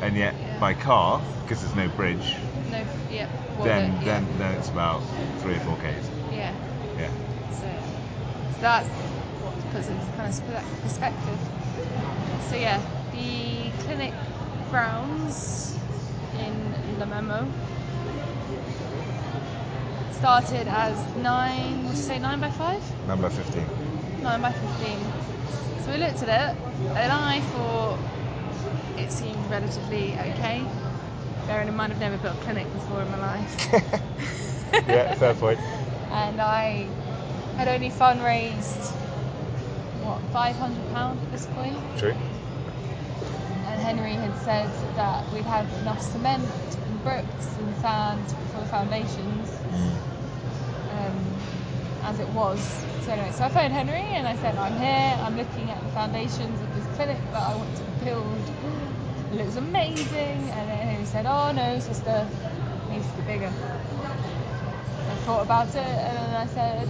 Speaker 3: And yet,
Speaker 2: Yeah.
Speaker 3: by car, because there's no bridge,
Speaker 2: No. Yeah. Well,
Speaker 3: then
Speaker 2: the- yeah.
Speaker 3: then then it's about three or four k's.
Speaker 2: Yeah.
Speaker 3: Yeah.
Speaker 2: So that puts it into kind of spe- perspective. So yeah, the clinic grounds in Lamemo started as nine. Would you say nine by five?
Speaker 3: Number
Speaker 2: [LAUGHS]
Speaker 3: 15.
Speaker 2: Nine by fifteen. So we looked at it, and I thought it seemed relatively okay. Bearing in mind, I've never built a clinic before in my life.
Speaker 3: yeah,
Speaker 2: [LAUGHS]
Speaker 3: fair point.
Speaker 2: and I had only fundraised what 500 pound at this point
Speaker 3: True.
Speaker 2: and Henry had said that we'd had enough cement and bricks and sand for the foundations um, as it was so anyway so I phoned Henry and I said I'm here I'm looking at the foundations of this clinic that I want to build it looks amazing and then Henry said oh no it's just a needs to be bigger I thought about it and then I said,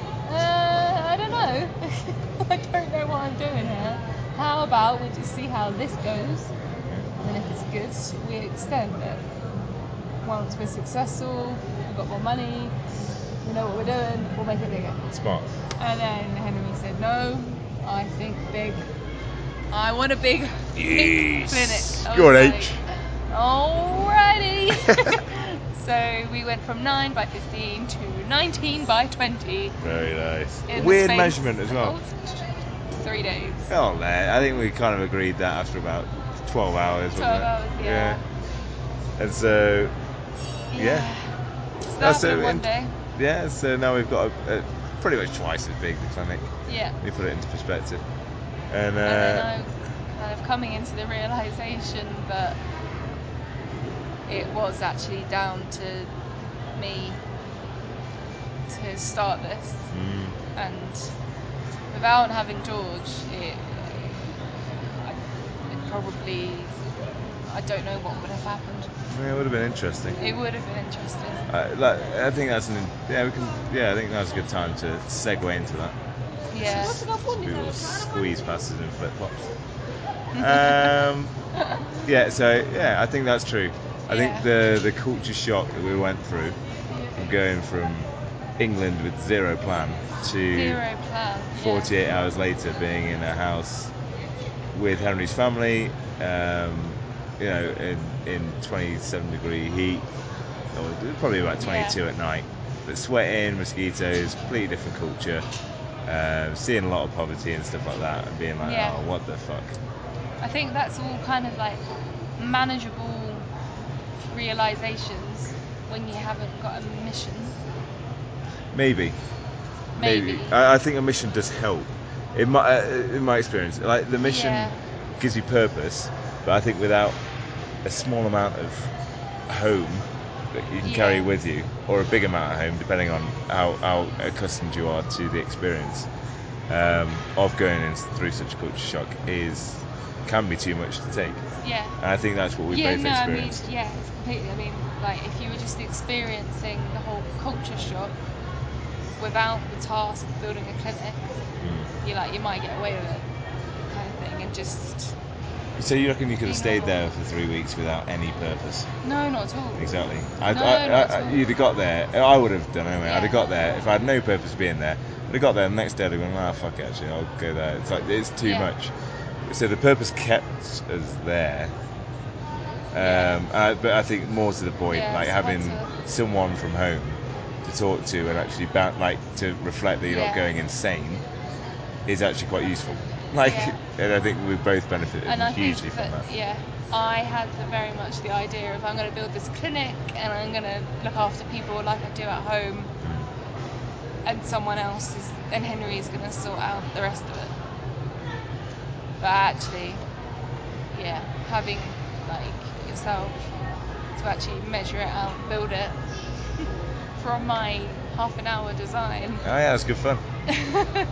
Speaker 2: uh, I don't know. [LAUGHS] I don't know what I'm doing here. How about we just see how this goes? And then if it's good, we extend it. Once we're successful, we've got more money, we know what we're doing, we'll make it bigger.
Speaker 3: Smart.
Speaker 2: And then Henry said, No, I think big. I want a big, big
Speaker 3: Yes.
Speaker 2: clinic. Oh, I
Speaker 3: Good age.
Speaker 2: was like, Alrighty. [LAUGHS] so we went from 9 by 15 to 19 by 20.
Speaker 1: Very nice.
Speaker 2: In the
Speaker 3: Weird
Speaker 2: space Oh.
Speaker 3: measurement as well.
Speaker 2: of Three days.
Speaker 3: Oh man, I think we kind of agreed that after about 12 hours.
Speaker 2: 12
Speaker 3: wasn't it?
Speaker 2: hours, yeah.
Speaker 3: And so Yeah.
Speaker 2: So
Speaker 3: That's
Speaker 2: that happened
Speaker 3: so
Speaker 2: in one
Speaker 3: int-
Speaker 2: day.
Speaker 3: yeah, so now we've got a, a, pretty much twice as big the clinic.
Speaker 2: Yeah.
Speaker 3: We put it into perspective. And, uh,
Speaker 2: and then I was kind of coming into the realization that it was actually down to me to start this,
Speaker 3: Mm,
Speaker 2: and without having George, it, I, it probably I don't know what would have happened.
Speaker 3: yeah, it would have been interesting.
Speaker 2: It would have been interesting.
Speaker 3: [LAUGHS] I, like, I think that's an yeah we can yeah I think now's a good time to segue into that.
Speaker 2: Yeah.
Speaker 3: We will squeeze past it in flip flops.
Speaker 2: [LAUGHS]
Speaker 3: um, yeah, so yeah, I think that's true. I
Speaker 2: Yeah.
Speaker 3: think the the culture shock that we went through, from going from England with zero plan to
Speaker 2: Zero plan. yeah.
Speaker 3: 48 hours later being in a house with Henry's family, um, you know, in, in 27 degree heat, or probably about 22 at night, but sweating, mosquitoes, completely different culture, um, seeing a lot of poverty and stuff like that, and being like,
Speaker 2: Yeah.
Speaker 3: oh, what the fuck?
Speaker 2: I think that's all kind of like manageable realizations when you haven't got a mission.
Speaker 3: Maybe.
Speaker 2: Maybe.
Speaker 3: I, I think a mission does help. In my uh, in my experience, like the mission
Speaker 2: Yeah.
Speaker 3: gives you purpose, but I think without a small amount of home that you can carry
Speaker 2: Yeah.
Speaker 3: with you, or a big amount of home, depending on how, how accustomed you are to the experience um, of going in, through such a culture shock, is can be too much to take.
Speaker 2: Yeah.
Speaker 3: And I think that's what we
Speaker 2: yeah,
Speaker 3: both
Speaker 2: no, I mean,
Speaker 3: experienced.
Speaker 2: yeah, it's completely. I mean, like, if you were just experiencing the whole culture shock without the task of building a clinic,
Speaker 3: Hmm.
Speaker 2: you like, you might get away with it, kind of thing, and just
Speaker 3: So you reckon you could
Speaker 2: You know.
Speaker 3: have stayed there for three weeks without any purpose?
Speaker 2: no, not at all.
Speaker 3: Exactly. I,
Speaker 2: No,
Speaker 3: I,
Speaker 2: not
Speaker 3: I,
Speaker 2: at all.
Speaker 3: you'd have got there. I would have done anyway. I'd
Speaker 2: Yeah.
Speaker 3: have got there if I had no purpose of being there. I'd have got there. and The next day, I'd have gone. Ah, fuck it. Actually, I'll go there. It's like it's too
Speaker 2: Yeah.
Speaker 3: much. So the purpose kept us there, Um, I, but I think more to the point,
Speaker 2: Yeah,
Speaker 3: like
Speaker 2: it's
Speaker 3: having
Speaker 2: better.
Speaker 3: someone from home to talk to and actually ba- like to reflect that you're not
Speaker 2: Yeah.
Speaker 3: going insane is actually quite useful. Like,
Speaker 2: Yeah.
Speaker 3: [LAUGHS] and I think we both benefited
Speaker 2: and I
Speaker 3: hugely
Speaker 2: think that,
Speaker 3: from that.
Speaker 2: yeah, I had the, very much the idea of I'm going to build this clinic and I'm going to look after people like I do at home,
Speaker 3: Hmm.
Speaker 2: and someone else is, and Henry is going to sort out the rest of it. But actually, yeah, having like yourself to actually measure it out, build it [LAUGHS] from my half an hour
Speaker 3: [LAUGHS]
Speaker 2: design. [LAUGHS]
Speaker 3: Oh yeah, that's good fun. Yeah, yeah,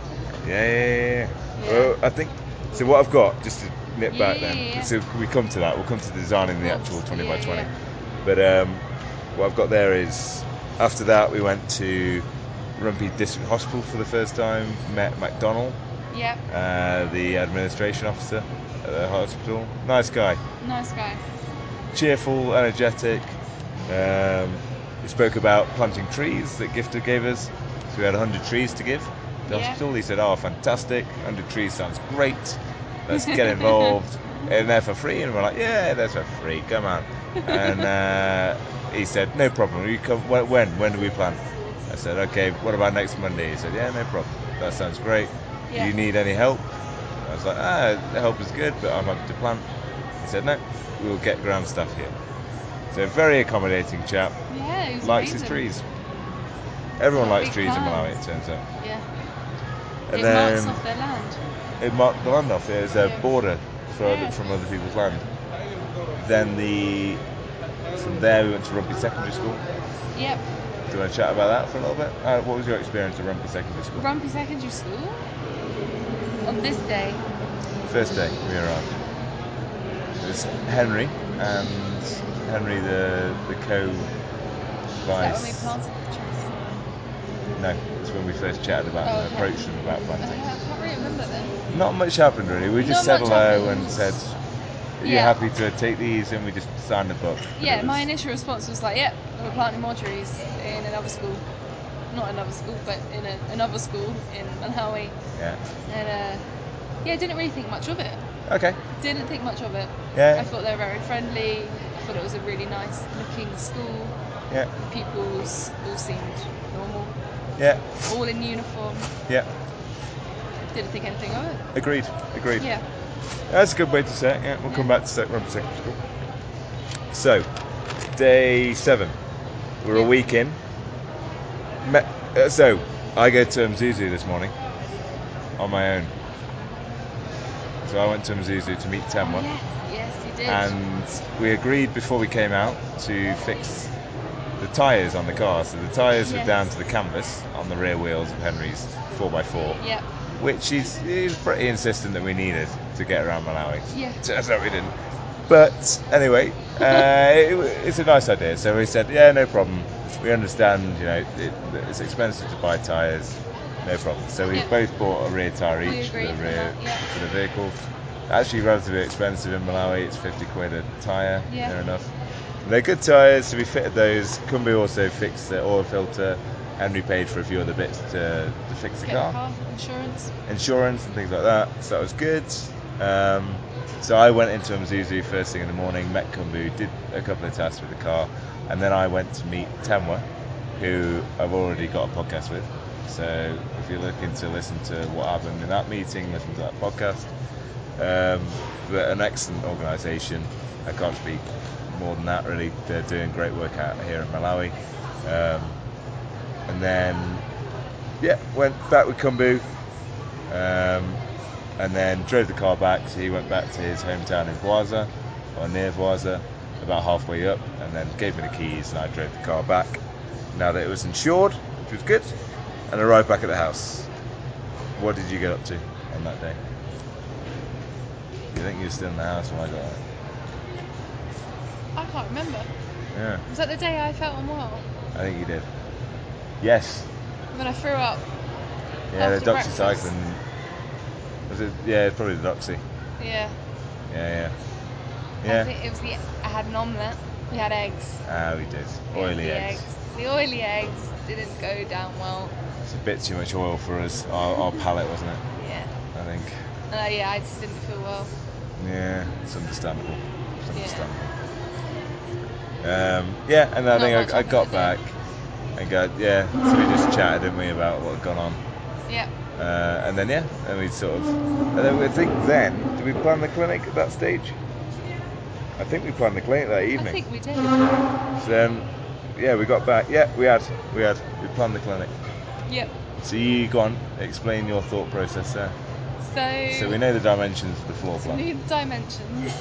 Speaker 3: yeah, yeah.
Speaker 2: Yeah.
Speaker 3: Well, I think so. What I've got, just to nip
Speaker 2: Yeah,
Speaker 3: back
Speaker 2: yeah,
Speaker 3: then.
Speaker 2: yeah.
Speaker 3: So we come to that. We'll come to the designing the
Speaker 2: Of
Speaker 3: actual
Speaker 2: course.
Speaker 3: twenty by
Speaker 2: Yeah,
Speaker 3: twenty.
Speaker 2: yeah.
Speaker 3: But um, what I've got there is after that we went to Rumpy District Hospital for the first time. Met MacDonald,
Speaker 2: yeah,
Speaker 3: uh, the administration officer at the hospital. Nice guy,
Speaker 2: nice guy.
Speaker 3: cheerful, energetic. Um, we spoke about planting trees that Gifter gave us. So we had 100 trees to give to the
Speaker 2: Yeah.
Speaker 3: hospital. He said, Oh, fantastic. 100 trees sounds great. Let's get involved. and they're for free. And we're like, Yeah, that's for free. Come on. And
Speaker 2: [LAUGHS]
Speaker 3: uh, he said, No problem. You come, wh- when? When do we plant? I said, Okay, what about next Monday? He said, Yeah, no problem. That sounds great. Do
Speaker 2: Yeah.
Speaker 3: you need any help? I was like, Ah, the help is good, but I'm happy to plant. He said, No, we'll get ground staff here. So, very accommodating chap
Speaker 2: Yeah, he was
Speaker 3: likes his
Speaker 2: amazing.
Speaker 3: trees. Everyone
Speaker 2: Got
Speaker 3: likes
Speaker 2: big
Speaker 3: trees in Malawi,
Speaker 2: plants.
Speaker 3: it turns out.
Speaker 2: Yeah.
Speaker 3: And
Speaker 2: it
Speaker 3: then
Speaker 2: marks off their land.
Speaker 3: it marked the land off. It was a
Speaker 2: Yeah.
Speaker 3: border for
Speaker 2: Yeah.
Speaker 3: other, from other people's land. Then the from there we went to Rumpy Secondary School.
Speaker 2: Yep.
Speaker 3: Do you want to chat about that for a little bit? Uh, what was your experience at Rumpy Secondary School?
Speaker 2: Rumpy Secondary School. On this day.
Speaker 3: First day we arrived. It was Henry and Henry the the co
Speaker 2: Is that when we
Speaker 3: vice.
Speaker 2: planted the trees?
Speaker 3: No, it's when we first chatted about
Speaker 2: Oh,
Speaker 3: them,
Speaker 2: okay.
Speaker 3: approached them about
Speaker 2: Uh,
Speaker 3: planting.
Speaker 2: I can't really remember then.
Speaker 3: Not much happened really. We just
Speaker 2: Not
Speaker 3: said
Speaker 2: much
Speaker 3: hello
Speaker 2: happened.
Speaker 3: and said, "Are you
Speaker 2: Yeah.
Speaker 3: happy to take these?" And we just signed a book. But
Speaker 2: Yeah,
Speaker 3: it was-
Speaker 2: my initial response was like, yep, we're planting more trees in another school. Not another school, but in a, another school in Malawi.
Speaker 3: Yeah.
Speaker 2: And uh, yeah, I didn't really think much of it.
Speaker 3: Okay.
Speaker 2: Didn't think much of it.
Speaker 3: Yeah.
Speaker 2: I thought they were very friendly. I thought it was a really nice looking school.
Speaker 3: Yeah.
Speaker 2: The people s- all seemed normal,
Speaker 3: Yeah.
Speaker 2: all in uniform.
Speaker 3: Yeah.
Speaker 2: Didn't think anything of it.
Speaker 3: Agreed. Agreed.
Speaker 2: Yeah.
Speaker 3: That's a good way to say it. Yeah. We'll come back to sec- Rumble Secondary School. So, day seven. We're a
Speaker 2: Yeah.
Speaker 3: week in. Me- uh, so, I go to Mzuzu this morning on my own. So I went to Mzuzu to meet Temwa.
Speaker 2: Yes, yes, you did.
Speaker 3: and we agreed before we came out to fix the tyres on the car. So the tyres were
Speaker 2: Yes.
Speaker 3: down to the canvas on the rear wheels of Henry's 4x4,
Speaker 2: yep.
Speaker 3: which is he was pretty insistent that we needed to get around Malawi.
Speaker 2: Yeah.
Speaker 3: Turns out we didn't. But anyway, uh, it, w- it's a nice idea. So we said, yeah, no problem. We understand, you know, it, it's expensive to buy tyres. No problem. So we
Speaker 2: Yeah.
Speaker 3: both bought a rear tyre
Speaker 2: We
Speaker 3: each for
Speaker 2: agreed
Speaker 3: the
Speaker 2: on
Speaker 3: rear
Speaker 2: that, yeah.
Speaker 3: for the vehicle. Actually, relatively expensive in Malawi. It's 50 quid a tyre.
Speaker 2: Yeah.
Speaker 3: Fair enough. And they're good tyres, so we fitted those. Kumbi also fixed the oil filter. Henry paid for a few other bits to, to fix the
Speaker 2: Get
Speaker 3: car
Speaker 2: car insurance.
Speaker 3: insurance and things like that. So that was good. Um, so I went into Mzuzu first thing in the morning, met Kumbu, did a couple of tasks with the car, and then I went to meet Tamwa, who I've already got a podcast with. So if you're looking to listen to what happened in that meeting, listen to that podcast. Um, they're an excellent organisation. I can't speak more than that really. They're doing great work out here in Malawi. Um, and then, yeah, went back with Kumbu, um, and then drove the car back. So he went back to his hometown in Boisa, or near Boisa, about halfway up, and then gave me the keys, and I drove the car back. Now that it was insured, which was good, and arrived back at the house. What did you get up to on that day? You think you were still in the house Oh when I got there?
Speaker 2: I can't remember.
Speaker 3: Yeah,
Speaker 2: Was that the day I felt unwell?
Speaker 3: I think you did. Yes.
Speaker 2: When I threw up.
Speaker 3: Yeah,
Speaker 2: After
Speaker 3: the
Speaker 2: breakfast.
Speaker 3: doxycycline. Was it? Yeah, it's probably the doxy.
Speaker 2: Yeah.
Speaker 3: Yeah, yeah.
Speaker 2: I
Speaker 3: Yeah.
Speaker 2: think it was the. I had an omelette. We had eggs.
Speaker 3: Ah, we did.
Speaker 2: We had
Speaker 3: Oily
Speaker 2: the
Speaker 3: eggs.
Speaker 2: The oily eggs didn't go down well.
Speaker 3: It's a bit too much oil for us. Our, our palate, wasn't it?
Speaker 2: Yeah. uh,
Speaker 3: I think.
Speaker 2: And I, yeah, I just didn't feel well.
Speaker 3: Yeah, it's understandable. sort
Speaker 2: Yeah.
Speaker 3: of stuff. Um, yeah, and I
Speaker 2: Not
Speaker 3: think
Speaker 2: much
Speaker 3: I, I
Speaker 2: happened
Speaker 3: got
Speaker 2: today.
Speaker 3: back and got yeah. So we just chatted, didn't we, about what had gone on,
Speaker 2: Yeah.
Speaker 3: uh, and then yeah, and we sort of. And then we- I think then did we plan the clinic at that stage? I think we planned the clinic that evening.
Speaker 2: I think we did.
Speaker 3: So then, yeah, we got back. Yeah, we had, we had, we planned the clinic.
Speaker 2: Yep.
Speaker 3: So you go on, explain your thought process there.
Speaker 2: So,
Speaker 3: So we know the dimensions of the floor
Speaker 2: So we
Speaker 3: plan.
Speaker 2: knew the dimensions,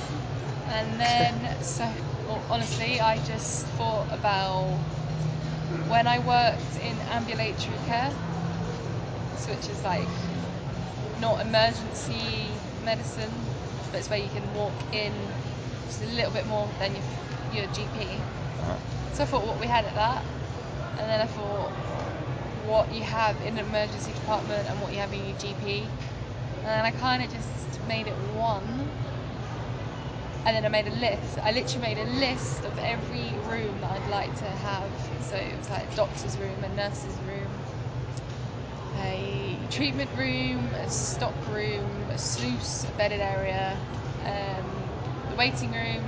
Speaker 2: and then so well, honestly, I just thought about when I worked in ambulatory care, so which is like not emergency medicine, but it's where you can walk in just a little bit more than your your GP.
Speaker 3: Uh-huh.
Speaker 2: So I thought what we had at that, and then I thought what you have in an emergency department and what you have in your GP, and then I kind of just made it one. And then I made a list. I literally made a list of every room that I'd like to have. So it was like a doctor's room, a nurse's room, a treatment room, a stock room, a sluice, a bedded area, um, the waiting room,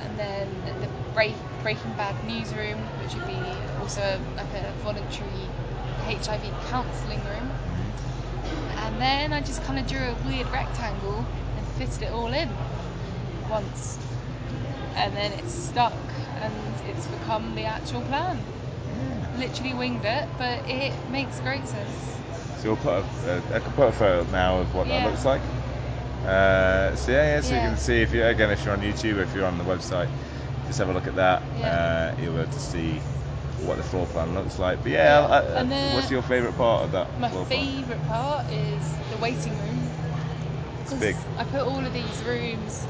Speaker 2: and then the break, Breaking Bad newsroom, which would be also like a voluntary HIV counselling room. And then I just kind of drew a weird rectangle and fitted it all in once. And then it's stuck and it's become the actual plan. Literally winged it, but it makes great sense.
Speaker 3: So we'll put a, a, I can put a photo up now of what
Speaker 2: Yeah.
Speaker 3: that looks like. Uh, so yeah, yeah, so you
Speaker 2: Yeah.
Speaker 3: can see if you again if you're on YouTube, if you're on the website, just have a look at that.
Speaker 2: Yeah.
Speaker 3: Uh, you'll be able to see what the floor plan looks like. But yeah, I, I,
Speaker 2: And the-
Speaker 3: what's your favourite part of that
Speaker 2: My
Speaker 3: floor plan?
Speaker 2: favourite part is the waiting room.
Speaker 3: It's
Speaker 2: 'Cause
Speaker 3: big.
Speaker 2: I put all of these rooms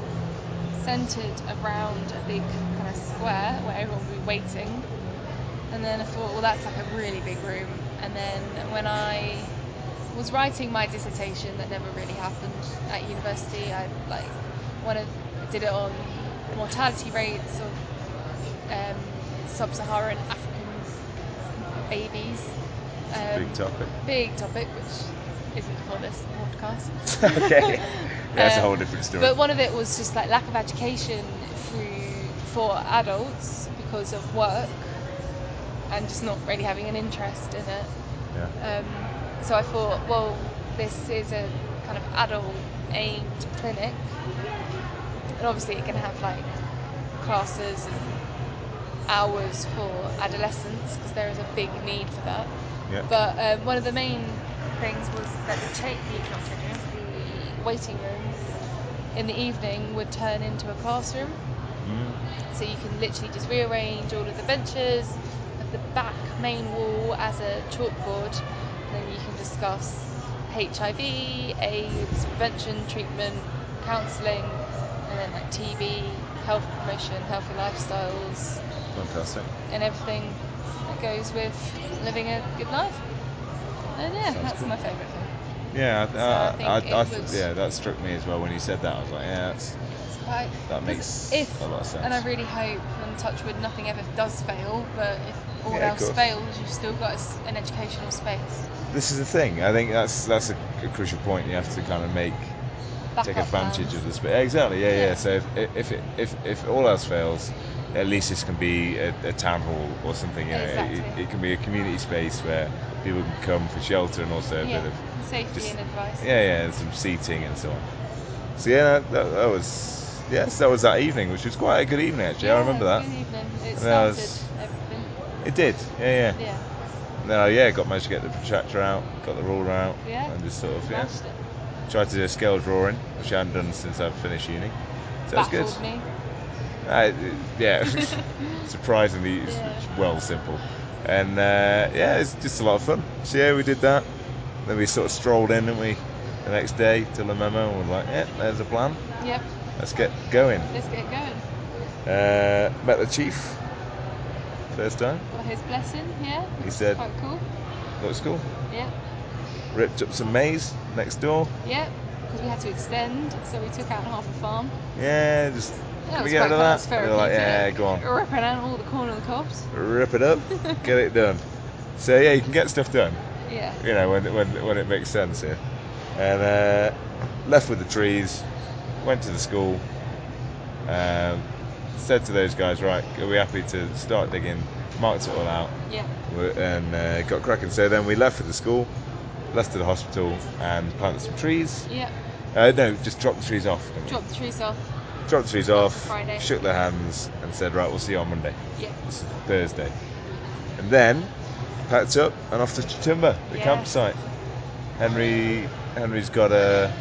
Speaker 2: centred around a big kind of square where everyone will be waiting. And then I thought, well, that's like a really big room. And then when I was writing my dissertation, that never really happened at university. I like one of I did it on mortality rates of um, sub-Saharan African babies. Um,
Speaker 3: Big
Speaker 2: [LAUGHS]
Speaker 3: topic.
Speaker 2: big topic, which isn't for this podcast.
Speaker 3: [LAUGHS] okay. That's a
Speaker 2: Um,
Speaker 3: whole different story.
Speaker 2: But one of it was just like lack of education through for adults because of work and just not really having an interest in it.
Speaker 3: yeah.
Speaker 2: Um, so I thought, well, this is a kind of adult aimed clinic, and obviously it can have like classes and hours for adolescents because there is a big need for that.
Speaker 3: Yeah.
Speaker 2: But um, one of the main things was that the cha- the not change room, the waiting room in the evening would turn into a classroom.
Speaker 3: Mm.
Speaker 2: So you can literally just rearrange all of the benches of the back main wall as a chalkboard, and then you can discuss HIV, AIDS, prevention, treatment, counselling, and then like TB, health promotion, healthy lifestyles,
Speaker 3: Fantastic.
Speaker 2: and everything that goes with living a good life. And yeah,
Speaker 3: Sounds
Speaker 2: that's
Speaker 3: cool.
Speaker 2: my favourite thing.
Speaker 3: Yeah,
Speaker 2: So I
Speaker 3: I,
Speaker 2: think
Speaker 3: I, I,
Speaker 2: it
Speaker 3: I, th-
Speaker 2: was-
Speaker 3: yeah, that struck me as well when you said that. I was like, yeah, that's,
Speaker 2: It's quite-
Speaker 3: that
Speaker 2: 'cause
Speaker 3: makes
Speaker 2: if,
Speaker 3: a lot of sense.
Speaker 2: And I really hope, and touch wood, nothing ever does fail, but if all
Speaker 3: Yeah, of
Speaker 2: else
Speaker 3: course.
Speaker 2: fails, you've still got a s- an educational space.
Speaker 3: this is the thing. I think that's that's a, a crucial point. You have to kind of make take advantage of the space. Exactly. Yeah, yeah.
Speaker 2: Yeah.
Speaker 3: So if if it, if if all else fails, at least this can be a, a town hall or something. You know, it,
Speaker 2: Exactly.
Speaker 3: it can be a community space where people can come for shelter and also a
Speaker 2: yeah.
Speaker 3: bit of
Speaker 2: safety
Speaker 3: just-
Speaker 2: and advice.
Speaker 3: yeah, yeah, and some seating and so on. So yeah, that, that, that was yes, that was that evening, which was quite a good evening actually. I
Speaker 2: Yeah,
Speaker 3: remember
Speaker 2: Good
Speaker 3: that.
Speaker 2: evening. It
Speaker 3: And I
Speaker 2: started
Speaker 3: was-
Speaker 2: everything.
Speaker 3: It did. Yeah, [LAUGHS] yeah.
Speaker 2: Yeah.
Speaker 3: No, yeah, got managed to get the protractor out, got the ruler out,
Speaker 2: Yeah.
Speaker 3: and just sort of yeah,
Speaker 2: Smashed it.
Speaker 3: tried to do a scale drawing, which I hadn't done since I've finished uni. So that's good. [LAUGHS]
Speaker 2: Baffled me.
Speaker 3: I, yeah, [LAUGHS] surprisingly it's
Speaker 2: Yeah.
Speaker 3: it's well simple, and uh, yeah, it's just a lot of fun. So yeah, we did that. Then we sort of strolled in, didn't we? The next day to La Memo, and we're like, yeah, there's a plan.
Speaker 2: [LAUGHS] Yep.
Speaker 3: Let's get going.
Speaker 2: Let's get going.
Speaker 3: Uh, met the chief first time.
Speaker 2: Got his blessing. Yeah.
Speaker 3: He
Speaker 2: which is
Speaker 3: said-
Speaker 2: Quite cool.
Speaker 3: Looks cool.
Speaker 2: Yep.
Speaker 3: Ripped up some maize next door.
Speaker 2: Yep. Because we had to extend, so we took out half a farm.
Speaker 3: Yeah, just
Speaker 2: That
Speaker 3: can we
Speaker 2: was
Speaker 3: get
Speaker 2: quite
Speaker 3: rid of
Speaker 2: that
Speaker 3: that?
Speaker 2: was
Speaker 3: And they're like, yeah,
Speaker 2: therapeutic.
Speaker 3: go on.
Speaker 2: Ripping out all the corn on the cobs.
Speaker 3: Rip it up, get it done. So yeah, you can get stuff done.
Speaker 2: Yeah.
Speaker 3: you know, when, when, when it makes sense here. And uh, left with the trees, went to the school, Um, said to those guys, right, are we happy to start digging? Marked it all out
Speaker 2: Yeah.
Speaker 3: w- and uh, got cracking. So then we left for the school, left to the hospital, and planted some trees.
Speaker 2: Yeah.
Speaker 3: Uh, no, just dropped the trees off. didn't we?
Speaker 2: Drop the trees off.
Speaker 3: Dropped the trees off,
Speaker 2: Friday.
Speaker 3: shook their hands, and said, right, we'll see you on Monday.
Speaker 2: Yeah.
Speaker 3: It's Thursday. And then packed up and off to Chitumba, the
Speaker 2: Yes.
Speaker 3: campsite. Henry Henry's got a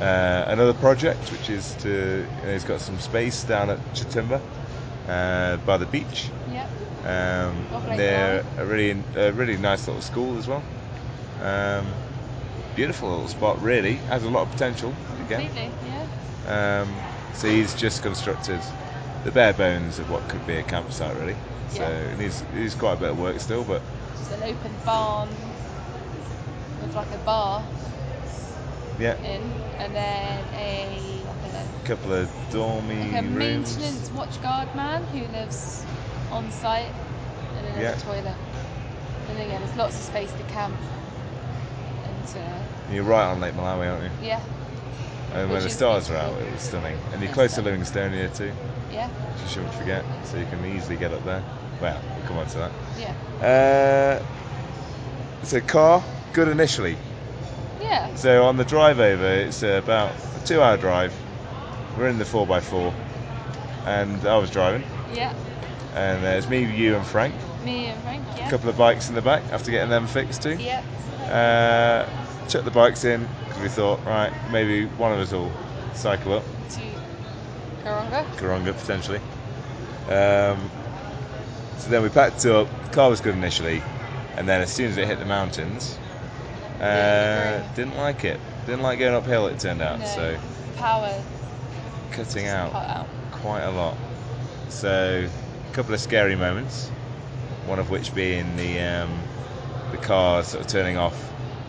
Speaker 3: uh, another project, which is to he's got some space down at Chitumba uh, by the beach
Speaker 2: Yeah.
Speaker 3: um,
Speaker 2: Lovely
Speaker 3: near a really a really nice little school as well. Um, beautiful little spot, really has a lot of potential. Again,
Speaker 2: Completely. Yeah.
Speaker 3: um, so he's just constructed the bare bones of what could be a campsite, really. So
Speaker 2: Yeah.
Speaker 3: it needs, it needs quite a bit of work still, but
Speaker 2: Just an open barn with like a bar
Speaker 3: yeah,
Speaker 2: in, and then a like a
Speaker 3: a couple of dormy
Speaker 2: like a
Speaker 3: Mm, rooms.
Speaker 2: maintenance watchguard man who lives on site and then
Speaker 3: Yeah.
Speaker 2: there's a toilet. And again, there's lots of space to camp. And uh,
Speaker 3: You're right on Lake Malawi, aren't you?
Speaker 2: yeah,
Speaker 3: And
Speaker 2: Which
Speaker 3: when the
Speaker 2: is
Speaker 3: stars are out,
Speaker 2: beautiful.
Speaker 3: it was stunning. And you're
Speaker 2: It's
Speaker 3: close to
Speaker 2: stunning.
Speaker 3: Livingstonia too,
Speaker 2: yeah,
Speaker 3: which you shouldn't forget. So you can easily get up there. Well, we'll come on to that.
Speaker 2: yeah,
Speaker 3: Uh, so car, good initially.
Speaker 2: yeah,
Speaker 3: So on the drive over, it's uh, about a two-hour drive. We're in the 4x4, and I was driving,
Speaker 2: yeah.
Speaker 3: and there's me, you, and Frank.
Speaker 2: Me and Frank, yeah.
Speaker 3: A couple of bikes in the back after getting them fixed too.
Speaker 2: Yeah,
Speaker 3: Uh, chucked the bikes in because we thought, right, maybe one of us will cycle up
Speaker 2: to Karonga.
Speaker 3: Karonga potentially. Um, so then we packed up. The car was good initially, and then as soon as it hit the mountains, uh,
Speaker 2: Yeah, agree.
Speaker 3: didn't like it. Didn't like going uphill. It turned out
Speaker 2: No,
Speaker 3: so
Speaker 2: power
Speaker 3: cutting
Speaker 2: just
Speaker 3: out
Speaker 2: cut out.
Speaker 3: quite a lot. So a couple of scary moments. One of which being the um, the car sort of turning off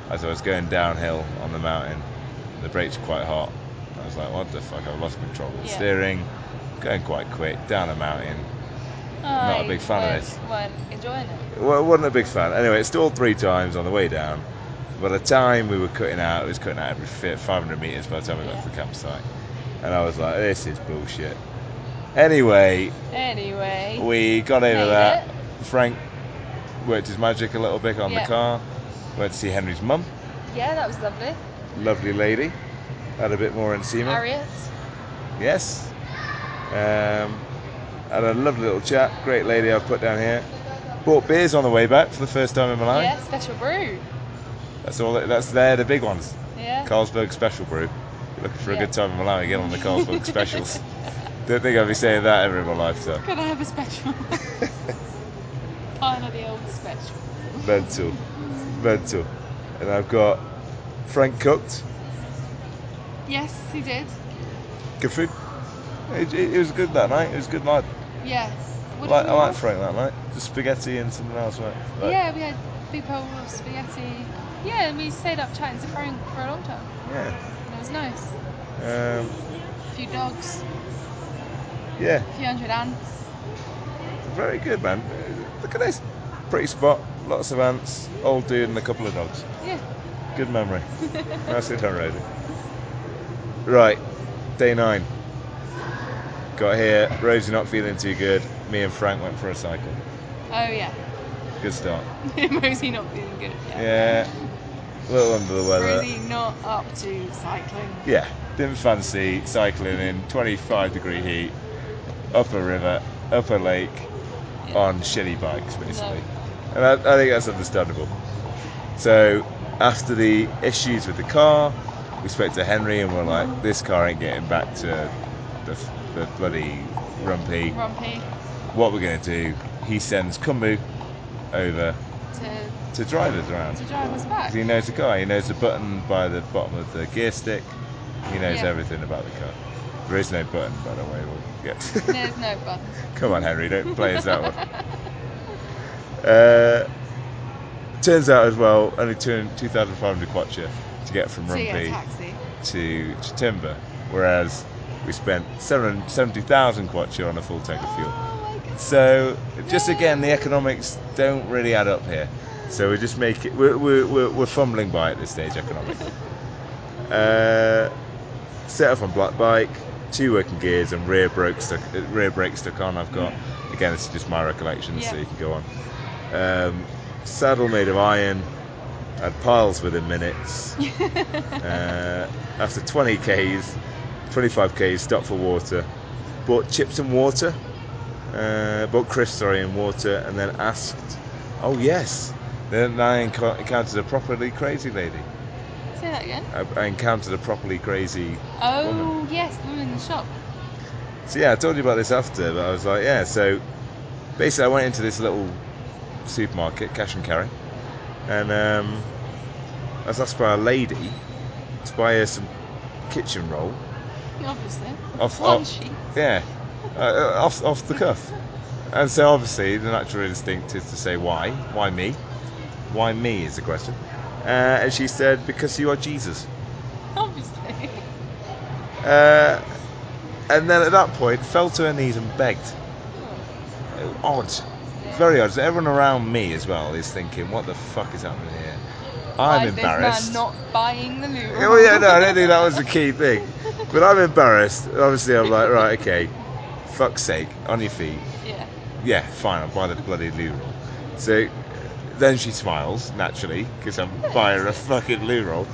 Speaker 3: as I was going downhill on the mountain. The brakes were quite hot. I was like, what the fuck? I've lost control of the
Speaker 2: Yeah.
Speaker 3: steering. Going quite quick down a mountain.
Speaker 2: I
Speaker 3: a big fan of
Speaker 2: weren't-
Speaker 3: this.
Speaker 2: weren't enjoying it.
Speaker 3: Well, wasn't a big fan. Anyway, it stalled three times on the way down. By the time we were cutting out, it was cutting out every fi- 500 metres by the time we got to the campsite. And I was like, this is bullshit. Anyway,
Speaker 2: Anyway,
Speaker 3: we got over
Speaker 2: Made
Speaker 3: that. Frank worked his magic a little bit on
Speaker 2: Yeah.
Speaker 3: the car. Went to see Henry's mum,
Speaker 2: yeah, that was lovely.
Speaker 3: lovely lady. Had a bit more enzima.
Speaker 2: Harriet,
Speaker 3: Yes. Um, had a lovely little chat. Great lady I've put down here. Bought beers on the way back for the first time in my life.
Speaker 2: yeah, special brew,
Speaker 3: That's all. That's there. The big ones.
Speaker 2: yeah.
Speaker 3: Carlsberg Special Brew. Looking for
Speaker 2: Yeah.
Speaker 3: a good time in Malawi. Get on the
Speaker 2: [LAUGHS]
Speaker 3: Carlsberg Specials. Don't think I'll be saying that ever in my lifetime.
Speaker 2: Could I have
Speaker 3: [LAUGHS]
Speaker 2: a special? Pile of the old special.
Speaker 3: Mental, mental. And I've got Frank cooked.
Speaker 2: Yes, he did.
Speaker 3: Good food. It, it, it was good that night. It was a good night.
Speaker 2: Yeah. What
Speaker 3: Like,
Speaker 2: did
Speaker 3: I
Speaker 2: we
Speaker 3: like
Speaker 2: have?
Speaker 3: Frank that night. Just spaghetti and something else, right? Like,
Speaker 2: Yeah, we had big bowl of spaghetti. Yeah, and we stayed up chatting to Frank for a long time.
Speaker 3: Yeah.
Speaker 2: And it was nice.
Speaker 3: Um,
Speaker 2: A few dogs,
Speaker 3: yeah.
Speaker 2: a few hundred ants.
Speaker 3: Very good, man. Uh, Look at this. Pretty spot. Lots of ants. Old dude and a couple of dogs.
Speaker 2: Yeah.
Speaker 3: Good memory. Nicely done, Rosie. Right, day nine. Got here. Rosie not feeling too good. Me and Frank went for a cycle.
Speaker 2: Oh yeah. [LAUGHS]
Speaker 3: Good start.
Speaker 2: Rosie not feeling good. Yeah.
Speaker 3: Yeah. A little under the weather.
Speaker 2: Rosie not up to cycling.
Speaker 3: Yeah. Didn't fancy cycling in 25 degree heat, up a river, up a lake,
Speaker 2: Yeah.
Speaker 3: on shitty bikes, basically. And I, I think that's understandable. So, after the issues with the car, we spoke to Henry and we're like, this car ain't getting back to the, the bloody rumpy.
Speaker 2: Rumpy
Speaker 3: What we're going to do, he sends Kumbu over
Speaker 2: to
Speaker 3: to drive us around.
Speaker 2: to drive us back.
Speaker 3: 'Cause he knows the car, he knows the button by the bottom of the gear stick, he knows
Speaker 2: Yeah.
Speaker 3: everything about the car. There is no button, by the way. We'll get. [LAUGHS]
Speaker 2: There's [LAUGHS] [LAUGHS] no fun.
Speaker 3: Come on, Henry, don't play us that
Speaker 2: [LAUGHS]
Speaker 3: one. Uh, turns out as well, only two- 2,500 kwacha to get from
Speaker 2: So yeah,
Speaker 3: Rumpy
Speaker 2: taxi. [LAUGHS]
Speaker 3: to Chitimba, whereas we spent 700 70,000 kwacha on a full tank of fuel.
Speaker 2: Oh my god.
Speaker 3: So, just again, the economics don't really add up here. So we just make it. We're, we're, we're, we're fumbling [LAUGHS] by at this stage economically. uh, set off on black bike, two working gears and rear brake stuck uh, rear brake stuck on. I've got again this is just my recollection, so
Speaker 2: Yeah.
Speaker 3: you can go on. Um, saddle made of iron. I had piles within minutes. uh, after 20 k's, 25 k's, stopped for water. Bought chips and water. Uh, bought crisps, sorry, and water, and then asked. Oh yes. Then I enco- encountered a properly crazy lady.
Speaker 2: Say that again.
Speaker 3: I, I encountered a properly crazy
Speaker 2: Oh
Speaker 3: Woman.
Speaker 2: yes, the woman in the shop.
Speaker 3: So yeah, I told you about this after, but I was like, yeah. So basically, I went into this little supermarket, cash and carry, and um, I was asked by a lady to buy her some kitchen roll.
Speaker 2: Obviously.
Speaker 3: Off-
Speaker 2: One
Speaker 3: off-
Speaker 2: sheet.
Speaker 3: Yeah, uh, uh, off off the cuff. And so obviously, the natural instinct is to say, why? Why me? Why me is the question. Uh, and she said, because you are Jesus.
Speaker 2: [LAUGHS] Obviously.
Speaker 3: Uh, and then at that point, fell to her knees and begged. Uh, odd, very odd. So everyone around me as well is thinking, "What the fuck is happening here?"
Speaker 2: Why
Speaker 3: I'm
Speaker 2: is
Speaker 3: embarrassed.
Speaker 2: This man not buying the loo.
Speaker 3: [LAUGHS] Oh yeah, no, I don't think that was the key thing. But I'm embarrassed. Obviously, I'm like, right, okay, fuck's sake, on your feet.
Speaker 2: [LAUGHS] Yeah.
Speaker 3: Yeah, fine, I'll buy the bloody loo roll. So then she smiles naturally because I'm buying her a fucking loo roll,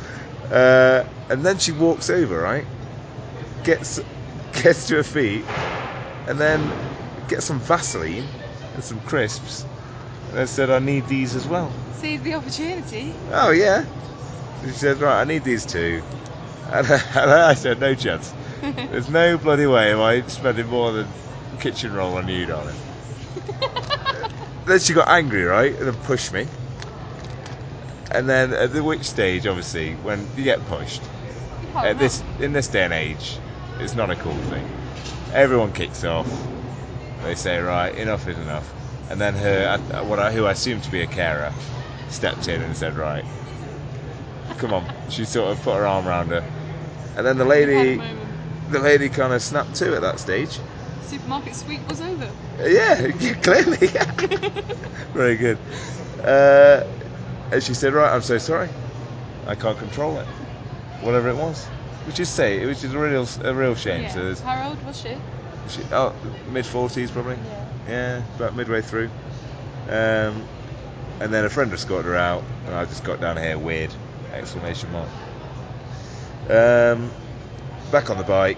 Speaker 3: uh, and then she walks over, right? Gets gets to her feet, and then gets some Vaseline and some crisps, and then said, "I need these as well."
Speaker 2: Sees the opportunity. [LAUGHS]
Speaker 3: Oh yeah. She said, "Right, I need these two," and I, and I said, "No [LAUGHS] chance. There's no bloody way am I spending more than kitchen roll on you, darling." then she got angry, right, and then pushed me. And then at the which stage, obviously, when you get pushed,
Speaker 2: You can't
Speaker 3: at
Speaker 2: help.
Speaker 3: this in this day and age, it's not a cool thing. Everyone kicks off. They say, "Right, enough is enough." And then her, I- what I, who I assumed to be a carer, stepped in and said, "Right, come on." [LAUGHS] She sort of put her arm around her, and then the
Speaker 2: You had a
Speaker 3: lady,
Speaker 2: moment.
Speaker 3: the lady kind of snapped to at that stage.
Speaker 2: Supermarket sweep was over.
Speaker 3: Uh, Yeah, [LAUGHS] clearly. Very good. Uh, and she said, "Right, I'm so sorry. I can't control it. Whatever it was." Which is say, which is a real, a real shame.
Speaker 2: yeah.
Speaker 3: So there's
Speaker 2: How old was she?
Speaker 3: she, oh, mid 40s probably.
Speaker 2: Yeah.
Speaker 3: Yeah, about midway through. Um, and then a friend escorted her out, and I just got down here weird! Exclamation mark. Um, back on the bike,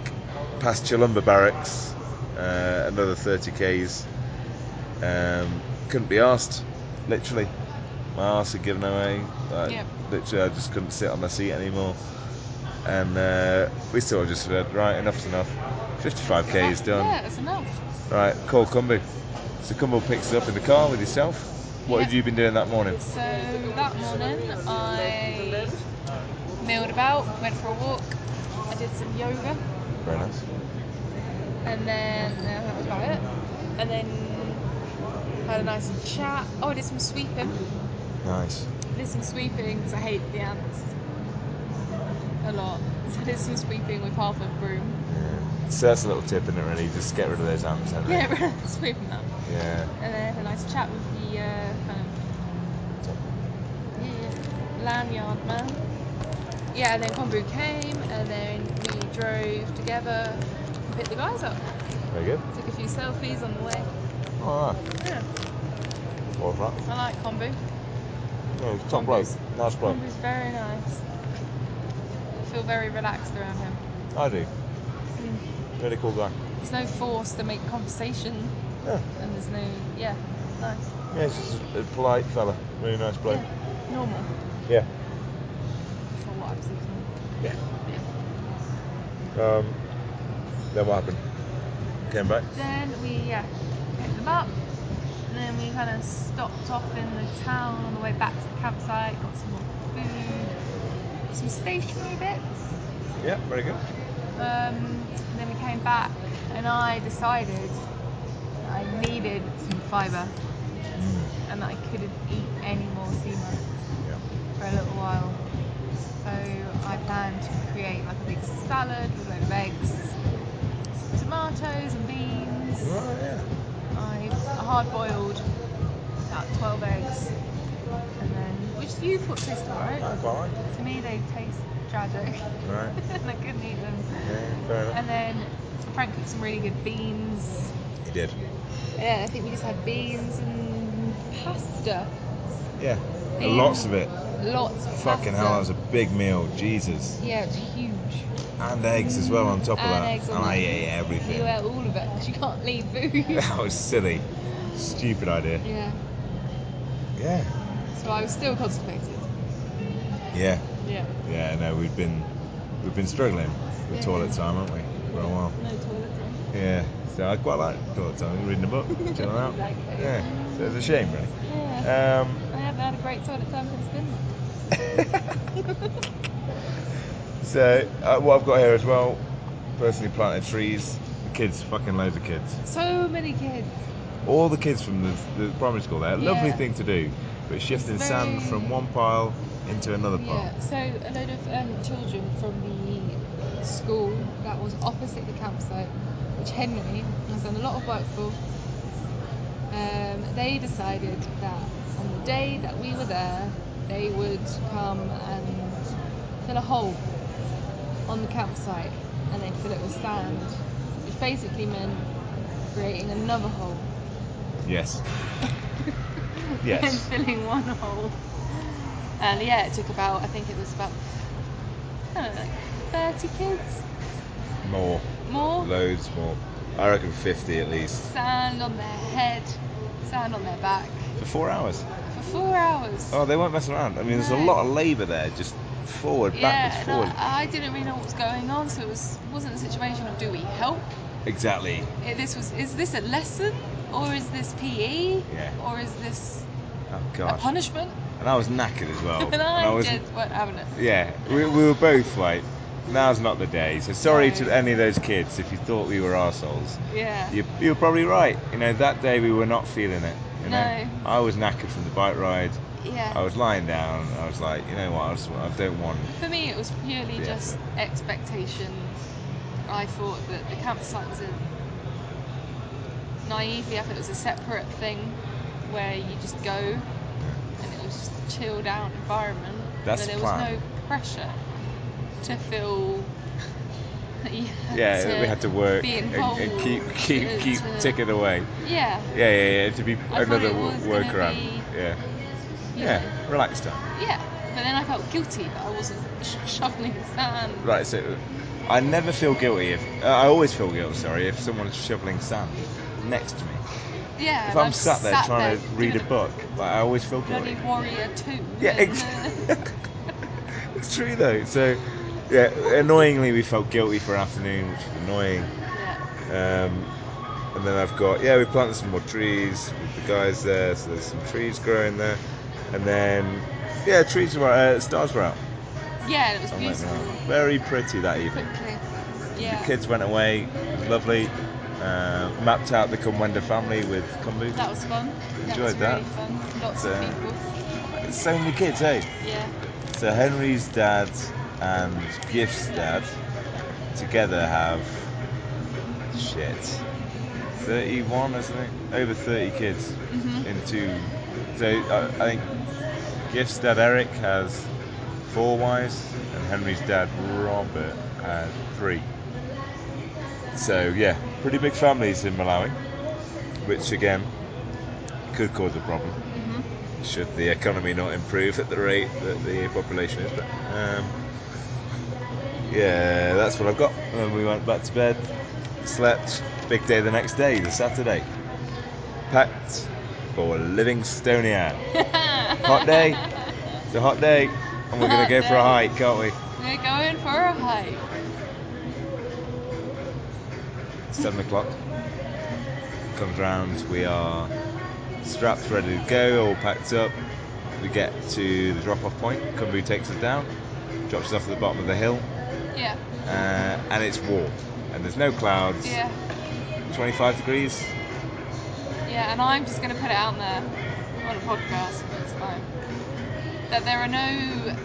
Speaker 3: past Chilumba Barracks, uh, another 30 k's. Um, couldn't be asked, literally. My arse had given away. Like,
Speaker 2: Yep.
Speaker 3: Literally, I just couldn't sit on my seat anymore. And uh, we sort of just said, right, enough's enough. 55 k is done.
Speaker 2: Uh-huh. Yeah, that's enough.
Speaker 3: Right, call Cumbo. So Cumbo picks us up in the car with yourself. What
Speaker 2: Yeah.
Speaker 3: had you been doing that morning?
Speaker 2: So that morning I milled about, went for a walk, I did some yoga,
Speaker 3: Very nice.
Speaker 2: and then uh, that was about it. And then had a nice chat. Oh, I did some sweeping.
Speaker 3: Nice.
Speaker 2: did some sweeping because I hate the ants a lot. So I did some sweeping with half a broom.
Speaker 3: Yeah. So that's a little tip, isn't it, really? Just get rid of those ants, Henry.
Speaker 2: [LAUGHS] Yeah, we're sweeping that.
Speaker 3: [LAUGHS] Yeah.
Speaker 2: And then had a nice chat with the uh, kind of yeah, lanyard man. Yeah, and then Kombu came, and then we drove together and picked the guys up.
Speaker 3: Very good.
Speaker 2: Took a few selfies on the way.
Speaker 3: All right.
Speaker 2: Yeah,
Speaker 3: All right.
Speaker 2: I like Kombu.
Speaker 3: Yeah, top bloke. Nice bloke.
Speaker 2: Kombu's very nice. I feel very relaxed around him.
Speaker 3: I do. Really cool guy.
Speaker 2: There's no force to make conversation,
Speaker 3: Yeah.
Speaker 2: and there's no yeah, nice.
Speaker 3: Yeah, he's just a polite fella. Really nice bloke.
Speaker 2: Yeah, normal.
Speaker 3: Yeah.
Speaker 2: For what I've seen.
Speaker 3: Yeah.
Speaker 2: Yeah.
Speaker 3: Um, then what happened? Came back.
Speaker 2: Then we yeah, picked them up. And then we kind of stopped off in the town on the way back to the campsite, got some more food, some stationery bits.
Speaker 3: Yeah, very good.
Speaker 2: Um, and then we came back, and I decided that I needed some fibre and that I couldn't eat any more sea much
Speaker 3: Yeah.
Speaker 2: for a little while. So I planned to create like a big salad with loads of eggs, some tomatoes and beans.
Speaker 3: Right, Oh, yeah.
Speaker 2: I hard boiled about 12 eggs, and then which you thought tasted alright.
Speaker 3: quite right.
Speaker 2: To me, they taste tragic, [LAUGHS]
Speaker 3: Right.
Speaker 2: and I couldn't eat them.
Speaker 3: Yeah, fair enough.
Speaker 2: And then Frank cooked some really good beans.
Speaker 1: He did.
Speaker 2: Yeah, I think we just had beans and pasta.
Speaker 3: Yeah.
Speaker 2: Beans,
Speaker 3: Lots of it.
Speaker 2: Lots of
Speaker 3: Fucking
Speaker 2: pasta.
Speaker 3: hell, that was a big meal. Jesus.
Speaker 2: Yeah, it's huge.
Speaker 3: And eggs as well on top of
Speaker 2: And
Speaker 3: that.
Speaker 2: eggs on
Speaker 3: and I
Speaker 2: top.
Speaker 3: ate everything. [LAUGHS]
Speaker 2: You ate all of it because you can't leave food.
Speaker 3: that was silly. Stupid idea.
Speaker 2: yeah.
Speaker 3: Yeah.
Speaker 2: So I was still constipated.
Speaker 3: Yeah.
Speaker 2: Yeah.
Speaker 3: Yeah, no, we've been we've been struggling with
Speaker 2: Yeah.
Speaker 3: toilet time, haven't we? For a while.
Speaker 2: No toilet time.
Speaker 3: Yeah. So I quite like toilet time, reading a book, chilling
Speaker 2: [LAUGHS]
Speaker 3: out.
Speaker 2: Exactly.
Speaker 3: Yeah. So it's a shame really.
Speaker 2: Yeah.
Speaker 3: Um
Speaker 2: I haven't had a great toilet time since then.
Speaker 3: So uh, what I've got here as well, personally planted trees. Kids, fucking loads of kids.
Speaker 2: So many kids.
Speaker 3: All the kids from the, the primary school there. Lovely
Speaker 2: Yeah.
Speaker 3: thing to do, but shifting
Speaker 2: It's
Speaker 3: sand
Speaker 2: very-
Speaker 3: from one pile into another pile.
Speaker 2: Yeah. So a load of um, children from the school that was opposite the campsite, which Henry has done a lot of work for. Um, they decided that on the day that we were there, they would come and fill a hole on the campsite, and they'd fill it with sand, which basically meant creating another hole.
Speaker 3: Yes.
Speaker 2: [LAUGHS] and
Speaker 3: Yes.
Speaker 2: filling one hole. And yeah, it took about, I think it was about, I don't know, 30 kids
Speaker 3: More.
Speaker 2: more.
Speaker 3: Loads more. I reckon 50 at least.
Speaker 2: Sand on their head, sand on their back
Speaker 3: For four hours.
Speaker 2: for four hours.
Speaker 3: Oh, they won't mess around. I mean, there's a
Speaker 2: No.
Speaker 3: lot of labour there, just forward,
Speaker 2: yeah,
Speaker 3: backwards,
Speaker 2: and
Speaker 3: forward.
Speaker 2: I, I didn't really know what was going on, so it was wasn't a situation of do we help?
Speaker 3: Exactly.
Speaker 2: Eh, This was is this a lesson or is this PE
Speaker 3: Yeah.
Speaker 2: or is this
Speaker 3: Oh,
Speaker 2: a
Speaker 3: gosh.
Speaker 2: punishment?
Speaker 3: And I was knackered as well.
Speaker 2: [LAUGHS] and I,
Speaker 3: was
Speaker 2: just weren't having it.
Speaker 3: Yeah, we, we were both like, now's not the day. So sorry
Speaker 2: No.
Speaker 3: to any of those kids if you thought we were arseholes.
Speaker 2: Yeah,
Speaker 3: You, you were probably right. You know, that day we were not feeling it. You know?
Speaker 2: No.
Speaker 3: I was knackered from the bike ride.
Speaker 2: yeah.
Speaker 3: I was lying down. I was like, you know what? I, just, I don't want.
Speaker 2: For me, it was purely
Speaker 3: Yeah.
Speaker 2: just expectation. I thought that the campsite was a naively, I thought it was a separate thing where you just go and it was just a chilled out environment
Speaker 3: That's
Speaker 2: where there
Speaker 3: the plan.
Speaker 2: was no pressure to feel. that you had
Speaker 3: Yeah,
Speaker 2: to
Speaker 3: we had to work
Speaker 2: be
Speaker 3: and, and keep
Speaker 2: involved,
Speaker 3: keep
Speaker 2: uh,
Speaker 3: keep
Speaker 2: to-
Speaker 3: ticking away.
Speaker 2: Yeah,
Speaker 3: Yeah, yeah, yeah. To be
Speaker 2: I thought
Speaker 3: another
Speaker 2: it
Speaker 3: wo-
Speaker 2: was gonna
Speaker 3: workaround.
Speaker 2: be-
Speaker 3: Yeah,
Speaker 2: you know,
Speaker 3: yeah. Relax time.
Speaker 2: yeah. But then I felt guilty that I wasn't [LAUGHS] sh- shoveling sand.
Speaker 3: Right. So, I never feel guilty if uh, I always feel guilty. Sorry, if someone's shoveling sand next to me.
Speaker 2: Yeah,
Speaker 3: If
Speaker 2: and
Speaker 3: I'm
Speaker 2: I've
Speaker 3: sat there trying to
Speaker 2: there
Speaker 3: read a
Speaker 2: doing
Speaker 3: book, like I always feel
Speaker 2: Bloody
Speaker 3: guilty.
Speaker 2: Warrior 2.
Speaker 3: Yeah,
Speaker 2: and,
Speaker 3: ex- [LAUGHS]
Speaker 2: uh,
Speaker 3: it's true though. So, yeah. Annoyingly, we felt guilty for an afternoon, which was annoying.
Speaker 2: [LAUGHS] yeah.
Speaker 3: Um, and then I've got yeah, we planted some more trees with the guys there, so there's some trees growing there. And then yeah, trees were uh, stars were out.
Speaker 2: yeah, and it was
Speaker 3: on that
Speaker 2: beautiful.
Speaker 3: night. Very pretty that evening.
Speaker 2: Quickly. Yeah.
Speaker 3: Oh The kids went away, it was lovely. Uh, mapped out the Cumwenda family with Kumbu.
Speaker 2: That was fun. that
Speaker 3: Enjoyed
Speaker 2: was
Speaker 3: that. uh,
Speaker 2: really fun. Lots
Speaker 3: So-
Speaker 2: of people.
Speaker 3: so many kids, hey.
Speaker 2: Yeah.
Speaker 3: So Henry's dad and Gift's dad together have shit. 31 or something, over 30 kids
Speaker 2: Mhm.
Speaker 3: in two. So I, I think Gift's dad Eric has four wives, and Henry's dad Robert had three. So yeah, pretty big families in Malawi, which again could cause a problem
Speaker 2: Mhm.
Speaker 3: should the economy not improve at the rate that the population is. But um, yeah, that's what I've got. And then we went back to bed, slept. Big day the next day, the Saturday. Packed for Livingstonia.
Speaker 2: Mm-hmm.
Speaker 3: [LAUGHS] hot day. It's a hot day, and we're gonna
Speaker 2: Hot
Speaker 3: go for a
Speaker 2: day.
Speaker 3: hike, can't we?
Speaker 2: [LAUGHS] We're going for a hike.
Speaker 3: Seven o'clock comes round. We are strapped, ready to go, all packed up. We get to the drop-off point. Kumbu takes us down, drops us off at the bottom of the hill.
Speaker 2: Yeah.
Speaker 3: uh, and it's warm and there's no clouds.
Speaker 2: Yeah.
Speaker 3: 25 degrees.
Speaker 2: Yeah, and I'm just going to put it out there on a podcast, but it's fine. That there are no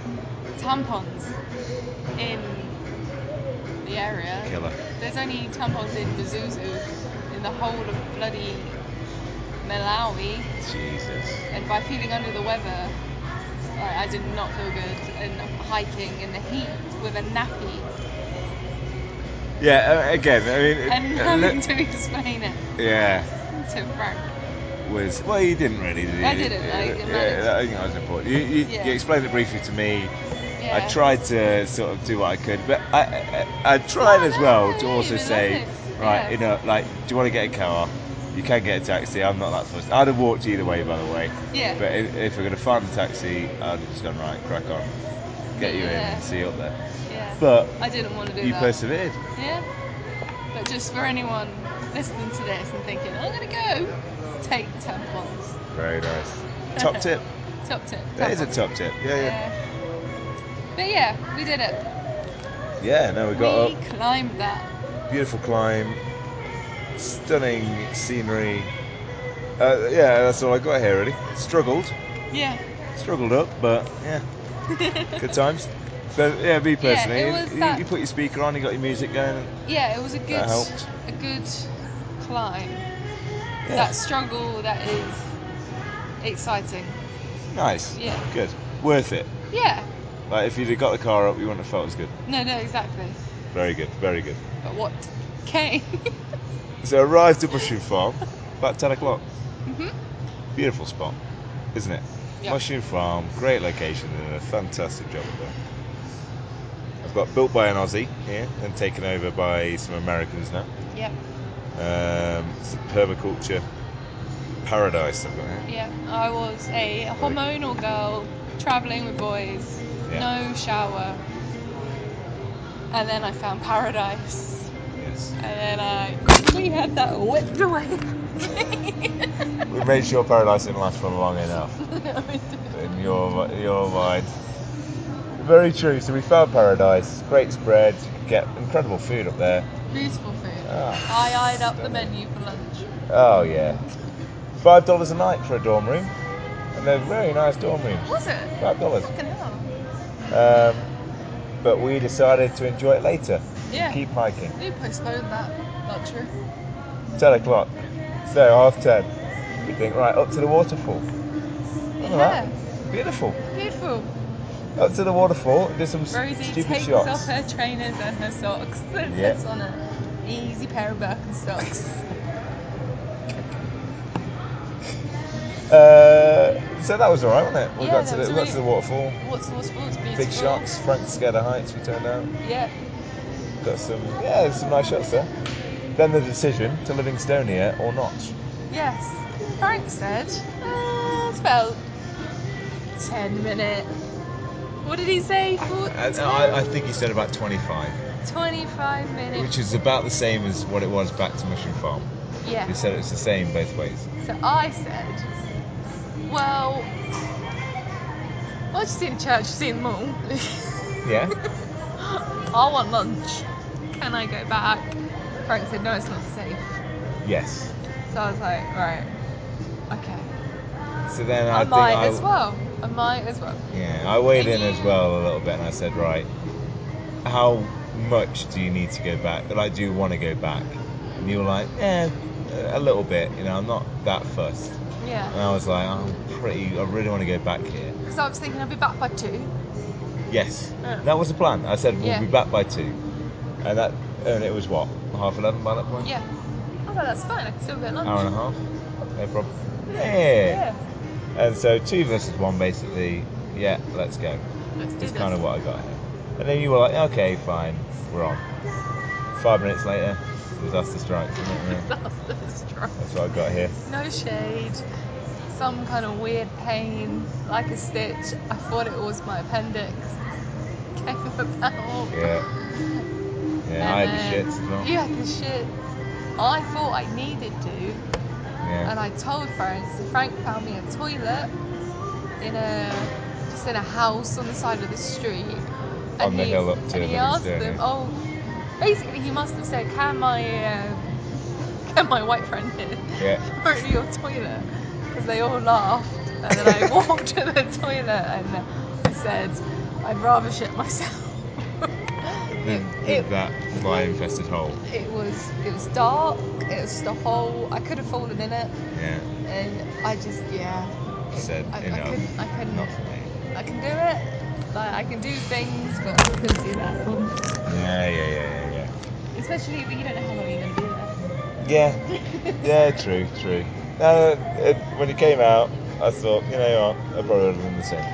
Speaker 2: tampons in the area.
Speaker 3: Killer.
Speaker 2: There's only tampons in Mzuzu in the whole of bloody Malawi,
Speaker 3: Jesus.
Speaker 2: and by feeling under the weather, like, I did not feel good. And hiking in the heat with a nappy
Speaker 3: Yeah, uh, again, I mean, [LAUGHS] it-
Speaker 2: and
Speaker 3: uh,
Speaker 2: having
Speaker 3: look-
Speaker 2: to explain it
Speaker 3: yeah,
Speaker 2: to Frank.
Speaker 3: was well, you didn't really, did you?
Speaker 2: I didn't, I- I managed.
Speaker 3: yeah, I think that was important. You, you,
Speaker 2: Yeah.
Speaker 3: you explained it briefly to me.
Speaker 2: Yeah.
Speaker 3: I tried to sort of do what I could, but I I, I tried
Speaker 2: No,
Speaker 3: as
Speaker 2: Oh, no,
Speaker 3: well
Speaker 2: no,
Speaker 3: to
Speaker 2: no,
Speaker 3: also
Speaker 2: you
Speaker 3: say,
Speaker 2: love it.
Speaker 3: right,
Speaker 2: Yeah.
Speaker 3: you know, like, do you want to get a car? You can get a taxi. I'm not that fussed. I'd have walked either way, by the way.
Speaker 2: Yeah.
Speaker 3: But if, if we're gonna find a taxi, I'd have just gone right, crack on, get you in,
Speaker 2: Yeah.
Speaker 3: and see you up there.
Speaker 2: Yeah.
Speaker 3: But
Speaker 2: I didn't want to do
Speaker 3: you
Speaker 2: that.
Speaker 3: persevered.
Speaker 2: Yeah. But just for anyone listening to this and thinking, I'm gonna go, take tampons.
Speaker 3: Very nice. Top
Speaker 2: [LAUGHS]
Speaker 3: tip.
Speaker 2: Top tip.
Speaker 3: That is a
Speaker 2: tampons.
Speaker 3: top tip. Yeah, yeah.
Speaker 2: But yeah, we did it.
Speaker 3: Yeah. Now we got
Speaker 2: we climbed that.
Speaker 3: up. Beautiful climb. Stunning scenery. Uh, yeah, that's all I got here really. Struggled,
Speaker 2: Yeah.
Speaker 3: struggled up, but yeah,
Speaker 2: [LAUGHS]
Speaker 3: good times. But yeah, me personally,
Speaker 2: it was
Speaker 3: you,
Speaker 2: that-
Speaker 3: you put your speaker on, you got your music going. And
Speaker 2: yeah, it was a good,
Speaker 3: helped.
Speaker 2: a good climb.
Speaker 3: Yeah.
Speaker 2: That struggle that is exciting.
Speaker 3: nice.
Speaker 2: Yeah.
Speaker 3: Good. Worth it.
Speaker 2: Yeah.
Speaker 3: Like if you'd have got the car up, you wouldn't have felt as good.
Speaker 2: No, no, exactly.
Speaker 3: Very good. Very good.
Speaker 2: But what [LAUGHS] came?
Speaker 3: So arrived at Mushroom Farm about ten o'clock.
Speaker 2: hmm
Speaker 3: Beautiful spot, isn't it?
Speaker 2: Yeah.
Speaker 3: Mushroom Farm, great location, and a fantastic job up there. I've got built by an Aussie here and taken over by some Americans now.
Speaker 2: Yep.
Speaker 3: Um, it's a permaculture paradise I've got here.
Speaker 2: Yeah. I was a hormonal girl traveling with boys,
Speaker 3: Yeah.
Speaker 2: no shower, and then I found paradise,
Speaker 3: Yes.
Speaker 2: and then I quickly had that whipped away [LAUGHS] from me.
Speaker 3: We made sure paradise didn't last for long enough in your your mind. Very true. So we found paradise. Great spread. Get incredible food up there.
Speaker 2: Beautiful food.
Speaker 3: Ah,
Speaker 2: I eyed up the
Speaker 3: stunning.
Speaker 2: menu for lunch.
Speaker 3: Oh yeah. Five dollars a night for a dorm room, and they're very nice dorm rooms.
Speaker 2: Was it?
Speaker 3: Five dollars.
Speaker 2: Fucking hell.
Speaker 3: Um, but we decided to enjoy it later.
Speaker 2: Yeah.
Speaker 3: Keep hiking.
Speaker 2: They postponed that. Not true.
Speaker 3: Ten o'clock. So half ten. We think right up to the waterfall. Look at that. Beautiful.
Speaker 2: Beautiful.
Speaker 3: Up to the waterfall. Do some s-
Speaker 2: Rosie
Speaker 3: stupid
Speaker 2: takes
Speaker 3: shots.
Speaker 2: off her trainers and her socks and
Speaker 3: Yeah.
Speaker 2: puts on an easy pair
Speaker 3: [LAUGHS]
Speaker 2: of Birkenstocks.
Speaker 3: Uh, so that was alright, wasn't it? We
Speaker 2: Yeah,
Speaker 3: got
Speaker 2: that
Speaker 3: to the
Speaker 2: was
Speaker 3: we got to the
Speaker 2: amazing.
Speaker 3: waterfall.
Speaker 2: What's what's what's beautiful?
Speaker 3: Big shots. Frank Scatter Heights. We turned out.
Speaker 2: Yeah.
Speaker 3: Got some yeah, some nice shots there. Then the decision to Livingstonia or not.
Speaker 2: Yes. Frank said uh, it's about ten minute. What did he say? For
Speaker 3: think he said about 25,
Speaker 2: twenty-five minutes.
Speaker 3: is about the same as what it was back to Mushroom Farm.
Speaker 2: Yeah.
Speaker 3: said it's the same both ways.
Speaker 2: So I said, well, I've just seen the church, I've seen them all. [LAUGHS]
Speaker 3: Yeah.
Speaker 2: I want lunch. Can I go back? Frank said, no, it's not safe.
Speaker 3: Yes.
Speaker 2: So I was like, right, okay.
Speaker 3: So then
Speaker 2: I,
Speaker 3: I,
Speaker 2: might
Speaker 3: think I,
Speaker 2: as well. I might as well.
Speaker 3: Yeah, I weighed in as well a little bit, and I said, right, how much do you need to go back? Like, do you want to go back? And you were like, yeah, a little bit. You know, I'm not that fussed. And
Speaker 2: Yeah.
Speaker 3: I was like, I'm pretty. I really want to go back here.
Speaker 2: Because I was thinking I'd be back by two.
Speaker 3: Yes,
Speaker 2: Yeah.
Speaker 3: that was the plan. I said we'll
Speaker 2: Ah. Yeah.
Speaker 3: be back by two, and that and it was what half eleven by that point.
Speaker 2: Yeah. I was like, that's fine, I can still get lunch.
Speaker 3: Uh. hour and a half, no problem. Yeah.
Speaker 2: Yeah.
Speaker 3: And so two versus one, basically. Yeah, let's go.
Speaker 2: Let's do
Speaker 3: It's
Speaker 2: this.
Speaker 3: kind
Speaker 2: [LAUGHS]
Speaker 3: of what I got. And then you were like, okay, fine, we're on. Five minutes later, disaster strikes. Isn't it? Yeah.
Speaker 2: Disaster strike.
Speaker 3: That's what I got here.
Speaker 2: No shade. Some kind of weird pain, like a stitch. I thought it was my appendix. [LAUGHS] Came about.
Speaker 3: Yeah. Yeah,
Speaker 2: And uh,
Speaker 3: I had the
Speaker 2: then-
Speaker 3: shits as well.
Speaker 2: You had the shit. I thought I needed to,
Speaker 3: Yeah.
Speaker 2: and I told Frank. So Frank found me a toilet in a just in a house on the side of the street. And
Speaker 3: On the
Speaker 2: he,
Speaker 3: hill up to
Speaker 2: And he asked
Speaker 3: Livingstone,
Speaker 2: them,
Speaker 3: yeah.
Speaker 2: oh, basically he must have said, can my uh, [LAUGHS] can my white friend in? [LAUGHS]
Speaker 3: Yeah.
Speaker 2: Or in your toilet? Because they all laughed, and then I walked to the toilet and I said, I'd rather shit myself.
Speaker 3: Then [LAUGHS]
Speaker 2: It-
Speaker 3: did that fly infested hole.
Speaker 2: It was it was dark. It was just a hole. I could have fallen in it,
Speaker 3: Yeah.
Speaker 2: and I just yeah.
Speaker 3: Said
Speaker 2: I, I
Speaker 3: enough.
Speaker 2: couldn't. I couldn't.
Speaker 3: Not for me.
Speaker 2: I can do it. Like I can do things, but I couldn't do that one.
Speaker 3: Yeah, yeah, yeah, yeah, yeah.
Speaker 2: Especially, but you don't know how long you're going to be there.
Speaker 3: Yeah, [LAUGHS] yeah, true, true. No, it, when it came out, I thought, you know what, I probably would have done the same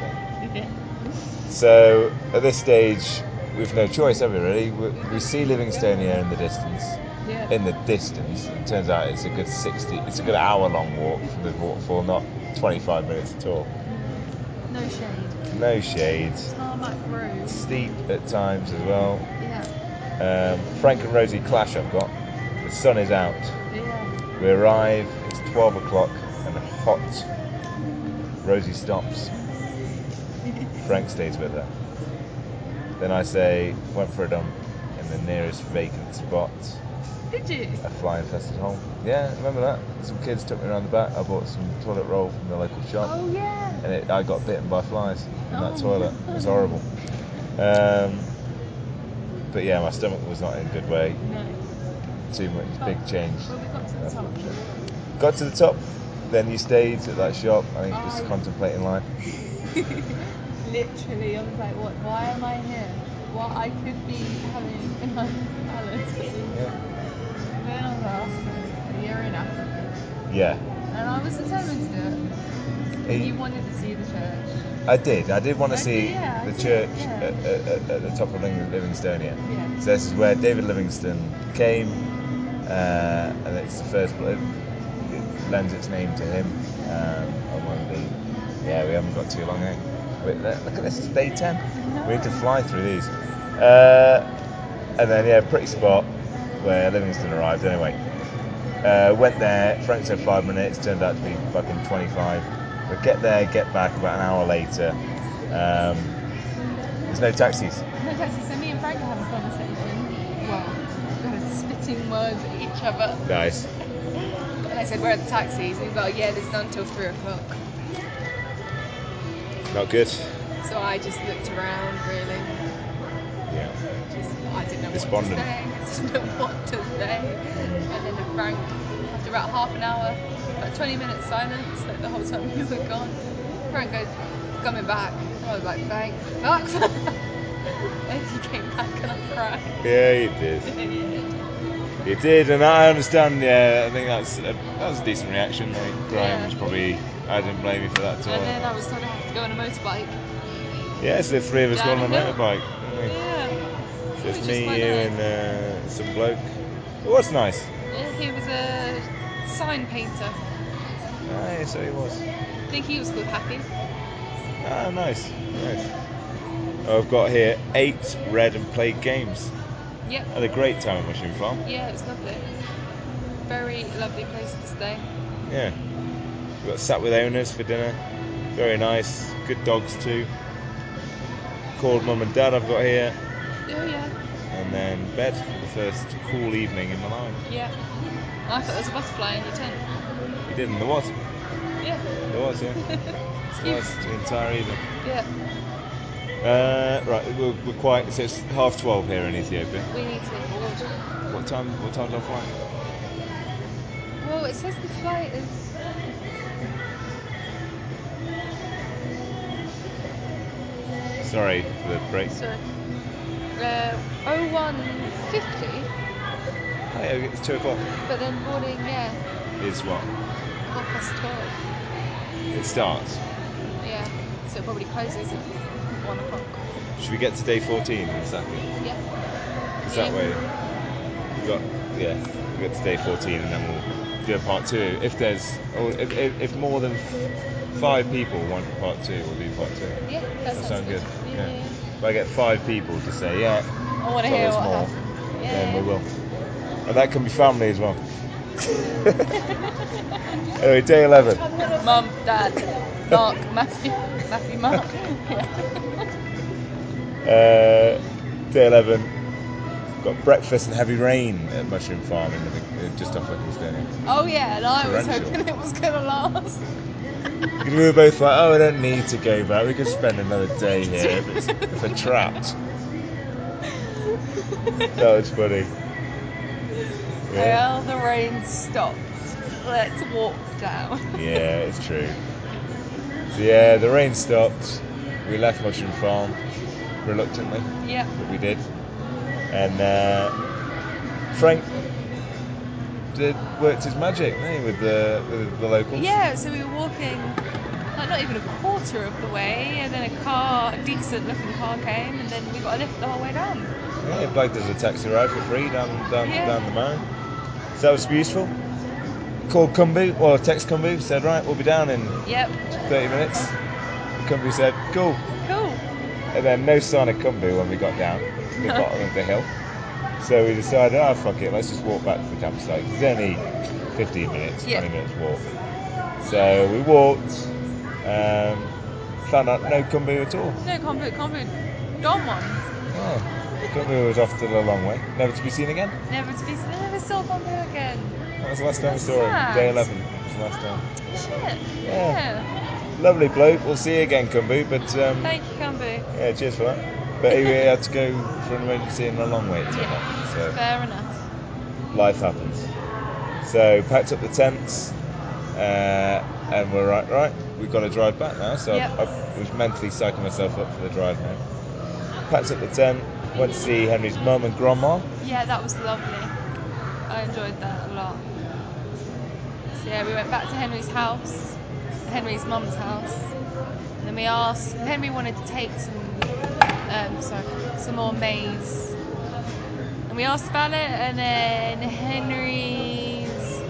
Speaker 3: thing. So at this stage, we've no choice, have we? Really, we, we see Livingstonia in the distance.
Speaker 2: yeah.
Speaker 3: In the distance, it turns out it's a good sixty. It's a good hour-long walk from the waterfall, not twenty-five minutes at all.
Speaker 2: No shade.
Speaker 3: No shades.
Speaker 2: Tarmac road.
Speaker 3: Steep at times as well.
Speaker 2: Yeah.
Speaker 3: Um, Frank and Rosie clash. I've got. The sun is out.
Speaker 2: Yeah.
Speaker 3: We arrive, it's 12 o'clock and hot. Rosie stops. Frank stays with her. Then I say, went for a dump in the nearest vacant spot.
Speaker 2: Did you?
Speaker 3: A fly infested hole. Yeah, remember that? Some kids took me around the back. I bought some toilet roll from the local shop.
Speaker 2: Oh yeah.
Speaker 3: And it, I got bitten by flies in that
Speaker 2: Oh.
Speaker 3: toilet. It was horrible. Um, but yeah, my stomach was not in a good way.
Speaker 2: No.
Speaker 3: Too much,
Speaker 2: Oh.
Speaker 3: big change.
Speaker 2: Well, we got to the
Speaker 3: That's
Speaker 2: top.
Speaker 3: what it Got to the top, then you stayed at that shop. I think just
Speaker 2: I-
Speaker 3: contemplating life.
Speaker 2: [LAUGHS] Literally, I was like, what? Why am I here? What I could be having an unbalanced.
Speaker 3: Yeah.
Speaker 2: Then I was like, oh, you're in Africa,
Speaker 3: Yeah,
Speaker 2: and I was determined to do it. And you wanted to see the church.
Speaker 3: I did. I did want to
Speaker 2: I-
Speaker 3: see
Speaker 2: yeah, I
Speaker 3: the
Speaker 2: did,
Speaker 3: church
Speaker 2: yeah.
Speaker 3: at, at, at- at the top of Ling- Livingstonia.
Speaker 2: Yeah.
Speaker 3: So this is where David Livingstone came, uh, and it's the first. It, it lends its name to him. Um, on one of the. Yeah, we haven't got too long. Eh? Wait, look look at this. It's day ten. We could fly through these. Uh, and then yeah, pretty spot where Livingston arrived. Anyway, uh, went there. Frank said five minutes. Turned out to be fucking 25. We get there, get back about an hour later. Um, there's no taxis.
Speaker 2: No, actually, so me and Frank had a conversation. Well, we were spitting words at each other.
Speaker 3: Nice.
Speaker 2: And I said, where are the taxis? And he was like, yeah, there's none till three o'clock.
Speaker 3: Not good.
Speaker 2: So I just looked around, really.
Speaker 3: Yeah.
Speaker 2: Just, I didn't know
Speaker 3: Despondent.
Speaker 2: what to say. I [LAUGHS] didn't know what to say. And then Frank, after about half an hour, about 20 minutes silence, like the whole time [LAUGHS] we were gone, Frank goes, coming back. And I was like, thanks. Thanks. [LAUGHS] and he came back and I cried.
Speaker 3: Yeah,
Speaker 2: [LAUGHS]
Speaker 3: you did. You did, and I understand. Yeah, I think that's a, that was a decent reaction. I think Graham
Speaker 2: Yeah.
Speaker 3: was probably. I didn't blame you for that at all.
Speaker 2: And then I was told I had to go on a motorbike.
Speaker 3: yeah, so the three of us got on a
Speaker 2: Downhill.
Speaker 3: motorbike. didn't we?
Speaker 2: Yeah. Which
Speaker 3: Just
Speaker 2: is
Speaker 3: me,
Speaker 2: quite
Speaker 3: you,
Speaker 2: nice.
Speaker 3: and uh, some bloke. It was nice.
Speaker 2: Yeah, He was a sign painter.
Speaker 3: Aye, Ah, so he was.
Speaker 2: I think he was called Happy.
Speaker 3: Ah, nice, nice. I've got here eight read and played games.
Speaker 2: Yep.
Speaker 3: Had a great time at Mushroom Farm.
Speaker 2: Yeah, it was lovely. Very lovely place to stay.
Speaker 3: Yeah. We got sat with owners for dinner. Very nice. Good dogs too. Called mum and dad. I've got here,
Speaker 2: Oh yeah,
Speaker 3: and then bed for the first cool evening in Milan.
Speaker 2: yeah. I thought there was a butterfly in your tent.
Speaker 3: We didn't. There was.
Speaker 2: Yeah.
Speaker 3: There was. Yeah. There was the entire evening.
Speaker 2: [LAUGHS] Yeah.
Speaker 3: Uh, right. We're, we're quite. So it's half twelve here in Ethiopia.
Speaker 2: We need to get board.
Speaker 3: What time? What time's our flight?
Speaker 2: Well, it says the flight is.
Speaker 3: Sorry for the break.
Speaker 2: Sorry. Uh, 0150,
Speaker 3: Oh, yeah, it's two o'clock.
Speaker 2: but then boarding, yeah,
Speaker 3: Is what?
Speaker 2: half past 12.
Speaker 3: It starts.
Speaker 2: Yeah, so it probably closes at 1 o'clock.
Speaker 3: Should we get to day 14 in a second?
Speaker 2: Yeah.
Speaker 3: Because that way we've got, yeah, we've got to day 14 and then we'll do a part two. If there's, or if, if, if more than five people want part two, we'll do part two.
Speaker 2: Yeah, that
Speaker 3: That
Speaker 2: sounds
Speaker 3: sounds good.
Speaker 2: Yeah.
Speaker 3: Yeah.
Speaker 2: yeah.
Speaker 3: If I get five people to say, yeah,
Speaker 2: I want to
Speaker 3: tell
Speaker 2: hear
Speaker 3: us
Speaker 2: what
Speaker 3: more,
Speaker 2: happened.
Speaker 3: then
Speaker 2: Yeah.
Speaker 3: we will. And that can be family as well. [LAUGHS]
Speaker 2: [LAUGHS]
Speaker 3: anyway, day 11.
Speaker 2: Mum, Dad, Mark, Matthew, Matthew, Mark. Yeah.
Speaker 3: Uh, day 11. Got breakfast and heavy rain at Mushroom Farm in Living- uh, just off Livingstone.
Speaker 2: Oh yeah, and I was
Speaker 3: Torrential.
Speaker 2: hoping it was gonna last.
Speaker 3: We were both like, oh, I don't need to go back. We could spend another day here if, it's, if we're trapped. That was funny.
Speaker 2: Well, the rain stopped. Let's walk down.
Speaker 3: Yeah, it's true. So yeah, the rain stopped. We left Mushroom Farm reluctantly,
Speaker 2: Yep.
Speaker 3: but we did. And uh, Frank did worked his magic didn't he, with the with the locals.
Speaker 2: Yeah, so we were walking like not even a quarter of the way, and then a car, a decent looking car came, and then we got a lift the whole way down.
Speaker 3: Yeah, he plugged us a taxi ride for free down down,
Speaker 2: Yeah.
Speaker 3: down the mine. So that was beautiful. Called Kumbu, well, text Kumbu, said, right, we'll be down in
Speaker 2: Yep,
Speaker 3: 30 minutes. Kumbu said, cool.
Speaker 2: cool.
Speaker 3: And then no sign of Kumbu when we got down to
Speaker 2: [LAUGHS]
Speaker 3: the bottom of the hill. So we decided, ah, fuck it, let's just walk back to the campsite. It's only 15 minutes,
Speaker 2: Yeah.
Speaker 3: 20 minutes walk. So we walked, um, found out no Kumbu at all.
Speaker 2: No, can't put, can't put gone one.
Speaker 3: Oh, Kumbu was off to the long way, never to be seen again.
Speaker 2: Never to be, never saw can't put again.
Speaker 3: That was the last time we saw him.
Speaker 2: Sad.
Speaker 3: Day 11 was the last time.
Speaker 2: Shit.
Speaker 3: Yeah.
Speaker 2: Yeah.
Speaker 3: Lovely bloke. We'll see you again, Kumbu. But um,
Speaker 2: Thank you, Kambu.
Speaker 3: yeah, cheers for that. But he had to go for an emergency in a long way. It turned out. So
Speaker 2: Fair enough.
Speaker 3: life happens. So packed up the tents, uh, and we're right, right. We've got to drive back now. So
Speaker 2: Yep.
Speaker 3: I, I was mentally psyching myself up for the drive home. Packed up the tent. Went to see Henry's mum and grandma.
Speaker 2: Yeah, that was lovely. I enjoyed that a lot. So yeah, we went back to Henry's house, Henry's mum's house, and then we asked. Henry wanted to take some, um, sorry, some more maize, and we asked about it, and then Henry's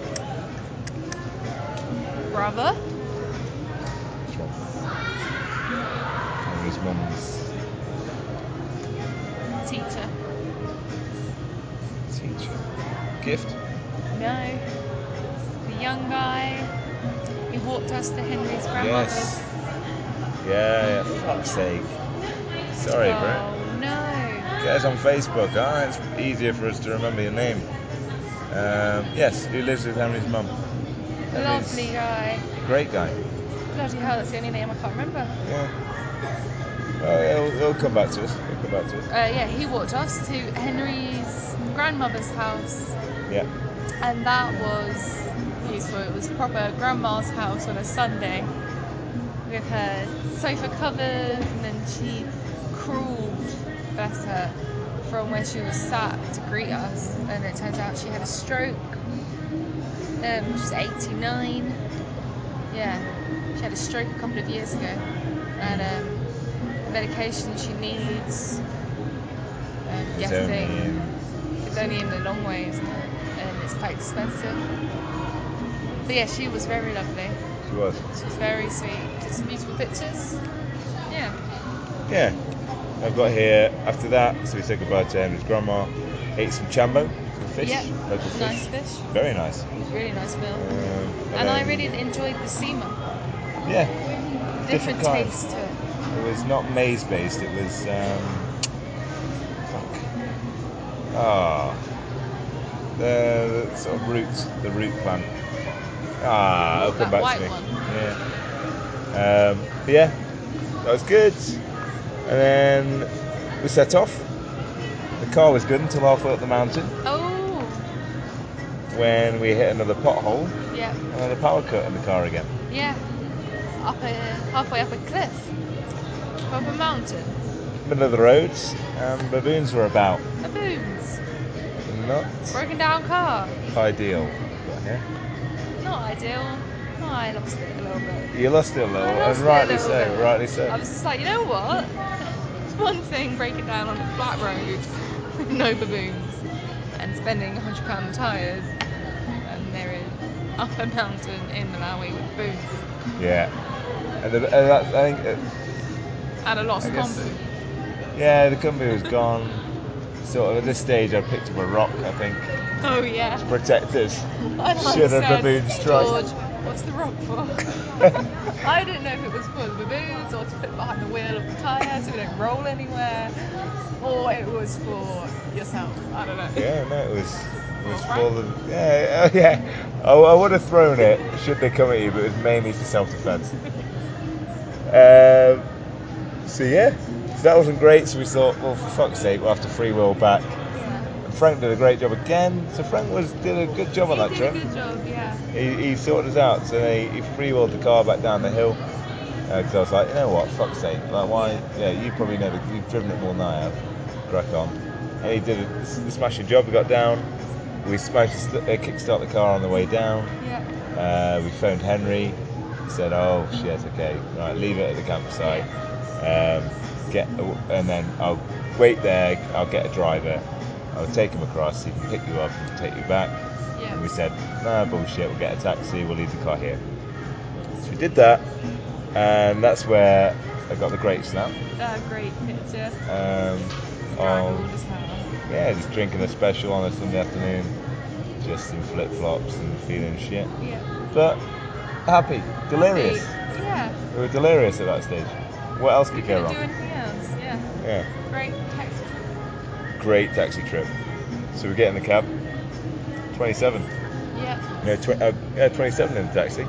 Speaker 2: brother,
Speaker 3: Henry's mum's
Speaker 2: teacher,
Speaker 3: teacher. Gift.
Speaker 2: no, the young guy, he walked us to Henry's grandmother's.
Speaker 3: Yes. Yeah, yeah. Fuck's sake. Sorry, bro.
Speaker 2: oh no.
Speaker 3: Guys on Facebook, ah, it's easier for us to remember your name. Um, yes, he lives with Henry's mum. Henry's
Speaker 2: Lovely guy.
Speaker 3: Great guy.
Speaker 2: Bloody hell, that's the only name I can't remember. Uh,
Speaker 3: Yeah. Well, Oh, he'll, he'll come back to us. He'll come back to us.
Speaker 2: Uh, yeah, he walked us to Henry's grandmother's house,
Speaker 3: Yeah.
Speaker 2: and that was beautiful. It was proper grandma's house on a Sunday with her sofa covered, and then she crawled, bless her, from where she was sat to greet us. And it turns out she had a stroke. Um, she's 89. Yeah, she had a stroke a couple of years ago, and um, the medication she needs. Um,
Speaker 3: He's
Speaker 2: yesterday,
Speaker 3: only in-
Speaker 2: it's only in the long way, isn't it? And it's quite expensive. But yeah, she was very lovely.
Speaker 3: She was.
Speaker 2: She was very sweet. Took some beautiful pictures. Yeah.
Speaker 3: Yeah. I've got here after that, so we said goodbye to Henry's grandma. Ate some chambo, some fish,
Speaker 2: Yeah.
Speaker 3: local fish.
Speaker 2: Nice fish.
Speaker 3: Very nice.
Speaker 2: Really nice meal.
Speaker 3: Um,
Speaker 2: and I
Speaker 3: then-
Speaker 2: really enjoyed the sema.
Speaker 3: Yeah.
Speaker 2: Different,
Speaker 3: Different kind.
Speaker 2: taste to it.
Speaker 3: It was not maize based. It was um, fuck. Ah, the, the sort of roots, the root plant. Ah, it'll come
Speaker 2: That
Speaker 3: back to
Speaker 2: white
Speaker 3: me.
Speaker 2: one.
Speaker 3: Yeah. Um, but yeah, that was good. And then we set off. The car was good until halfway up the mountain
Speaker 2: Oh,
Speaker 3: when we hit another pothole,
Speaker 2: yeah,
Speaker 3: another power cut in the car again.
Speaker 2: yeah. Up a halfway up a cliff, up a mountain,
Speaker 3: Middle of the roads, and baboons were about.
Speaker 2: baboons,
Speaker 3: Not
Speaker 2: broken down car.
Speaker 3: ideal. But, yeah.
Speaker 2: Not ideal. No, I lost it a little bit.
Speaker 3: You lost it a little,
Speaker 2: I
Speaker 3: and
Speaker 2: lost it a
Speaker 3: Oh, rightly
Speaker 2: little
Speaker 3: so,
Speaker 2: bit.
Speaker 3: rightly
Speaker 2: I
Speaker 3: so.
Speaker 2: was just like, you know what? [LAUGHS] It's one thing breaking down on a flat road with no baboons and spending hundred pound tyres, and there is up a mountain in Malawi with baboons
Speaker 3: Yeah. And, the, and that, I think, uh,
Speaker 2: and a lost
Speaker 3: I guess-
Speaker 2: combo.
Speaker 3: yeah, the Kumbu was gone. Sort of at this stage, I picked up a rock, I think,
Speaker 2: Oh yeah.
Speaker 3: to protect us.
Speaker 2: I like
Speaker 3: Should a
Speaker 2: said,
Speaker 3: baboon strike?
Speaker 2: George, what's the rock for? [LAUGHS] I didn't know if it was for the baboons or to put behind the wheel of the tyre so we don't roll anywhere, or it was for yourself. I don't know.
Speaker 3: [LAUGHS] yeah, no, it was, it was
Speaker 2: Alright.
Speaker 3: full of. Yeah, oh, yeah. I, I would have thrown it should they come at you, but it was mainly for self defence.
Speaker 2: [LAUGHS]
Speaker 3: Um, so, yeah, so that wasn't great, so we thought, well, for fuck's sake, we'll have to freewheel back. And Frank did a great job again, so Frank was did a good job on that
Speaker 2: He
Speaker 3: trip.
Speaker 2: did a good job, yeah.
Speaker 3: He, he sorted us out, so they, he freewheeled the car back down the hill. Because I was like, you know what, fuck's sake, like why? Yeah, you probably know the, you've driven it more than I have. Crack on. and he did a, the smashing job. We got down. We managed to st- uh, kickstart the car on the way down.
Speaker 2: Yeah.
Speaker 3: Uh, we phoned Henry. He said, "Oh shit, okay, right, leave it at the campsite. Um, get and then I'll wait there. I'll get a driver. I'll take him across. He can pick you up and take you back."
Speaker 2: Yeah.
Speaker 3: And we said, nah, bullshit, we'll get a taxi, we'll leave the car here. So we did that, and that's where I got the great snap.
Speaker 2: That Uh, great picture.
Speaker 3: Um,
Speaker 2: Draggled
Speaker 3: of,
Speaker 2: as hell.
Speaker 3: yeah, just drinking a special on a Sunday afternoon, just in flip flops and feeling shit.
Speaker 2: Yeah.
Speaker 3: But happy, delirious.
Speaker 2: Yeah.
Speaker 3: We were delirious at that stage. What else
Speaker 2: We
Speaker 3: could go
Speaker 2: couldn't do
Speaker 3: wrong?
Speaker 2: anything else. Yeah.
Speaker 3: Yeah,
Speaker 2: Great text.
Speaker 3: great taxi trip. So we get in the cab, 27.
Speaker 2: Yeah.
Speaker 3: No, tw- uh, yeah, 27 in the taxi.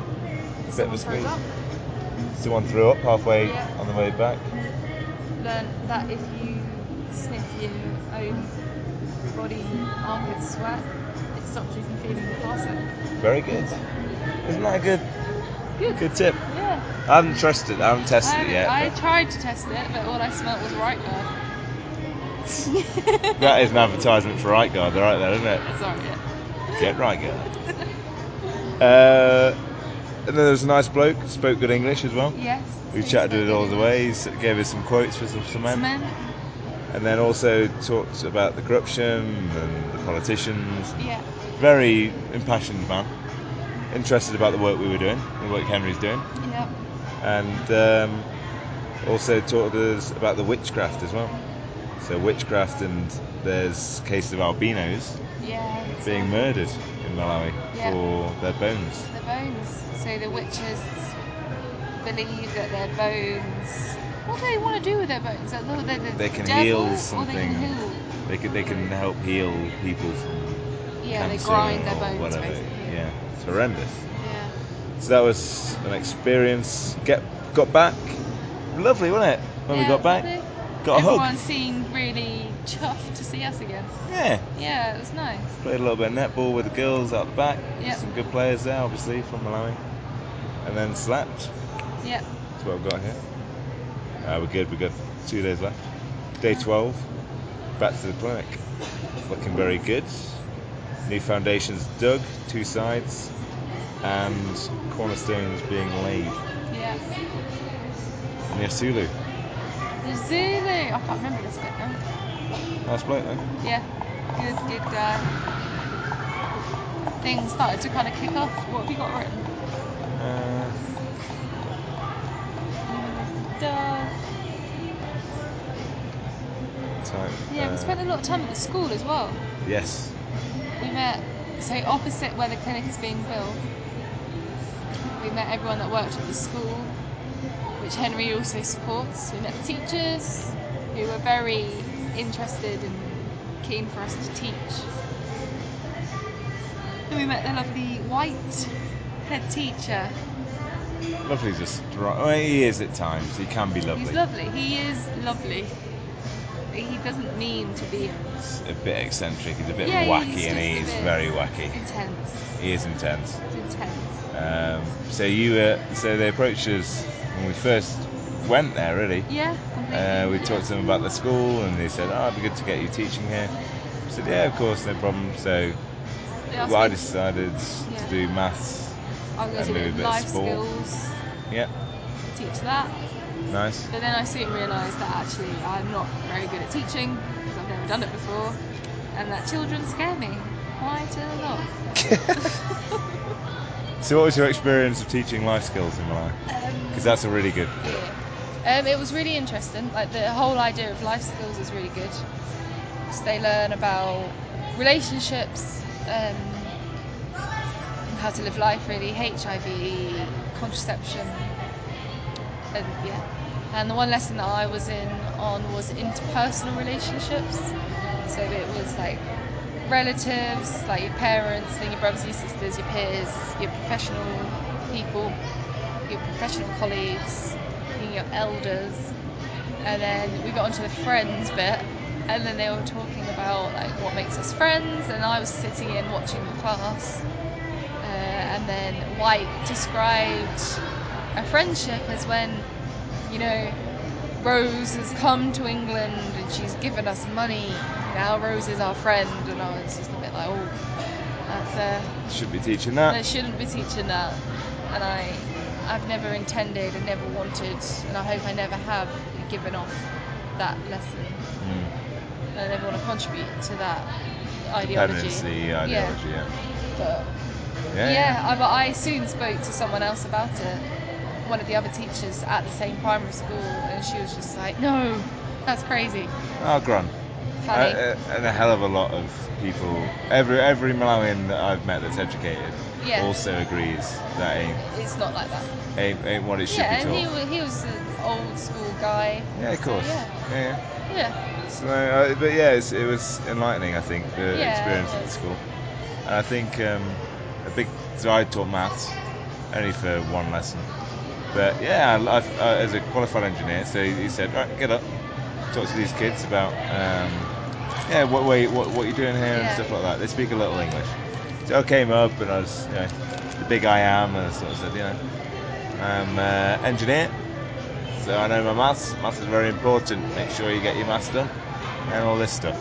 Speaker 3: Bit of
Speaker 2: Someone
Speaker 3: a
Speaker 2: throws
Speaker 3: squeeze.
Speaker 2: up.
Speaker 3: Someone threw up halfway
Speaker 2: Yeah.
Speaker 3: on the way back.
Speaker 2: Learned that if you sniff your own body armpit sweat, it stops you from feeling the faucet.
Speaker 3: Very good. Isn't that a good
Speaker 2: Good.
Speaker 3: good tip?
Speaker 2: Yeah.
Speaker 3: I haven't trusted. I haven't tested
Speaker 2: I,
Speaker 3: it yet.
Speaker 2: I
Speaker 3: but
Speaker 2: tried to test it, but all I smelt was right guard.
Speaker 3: [LAUGHS]
Speaker 2: [LAUGHS]
Speaker 3: that is an advertisement for Right Guard, right there, isn't it?
Speaker 2: That's alright.
Speaker 3: Get Right Guard. Uh, and then there was a nice bloke, spoke good English as well.
Speaker 2: [LAUGHS] Yes.
Speaker 3: We
Speaker 2: so
Speaker 3: chatted
Speaker 2: you
Speaker 3: it all
Speaker 2: spoke
Speaker 3: the
Speaker 2: English.
Speaker 3: way. He s- gave us some quotes for some cement,
Speaker 2: Cement.
Speaker 3: and then also talked about the corruption and the politicians.
Speaker 2: Yeah.
Speaker 3: Very impassioned man. Interested about the work we were doing, the work Henry's doing,
Speaker 2: Yeah.
Speaker 3: and um, also talked to us about the witchcraft as well. So witchcraft and there's cases of albinos
Speaker 2: Yeah. it's
Speaker 3: being
Speaker 2: like
Speaker 3: murdered in Malawi
Speaker 2: Yeah.
Speaker 3: for their bones.
Speaker 2: The bones. So the witches believe that their bones. What do they want to do with their bones? Like, look, they're the
Speaker 3: They can
Speaker 2: devil,
Speaker 3: heal
Speaker 2: Or they can
Speaker 3: something.
Speaker 2: heal.
Speaker 3: They can they can help heal people from
Speaker 2: Yeah, they
Speaker 3: cancer
Speaker 2: grind their
Speaker 3: or
Speaker 2: bones
Speaker 3: whatever.
Speaker 2: basically.
Speaker 3: Yeah, it's horrendous.
Speaker 2: Yeah.
Speaker 3: So that was an experience. Get got back, lovely, wasn't it? When
Speaker 2: Yeah,
Speaker 3: we got back,
Speaker 2: lovely.
Speaker 3: got a
Speaker 2: Everyone
Speaker 3: hug.
Speaker 2: seemed really chuffed to see us again.
Speaker 3: Yeah,
Speaker 2: Yeah, it was nice.
Speaker 3: played a little bit of netball with the girls out the back.
Speaker 2: Yeah.
Speaker 3: Some good players there, obviously from Malawi, and then slapped.
Speaker 2: Yeah.
Speaker 3: That's what I've got here. Uh, we're good, we're good. Two days left. Day 12, back to the clinic. Looking very good. New foundations dug, two sides, and cornerstones being laid.
Speaker 2: Yeah.
Speaker 3: Near Sulu.
Speaker 2: The Zulu. I can't remember this bit now.
Speaker 3: Nice bloke, though.
Speaker 2: Yeah, good, good guy. Things started to kind of kick off. What have you got written?
Speaker 3: Uh,
Speaker 2: Duh.
Speaker 3: time. uh,
Speaker 2: Yeah, we spent a lot of time at the school as well.
Speaker 3: Yes.
Speaker 2: We met, so opposite where the clinic is being built, we met everyone that worked at the school, which Henry also supports. We met the teachers, who were very interested and keen for us to teach. And we met the lovely white head teacher,
Speaker 3: Lovely's a strong. Well, he is at times. He can be lovely.
Speaker 2: He's lovely. He is lovely. He doesn't mean to be
Speaker 3: He's a bit eccentric. He's a bit
Speaker 2: Yeah,
Speaker 3: wacky,
Speaker 2: he's
Speaker 3: and
Speaker 2: just a
Speaker 3: he's
Speaker 2: bit-
Speaker 3: very wacky.
Speaker 2: intense.
Speaker 3: He is intense.
Speaker 2: He's intense.
Speaker 3: Um, so you were, so they approached us when we first went there. Really,
Speaker 2: Yeah. completely.
Speaker 3: uh, we talked to them about the school, and they said, "Oh, it'd be good to get you teaching here." I said, "Yeah, of course, no problem." So
Speaker 2: They asked
Speaker 3: well, I
Speaker 2: me-
Speaker 3: decided to do
Speaker 2: Yeah.
Speaker 3: maths.
Speaker 2: I was
Speaker 3: and
Speaker 2: going
Speaker 3: maybe a
Speaker 2: to do
Speaker 3: bit of
Speaker 2: life
Speaker 3: sport.
Speaker 2: skills,
Speaker 3: Yeah,
Speaker 2: teach that.
Speaker 3: nice.
Speaker 2: But then I soon realised that actually I'm not very good at teaching because I've never done it before, and that children scare me quite a lot.
Speaker 3: So what was your experience of teaching life skills in Malawi?
Speaker 2: Um,
Speaker 3: Because that's a really good.
Speaker 2: Yeah. Um, it was really interesting. Like the whole idea of life skills is really good. So they learn about relationships, um, and how to live life really, HIV, contraception, and yeah. And the one lesson that I was in on was interpersonal relationships. So it was like relatives, like your parents, then your brothers and your sisters, your peers, your professional people, your professional colleagues, then your elders, and then we got onto the friends bit, and then they were talking about like what makes us friends, and I was sitting in watching the class, uh, and then White described a friendship as when, you know, Rose has come to England and she's given us money now Rose is our friend, and I was just a bit like, oh, that's uh,
Speaker 3: Should be teaching
Speaker 2: I
Speaker 3: that.
Speaker 2: shouldn't be teaching that. And I, I've never intended and never wanted, and I hope I never have given off that lesson.
Speaker 3: Mm.
Speaker 2: And I never want to contribute to that ideology.
Speaker 3: Dependency ideology. Yeah.
Speaker 2: But
Speaker 3: Yeah,
Speaker 2: yeah, I, but I soon spoke to someone else about it, one of the other teachers at the same primary school, and she was just like, no, that's crazy.
Speaker 3: Oh, grand.
Speaker 2: Funny.
Speaker 3: Uh, uh, and a hell of a lot of people. Every every Malawian that I've met that's educated
Speaker 2: Yeah.
Speaker 3: also agrees that ain't
Speaker 2: it's not like that.
Speaker 3: ain't, ain't what it should
Speaker 2: yeah,
Speaker 3: be
Speaker 2: and he,
Speaker 3: taught.
Speaker 2: wa- he was an old school guy.
Speaker 3: Yeah, of
Speaker 2: so,
Speaker 3: course.
Speaker 2: yeah.
Speaker 3: yeah.
Speaker 2: Yeah.
Speaker 3: So, uh, but yeah, it's, it was enlightening. I think the
Speaker 2: Yeah, it
Speaker 3: experience at the
Speaker 2: was.
Speaker 3: school. And I think um, a big. So I taught maths only for one lesson. But yeah, I, I've- uh, as a qualified engineer, so he, he said, right, get up, talk to these kids about um, yeah, what way, what what you're doing here and
Speaker 2: Yeah.
Speaker 3: stuff like that. They speak a little English. So I came up and I was, you know, the big I am, and I sort of said, you know, I'm uh, engineer, so I know my maths. Maths is very important. Make sure you get your maths done and all this stuff.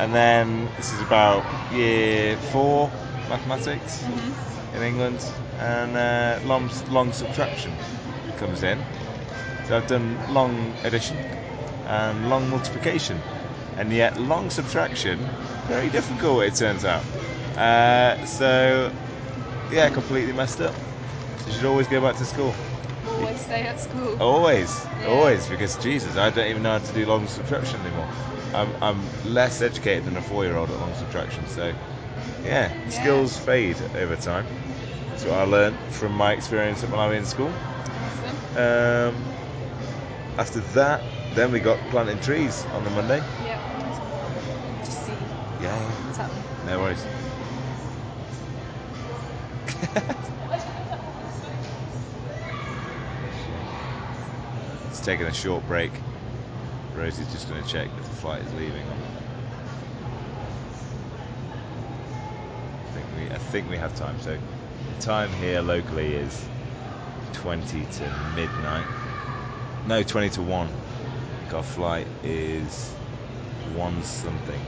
Speaker 3: And then this is about year four mathematics
Speaker 2: Mm-hmm.
Speaker 3: in England, and uh, long, long subtraction comes in. So I've done long addition and long multiplication, and yet long subtraction very difficult it turns out. Uh, so yeah, completely messed up. So you should always go back to school.
Speaker 2: Always stay at school.
Speaker 3: Oh. Always,
Speaker 2: Yeah.
Speaker 3: always, because Jesus, I don't even know how to do long subtraction anymore. I'm, I'm less educated than a four-year-old at long subtraction, so yeah,
Speaker 2: Yeah.
Speaker 3: skills fade over time. That's what I learned from my experience at Malawian school. Um,
Speaker 2: Awesome.
Speaker 3: after that, then we got planting trees on the Monday.
Speaker 2: Yeah. Just see
Speaker 3: Yeah, yeah,
Speaker 2: what's happening.
Speaker 3: no worries. it's taking a short break. Rosie's just going to check that the flight is leaving. I think we, I think we have time. So the time here locally is 20 to midnight. No, 20 to 1. I think our flight is 1 something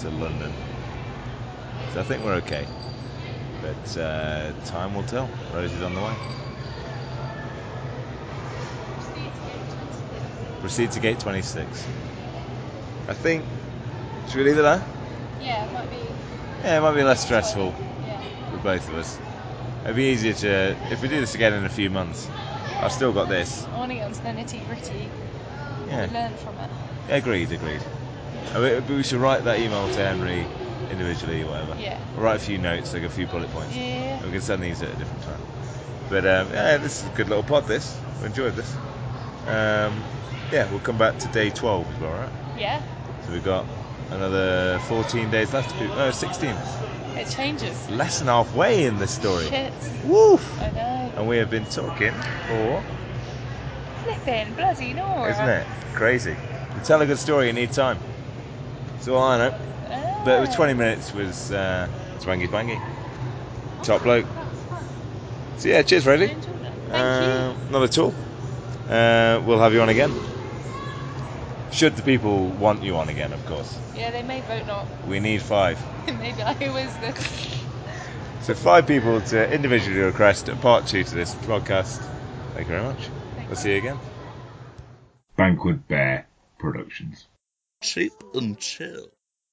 Speaker 3: to London. So I think we're okay. But uh, time will tell. Rosie's on the way. Proceed to gate 26. I think. Should we leave it there?
Speaker 5: Yeah, it might be.
Speaker 3: Yeah, it might be less stressful
Speaker 5: Yeah.
Speaker 3: for both of us. It'd be easier to. If we do this again in a few months, I've still got this.
Speaker 2: I want to get onto the nitty gritty.
Speaker 3: Yeah.
Speaker 2: Learn from it.
Speaker 3: Agreed, agreed. And we- but we should write that email to Henry individually, whatever.
Speaker 2: Yeah.
Speaker 3: We'll write a few notes, like a few bullet points.
Speaker 2: Yeah.
Speaker 3: We can send these at a different time. But um, yeah, this is a good little pod. This we enjoyed this. Um, yeah, we'll come back to day 12 as well, right?
Speaker 2: Yeah.
Speaker 3: So we've got another 14 days left. To be, no, 16.
Speaker 2: It changes.
Speaker 3: Less than halfway in this story.
Speaker 2: Shit.
Speaker 3: Woof!
Speaker 2: I know.
Speaker 3: And we have been talking for,
Speaker 2: Flipping bloody no.
Speaker 3: isn't it crazy? You tell a good story, you need time. So all I know.
Speaker 2: Oh.
Speaker 3: But it was 20 minutes was uh, twangy twangy. Top bloke. So yeah, cheers, Rosie.
Speaker 2: Thank you.
Speaker 3: Uh, not at all. Uh, we'll have you on again. Should the people want you on again, of course.
Speaker 2: Yeah, they may vote not. [LAUGHS]
Speaker 3: We need five.
Speaker 2: Maybe like, who is this?
Speaker 3: So five people to individually request a part two to this podcast. Thank you very much. We'll see you again.
Speaker 6: Banquet Bear Productions.
Speaker 7: Cheap and chill.